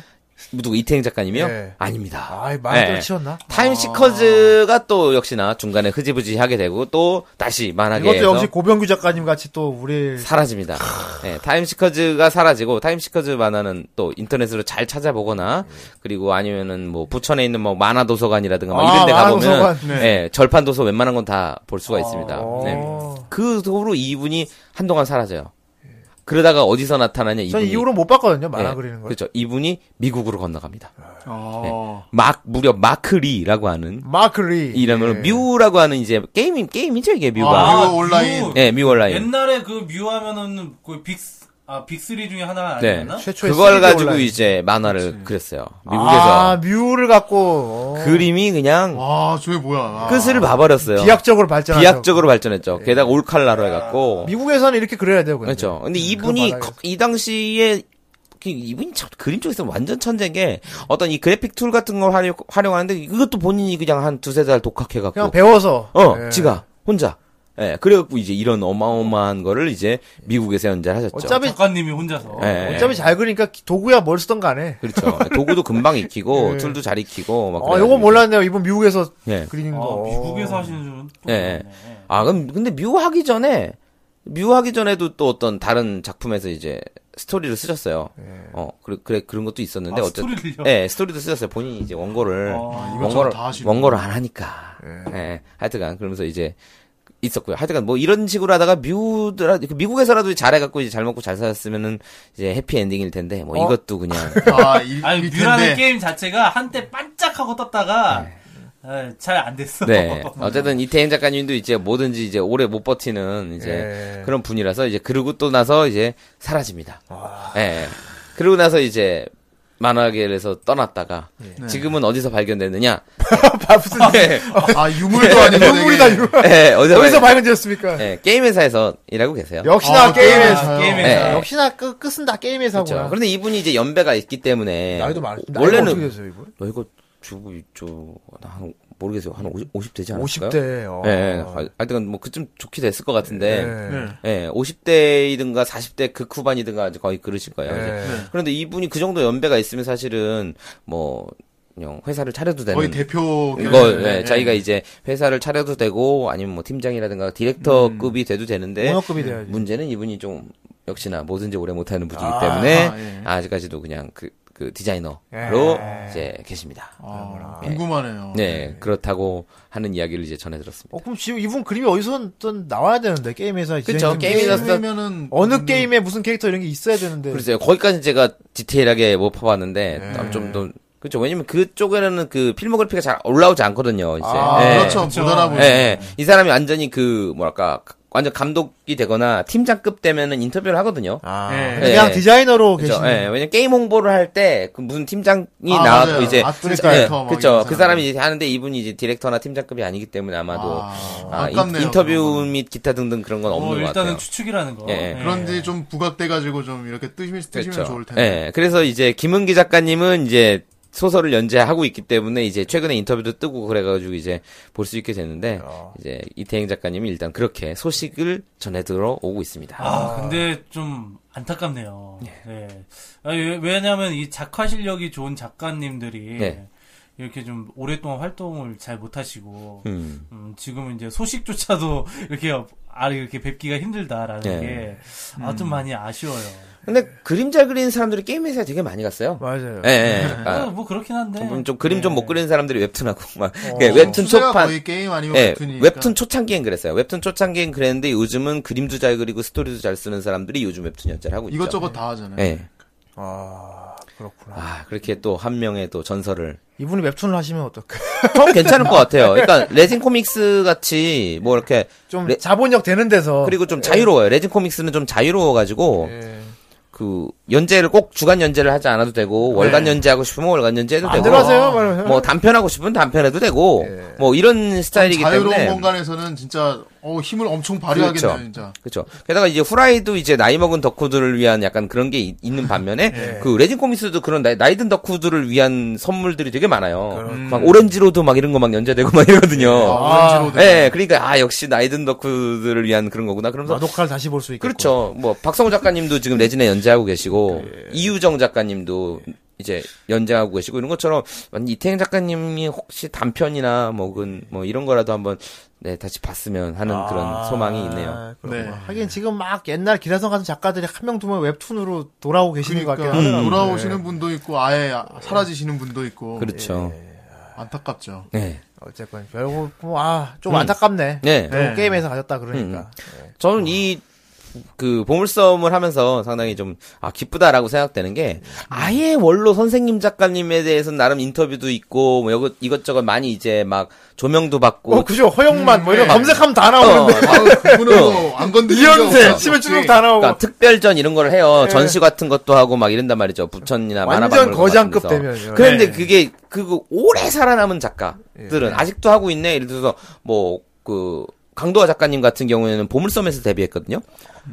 누구 이태행 작가님이요? 예. 아닙니다. 아이, 마음대로 예. 치웠나? 타임시커즈가 또 역시나 중간에 흐지부지 하게 되고 또 다시 만하게 이것도 해서 역시 고병규 작가님 같이 또 우리 사라집니다. 예, 타임시커즈가 사라지고 타임시커즈 만화는 또 인터넷으로 잘 찾아보거나 그리고 아니면은 뭐 부천에 있는 뭐 만화 도서관이라든가 막 아, 이런 데 만화 가보면 도서관. 아. 예, 절판 도서 웬만한 건 다 볼 수가 있습니다. 네. 어. 그 후로 이분이 한동안 사라져요. 그러다가 어디서 나타나냐 전 이분이 이후로 못 봤거든요, 아. 만화 예, 그리는 거. 그렇죠. 이분이 미국으로 건너갑니다. 네. 막 무려 마크리라고 하는 마크리. 이라면 예. 뮤라고 하는 이제 게임 게임이죠 이게 아. 뮤가. 뮤 아, 온라인. 예, 뮤 온라인. 아, 옛날에 그 뮤하면은 그빅아 빅3 중에 하나 네. 아니었나? 최초의 그걸 3D 가지고 온라인. 이제 만화를 그렸어요 아, 미국에서 뮤를 갖고 어. 그림이 그냥 와, 저게 뭐야. 아. 끝을 봐버렸어요. 비약적으로 발전한 으로 발전했죠. 게다가 올칼라로 해갖고 미국에서는 이렇게 그려야 돼요, 근데. 그렇죠. 근데 음, 이분이 그 바닥에서. 거- 이 당시에 그 이분이 참 그림 쪽에서 완전 천재인 게 어떤 이 그래픽 툴 같은 걸 활용, 활용하는데 이것도 본인이 그냥 한 두세 달 독학해갖고 그냥 배워서 어, 예. 지가 혼자. 예, 그래갖고 이제 이런 어마어마한 거를 이제 미국에서 연재하셨죠. 어차피 작가님이 혼자서. 그렇죠. 예, 예. 어차피 잘 그리니까 도구야 뭘 쓰던 간에. 그렇죠. 도구도 금방 익히고 예. 툴도 잘 익히고 막. 아, 뭐 그래가지고. 요거 몰랐네요. 이분 미국에서 예. 그리는 아, 거. 미국에서 하시는 줄은 또 몰랐네. 예, 아, 그럼 근데 묘하기 전에 묘하기 전에도 또 어떤 다른 작품에서 이제 스토리를 쓰셨어요. 어, 그래, 그래 그런 것도 있었는데 아, 어쨌 스토리를요? 예, 스토리도 쓰셨어요. 본인이 이제 원고를 아, 이것저것 원고를 다 하시는 원고를 안 하니까. 예. 하여튼간 그러면서 이제 있었고요. 하여튼간 뭐 이런 식으로 하다가 뮤드라 그 미국에서라도 잘해갖고 이제 잘 먹고 잘 살았으면은 이제 해피 엔딩일 텐데 뭐 어? 이것도 그냥 아, 이, 아니 이 텐데. 뮤라는 게임 자체가 한때 반짝하고 떴다가 예, 잘 안 됐어. 네 어쨌든 이태행 작가님도 이제 뭐든지 이제 오래 못 버티는 이제 예. 그런 분이라서 이제 그러고 또 나서 이제 사라집니다. 예. 그러고 나서 이제 만화계에서 떠났다가 예. 지금은 어디서 발견됐느냐? 예. 아, 유물도 네. 아니고. 어, 유물이다, 되게. 유물. 예, 어디서 여기서 발견- 발견되었습니까? 예, 게임 회사에서 일하고 계세요. 역시나 아, 게임에서. 아, 예. 게임에서. 역시나 끝, 끝은 다 게임에서 그렇죠. 하구나. 그런데 이분이 이제 연배가 있기 때문에 나이도 많, 나이가 어떻게 네. 원래는 됐어요, 이분? 너 이거 주고 있죠. 나한 모르겠어요. 한 50, 50 되지 않았을까요? 50대. 어. 예, 예. 하- 하여튼 뭐 그쯤 좋게 됐을 것 같은데. 예. 예, 50대이든가 40대 그 극후반이든가 이제 거의 그러실 거예요. 예. 네. 이제. 그런데 이분이 그 정도 연배가 있으면 사실은 뭐 그냥 회사를 차려도 되는 거의 대표. 그렇죠. 이걸 개념이네. 예, 자기가 이제 회사를 차려도 되고 아니면 뭐 팀장이라든가 디렉터급이 음. 돼도 되는데 공업급이 돼야지. 네. 문제는 이분이 좀 역시나 뭐든지 오래 못하는 분이기 때문에 아, 예. 아직까지도 그냥 그, 그 디자이너로 이제 계십니다. 아, 예. 궁금하네요. 네 그렇다고 하는 이야기를 이제 전해 들었습니다. 어, 그럼 지금 이분 그림이 어디서든 나와야 되는데, 게임에서. 그쵸, 게임이 나서- 게임이면은. 어느 게임에 무슨 캐릭터 이런 게 있어야 네. 되는데. 그래서 거기까지 제가 디테일하게 못 파봤는데 좀 더 그렇죠. 왜냐면 그쪽에는 그 필모그래피가 잘 올라오지 않거든요. 이제 아, 예. 그렇죠. 못 알아보죠. 예, 예. 이 사람이 완전히 그 뭐랄까 완전 감독이 되거나 팀장급 되면은 인터뷰를 하거든요. 아, 예. 그냥 예. 디자이너로 그죠? 계시는. 예, 왜냐 게임 홍보를 할 때 그 무슨 팀장이 아, 나와서 맞아요. 이제 아트리스 예, 디렉터 막 이런 그죠? 그 사람. 사람이 이제 하는데 이분이 이제 디렉터나 팀장급이 아니기 때문에 아마도 아, 아, 인- 아깝네요, 인터뷰 그런 및 기타 등등 그런 건 없는 어, 것 같아요. 일단은 추측이라는 거. 예, 예. 그런지 좀 부각돼가지고 좀 이렇게 뜨시면, 뜨시면 그렇죠. 좋을 텐데. 예, 그래서 이제 김은기 작가님은 이제 소설을 연재하고 있기 때문에 이제 최근에 인터뷰도 뜨고 그래가지고 이제 볼 수 있게 됐는데 아. 이제 이태행 작가님이 일단 그렇게 소식을 전해 들어오고 있습니다. 아, 근데 좀 안타깝네요. 예. 네. 아, 왜- 왜냐하면 이 작화 실력이 좋은 작가님들이 네. 이렇게 좀 오랫동안 활동을 잘 못하시고 음. 음, 지금은 이제 소식조차도 이렇게 아 이렇게 뵙기가 힘들다라는 네. 게 아 좀 많이 아쉬워요. 근데 그림자 그리는 사람들이 게임 회사에 되게 많이 갔어요. 맞아요. 예, 네. 예. 어, 아, 뭐 그렇긴 한데 네. 좀, 좀 그림 좀 못 그리는 사람들이 웹툰하고 막 어, 예, 웹툰 수세가 초판 거의 게임 아니면 예, 웹툰이니까. 웹툰 초창기엔 그랬어요. 웹툰 초창기엔 그랬는데 요즘은 그림도 잘 그리고 스토리도 잘 쓰는 사람들이 요즘 웹툰 연재를 하고 있죠. 이것저것 네. 다 하잖아요. 예. 아 그렇구나. 아, 그렇게 또 한 명의 또 전설을. 이분이 웹툰을 하시면 어떨까? 좀 괜찮을 것 같아요. 그러니까 레진 코믹스 같이 뭐 이렇게 좀 레- 자본력 되는 데서 그리고 좀 자유로워요. 레진 코믹스는 좀 자유로워가지고 예. 그 연재를 꼭 주간 연재를 하지 않아도 되고 네. 월간 연재하고 싶으면 월간 연재해도 되고 안들 하세요. 말하면. 뭐 단편하고 싶으면 단편해도 되고 뭐 이런 스타일이기 예. 자유로운 때문에 공간에서는 진짜 어, 힘을 엄청 발휘하겠네요, 그렇죠. 진짜. 그렇죠. 게다가 이제 후라이도 이제 나이 먹은 덕후들을 위한 약간 그런 게 있- 있는 반면에 그 레진 코믹스도 그런 나이, 나이 든 덕후들을 위한 선물들이 되게 많아요. 막 오렌지로도 막 이런 거 막 연재되고 막 이러거든요. 아, 예, 그러니까 아 역시 나이 든 덕후들을 위한 그런 거구나. 그러면서 마도카를 다시 볼 수 있겠고. 그렇죠. 뭐 박성우 작가님도 지금 레진에 연재하고 계시고 이유정 작가님도 이제 연재하고 계시고 이런 것처럼 완전 이태행 작가님이 혹시 단편이나 뭐은 뭐 이런 거라도 한번 네, 다시 봤으면 하는 그런 소망이 있네요. 아, 그렇구나. 네. 하긴 지금 막 옛날 기라성 같은 작가들이 한 명 두 명 웹툰으로 돌아오고 계시는 것 그러니까 같긴 하더라고요. 돌아오시는 분도 있고 아예 아- 사라지시는 분도 있고 그렇죠. 안타깝죠. 네. 어쨌건 결국 뭐, 아, 좀 음. 안타깝네. 네. 음. 결국 네. 게임에서 가졌다 그러니까. 저는 이, 그, 보물섬을 하면서 상당히 좀, 아, 기쁘다라고 생각되는 게, 아예 원로 선생님 작가님에 대해서는 나름 인터뷰도 있고, 뭐, 이것, 이것저것 많이 이제 막, 조명도 받고. 어, 그죠. 허영만 뭐 이런 네. 검색하면 다 어, 나오는데. 아유, 그분은 뭐안 건드리는 예. 이현세 치면 쭉 다 나오고. 그러니까 특별전 이런 걸 해요. 전시 같은 것도 하고 막 이런단 말이죠. 부천이나 네. 완전 만화박물관 거장급 같은 데서. 되면요. 그런데 네. 예. 그게 그거 오래 살아남은 작가들은 아직도 하고 있네. 예를 들어서 뭐 그 강도화 작가님 같은 경우에는 보물섬에서 데뷔했거든요.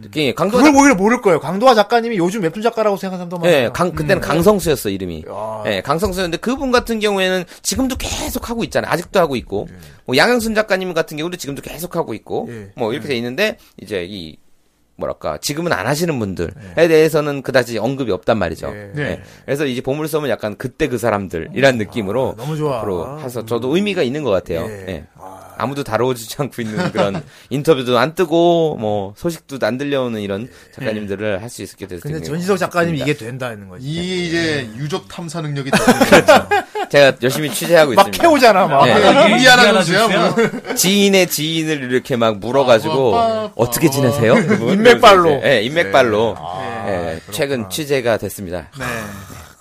이게 강도화 그걸 오히려 모를 거예요. 강도화 작가님이 요즘 웹툰 작가라고 생각하는 사람도 많아요. 음. 예, 강 그때는 강성수였어 이름이. 예, 강성수였는데 그분 같은 경우에는 지금도 계속 하고 있잖아요. 아직도 하고 있고. 예. 뭐 양영순 작가님 같은 경우도 지금도 계속 하고 있고. 뭐 예. 이렇게 돼 있는데 이제 이 뭐랄까 지금은 안 하시는 분들에 예. 대해서는 그다지 언급이 없단 말이죠. 예. 네. 예. 그래서 이제 보물섬은 약간 그때 그 사람들이란 느낌으로 아, 너무 좋아. 음. 앞으로 해서 저도 의미가 있는 것 같아요. 예. 아무도 다뤄지지 않고 있는 그런 인터뷰도 안 뜨고 뭐 소식도 안 들려오는 이런 작가님들을 할 수 있게 됐을 예. 근데 텐데. 전지석 작가님이 이게 된다는 거지. 네. 이 이제 예. 유적 탐사 능력이 떨어지죠. 제가 열심히 취재하고 막 있습니다. 캐오잖아, 막. 네. 아, 인디아나 존스야, 존스야? 지인의 지인을 이렇게 막 물어가지고 아, 어떻게 지내세요? 그분? 인맥발로. 그래서 이제, 예, 인맥발로 예, 최근 취재가 됐습니다. 아,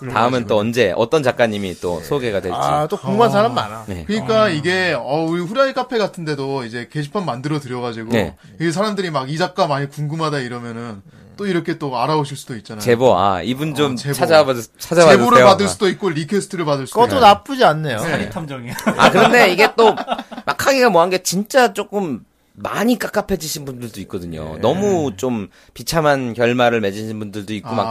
네. 다음은 또 언제 어떤 작가님이 또 소개가 될지. 아, 또 궁금한 사람 많아. 네. 그러니까 이게 어 우리 후라이 카페 같은데도 이제 게시판 만들어 드려가지고 네. 이 사람들이 막 이 작가 많이 궁금하다 이러면은 또 이렇게 또 알아오실 수도 있잖아요. 제보 아 이분 좀 아, 제보. 찾아봐 찾아봐 제보를 주세요. 받을 수도 있고 리퀘스트를 받을 수도 그것도 있고. 나쁘지 않네요. 네. 탐정이야. 아 그런데 이게 또 막하기가 뭐한 게 진짜 조금 많이 깝깝해지신 분들도 있거든요. 네. 너무 좀 비참한 결말을 맺으신 분들도 있고 막 아,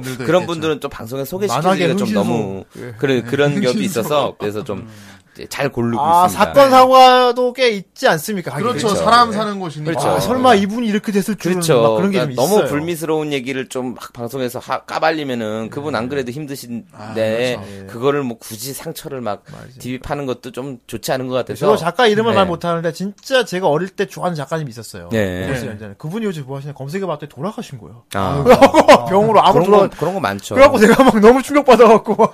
그런 분들도 그런 있겠죠. 분들은 좀 방송에 만화계 소개시키기가 좀 흥신소. 너무 예. 그런 그런 격이 있어서 그래서 좀 잘 음. 고르고 아, 있습니다. 네. 사건 사과도 꽤 있지 않습니까? 가게 그렇죠. 되면. 사람 사는 곳이니까. 그렇죠. 아, 설마 이분이 이렇게 됐을 줄은 막 그렇죠. 그런 게 좀 그러니까 있어요. 너무 불미스러운 얘기를 좀 막 방송에서 하- 까발리면은 그분 네. 안 그래도 아, 힘드신데 그렇죠. 예. 그거를뭐 굳이 상처를 막 디비파는 것도 좀 좋지 않은 것 같아서. 저 작가 이름을 네. 말 못하는데 진짜 제가 어릴 때 좋아하는 작가님이 있었어요. 예. 벌써 연재는. 그분이 요즘 뭐 하시냐 검색해봤더니 돌아가신 거예요. 아, 병으로 아무 그런 거 돌아. 그런 거 많죠. 그래갖고 내가 막 너무 충격받아갖고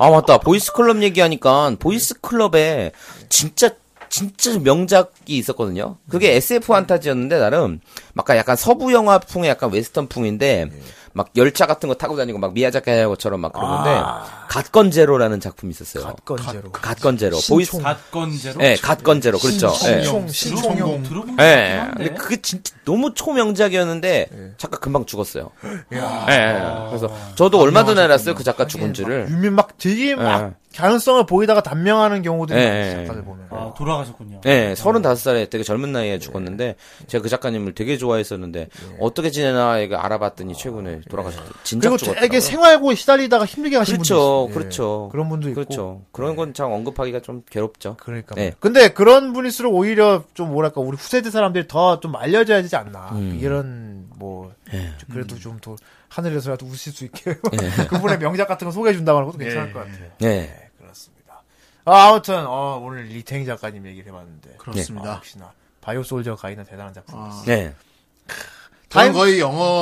아 맞다 보이스클럽 얘기하니까 보이스클럽에 진짜 진짜 명작이 있었거든요. 음. 그게 SF 판타지였는데 나름 막 약간 서부 영화풍의 약간 웨스턴풍인데 예. 막 열차 같은 거 타고 다니고 막 미야자키 하야고처럼 막 그러는데 갓건제로라는 작품이 있었어요. 아. 갓건제로. 갓건제로 신총. 보이스 갓건제로. 예, 갓건제로 그렇죠. 신총 예. 들어본 신총용. 거 들어본 거 예, 같긴 예. 한데. 근데 그게 진짜 너무 초명작이었는데 예. 작가 금방 죽었어요. 예, 예. 그래서 아, 저도 얼마 전에 알았어요 그 예. 작가 죽은 줄을. 네. 유민 막 되게 막 가능성을 보이다가 단명하는 경우들이 예, 많아요, 예. 작가들 보면. 아, 돌아가셨군요. 네. 예, 35살에 되게 젊은 나이에 죽었는데 제가 그 작가님을 되게 좋아했었는데 어떻게 지내나 이거 알아봤더니 최근에 돌아가셨죠. 진작 네. 그리고 죽었더라고요. 되게 생활고에 시달리다가 힘들게 가신 그렇죠, 분도 있어요. 네. 예, 그렇죠. 그런 분도 있고. 네. 그렇죠. 그런 건 참 언급하기가 좀 괴롭죠. 그러니까. 네. 근데 그런 분일수록 오히려 좀 뭐랄까 우리 후세대 사람들이 더 좀 알려져야 되지 않나. 이런 뭐 그래도 음. 좀 더 하늘에서라도 웃을 수 있게 그분의 명작 같은 거 소개해 준다고 하는 것도 예. 괜찮을 것 같아요. 네. 네, 그렇습니다. 아, 아무튼 어, 오늘 리탱이 작가님 얘기를 해봤는데 아, 어. 그렇습니다. 아, 역시나 바이오 솔저 가이는 대단한 작품이었어요. 네. 저는 다행- 거의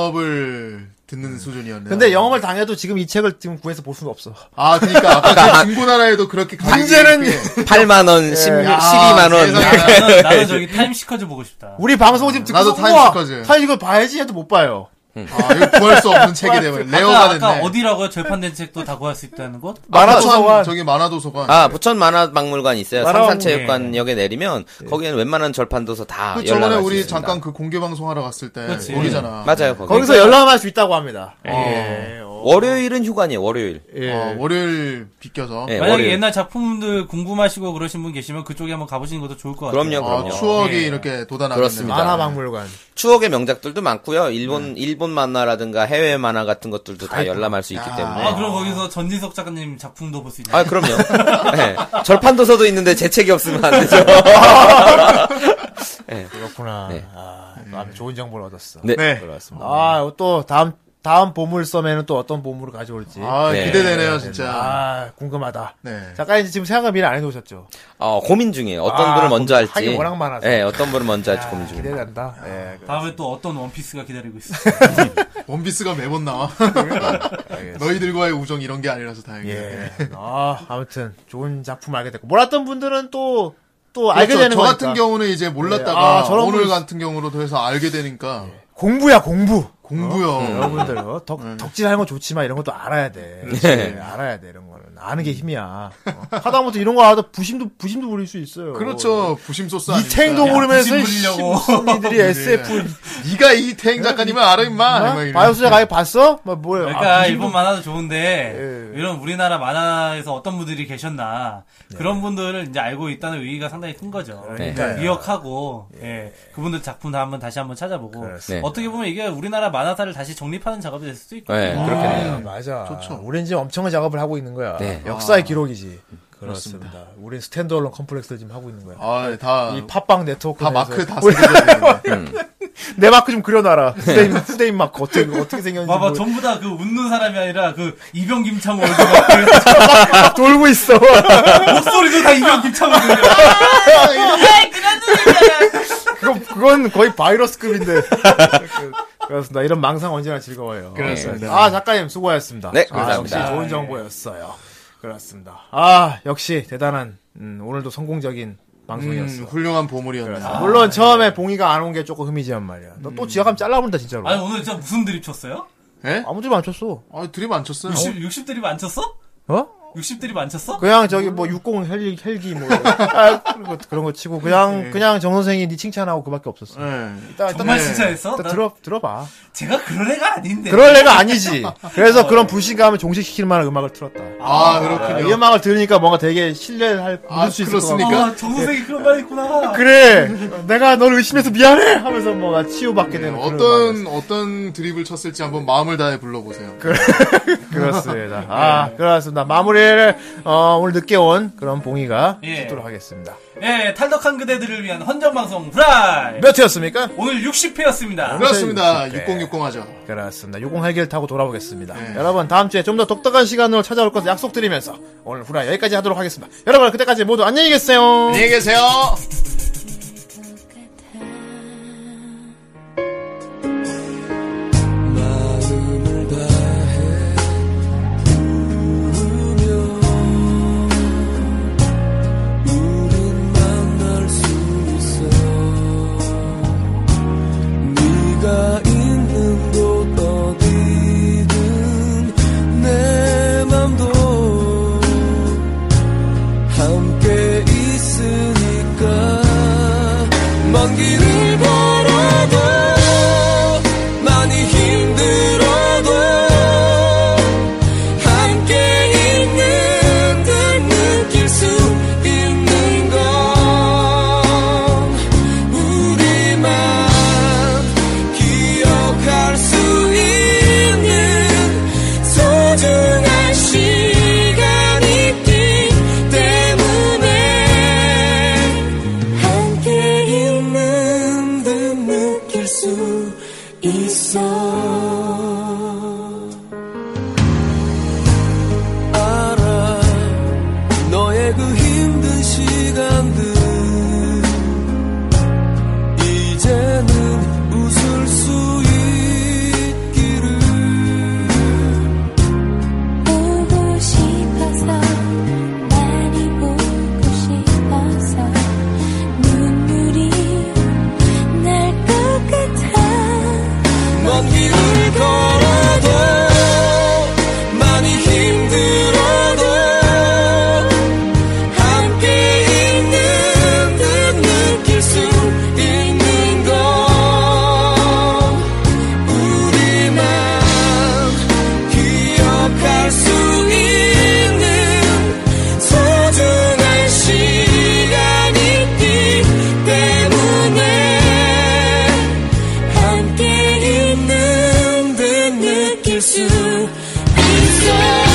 영업을 듣는 수준이었네요. 근데 영업을 당해도 지금 이 책을 지금 구해서 볼 수는 없어. 아, 그니까. 아까 그 중고나라에도 그렇게 가격이 문제는 이렇게- 네. 네. 8만원, 10, 아, 12만원. 세상에. 나는, 나는 저기 네. 타임시커즈 보고 싶다. 우리 방송을 지금 듣고 나도 있어서 타임 우와, 시커즈. 타임 이거 봐야지 해도 못 봐요. 아, 이거 구할 수 없는 책이 되면 레어가 아까, 됐네. 아까 어디라고요? 절판된 책도 다 구할 수 있다는 곳? 만화도서관. 만화도서관. 저기 만화도서관. 아, 부천 만화박물관 있어요. 만화박물관. 네. 상산체육관역에 내리면 거기에는 웬만한 절판도서 다 그 저번에 열람할 수 우리 있습니다. 잠깐 그 공개 방송 하러 갔을 때 그렇지. 거기잖아. 어, 맞아요. 거기. 네. 거기서 열람할 수 있다고 합니다. 예. 어. 월요일은 휴관이에요. 월요일. 예. 어, 월요일 비껴서. 네, 예, 만약에 월요일. 옛날 작품들 궁금하시고 그러신 분 계시면 그쪽에 한번 가보시는 것도 좋을 것 같아요. 그럼요, 아, 그럼요. 추억이 예. 이렇게 돋아나겠네요. 그렇습니다. 만화 박물관. 추억의 명작들도 많고요. 일본 네. 일본 만화라든가 해외 만화 같은 것들도 다 열람할 수 있기 때문에. 아, 그럼 거기서 전진석 작가님 작품도 볼 수 있나요? 아, 그럼요. 예. 절판도서도 있는데 제 책이 없으면 안 되죠. 그렇구나. 네. 아, 마음에 좋은 정보를 얻었어. 네. 네. 그렇습니다. 아, 또 다음 다음 보물 썸에는 또 어떤 보물을 가져올지. 아, 아, 네. 기대되네요, 진짜. 궁금하다. 네. 작가님 지금 생각을 미리 안 해놓으셨죠? 어, 고민 중이에요. 어떤 아, 분을 먼저 고민. 할지. 하긴 워낙 많아서. 예, 어떤 분을 먼저 할지 아, 고민 중이에요. 기대된다. 예, 네, 그- 다음에 또 어떤 원피스가 기다리고 있어. 원피스가 매번 나와. 알겠습니다. 너희들과의 우정 이런 게 아니라서 다행이에요. 예. 아, 아무튼 좋은 작품 알게 됐고 몰랐던 분들은 또 또 알게 그렇죠. 되는 저 거니까. 같은 경우는 이제 몰랐다가 예. 아, 저런 오늘 분이- 같은 경우로도 해서 알게 되니까 공부야 공부. 공부요. 음. 여러분들 어, 덕 음. 덕질하는 건 좋지만 이런 것도 알아야 돼. 그렇죠. 예, 알아야 돼 이런 거는 아는 게 힘이야. 어. 하다못해 이런 거 알아도 부심도 부심도 부릴 수 있어요. 그렇죠. 부심 소스 이 탱도 아닙니까? 모르면서 부심 씨, 부리려고. 무슨 이들이 SF 네가 이 탱 작가님을 알아 임마. 어? 바이오스작 아예 봤어? 뭐 뭐야? 그러니까 아, 무슨 일본 만화도 좋은데 예. 이런 우리나라 만화에서 어떤 분들이 계셨나 네. 그런 분들을 이제 알고 있다는 의의가 상당히 큰 거죠. 그러니까요. 기억하고 예. 그분들 작품 다 한번 다시 한번 찾아보고 그렇습니다. 어떻게 보면 이게 우리나라 만화사를 다시 정립하는 작업이 될 수도 있고. 예, 그렇게. 아, 맞아. 좋죠. 우린 지금 엄청난 작업을 하고 있는 거야. 네. 역사의 기록이지. 그렇습니다. 우린 스탠드얼론 컴플렉스를 지금 하고 있는 거야. 아, 다, 이 팟빵 네트워크 다 내에서 마크 다 쓰고 내 마크 좀 그려놔라. 후대인, 후대인 마크 어떻게 어떻게 생겼는지 봐봐 모르- 전부 다 그 웃는 사람이 아니라 그 이병 김창호 얼굴 막 막 아, 돌고 있어. 그 목소리도 다 이병 김창호 들려. 그거 그건 거의 바이러스급인데. 그, 그렇습니다. 이런 망상 언제나 즐거워요. 그렇습니다. 아 작가님 수고하셨습니다. 네, 아, 역시 감사합니다. 좋은 정보였어요. 그렇습니다. 아 역시 대단한 음, 오늘도 성공적인 방송이었어. 음, 요 훌륭한 보물이었네. 아, 음. 요 물론 처음에 봉이가 안 온 게 조금 흠이지만 말이야. 너 또 지각하면 잘라버린다 진짜로. 아니 오늘 진짜 무슨 드립 쳤어요? 예? 아무도 안 쳤어. 아, 드립 안 쳤어요. 60, 60 드립 안 쳤어? 어? 60 드립 안 쳤어? 그냥 저기 뭐 육공 헬기 헬기 뭐 아, 그런 거 그런 거 치고 그냥 그냥 정 선생이 네 칭찬하고 그밖에 없었어. 예. 일단, 일단 정말 진짜 했어? 일단 나- 네. 들어 들어봐. 제가 그런 애가 아닌데. 그럴 애가 아니지. 그래서 그런 불신감을 종식시킬 만한 음악을 틀었다. 아, 이 그렇군요. 음악을 들으니까 뭔가 되게 신뢰할 믿을 아, 수 있을 것 같아. 아, 그렇습니까? 아, 정선생이 그런 말 했구나. 네. 그래, 내가 널 의심해서 미안해 하면서 뭔가 치유받게 예, 되는 그런 어떤, 어떤 드립을 쳤을지 한번 마음을 다해 불러보세요. 그렇습니다. 아, 그렇습니다. 마무리를, 어, 오늘 늦게 온 그런 봉이가 예. 짓도록 하겠습니다. 예, 탈덕한 그대들을 위한 헌정방송 프라이! 몇 회였습니까? 오늘 60회였습니다. 그렇습니다. 네. 6060 하죠. 그렇습니다. 유공 헬기를 타고 돌아오겠습니다. 여러분, 다음 주에 좀 더 독특한 시간으로 찾아올 것을 약속드리면서 오늘 후라이 여기까지 하도록 하겠습니다. 여러분, 그때까지 모두 안녕히 계세요. 안녕히 계세요. 네가 있는 곳 어디든 내 맘도 함께 있으니까 그 수 있어 알아 너의 그 힘든 시간들 이제는 웃을 수 있기를 보고 싶어서 많이 보고 싶어서 눈물이 날 것 같아 먼 길을 걸어도 많이 힘들어도 함께 있는 듯 느낄 수 있는 건 우리만 기억할 수 있는 소중한 시간이기 때문에 함께 있는 듯 느낄 수 있어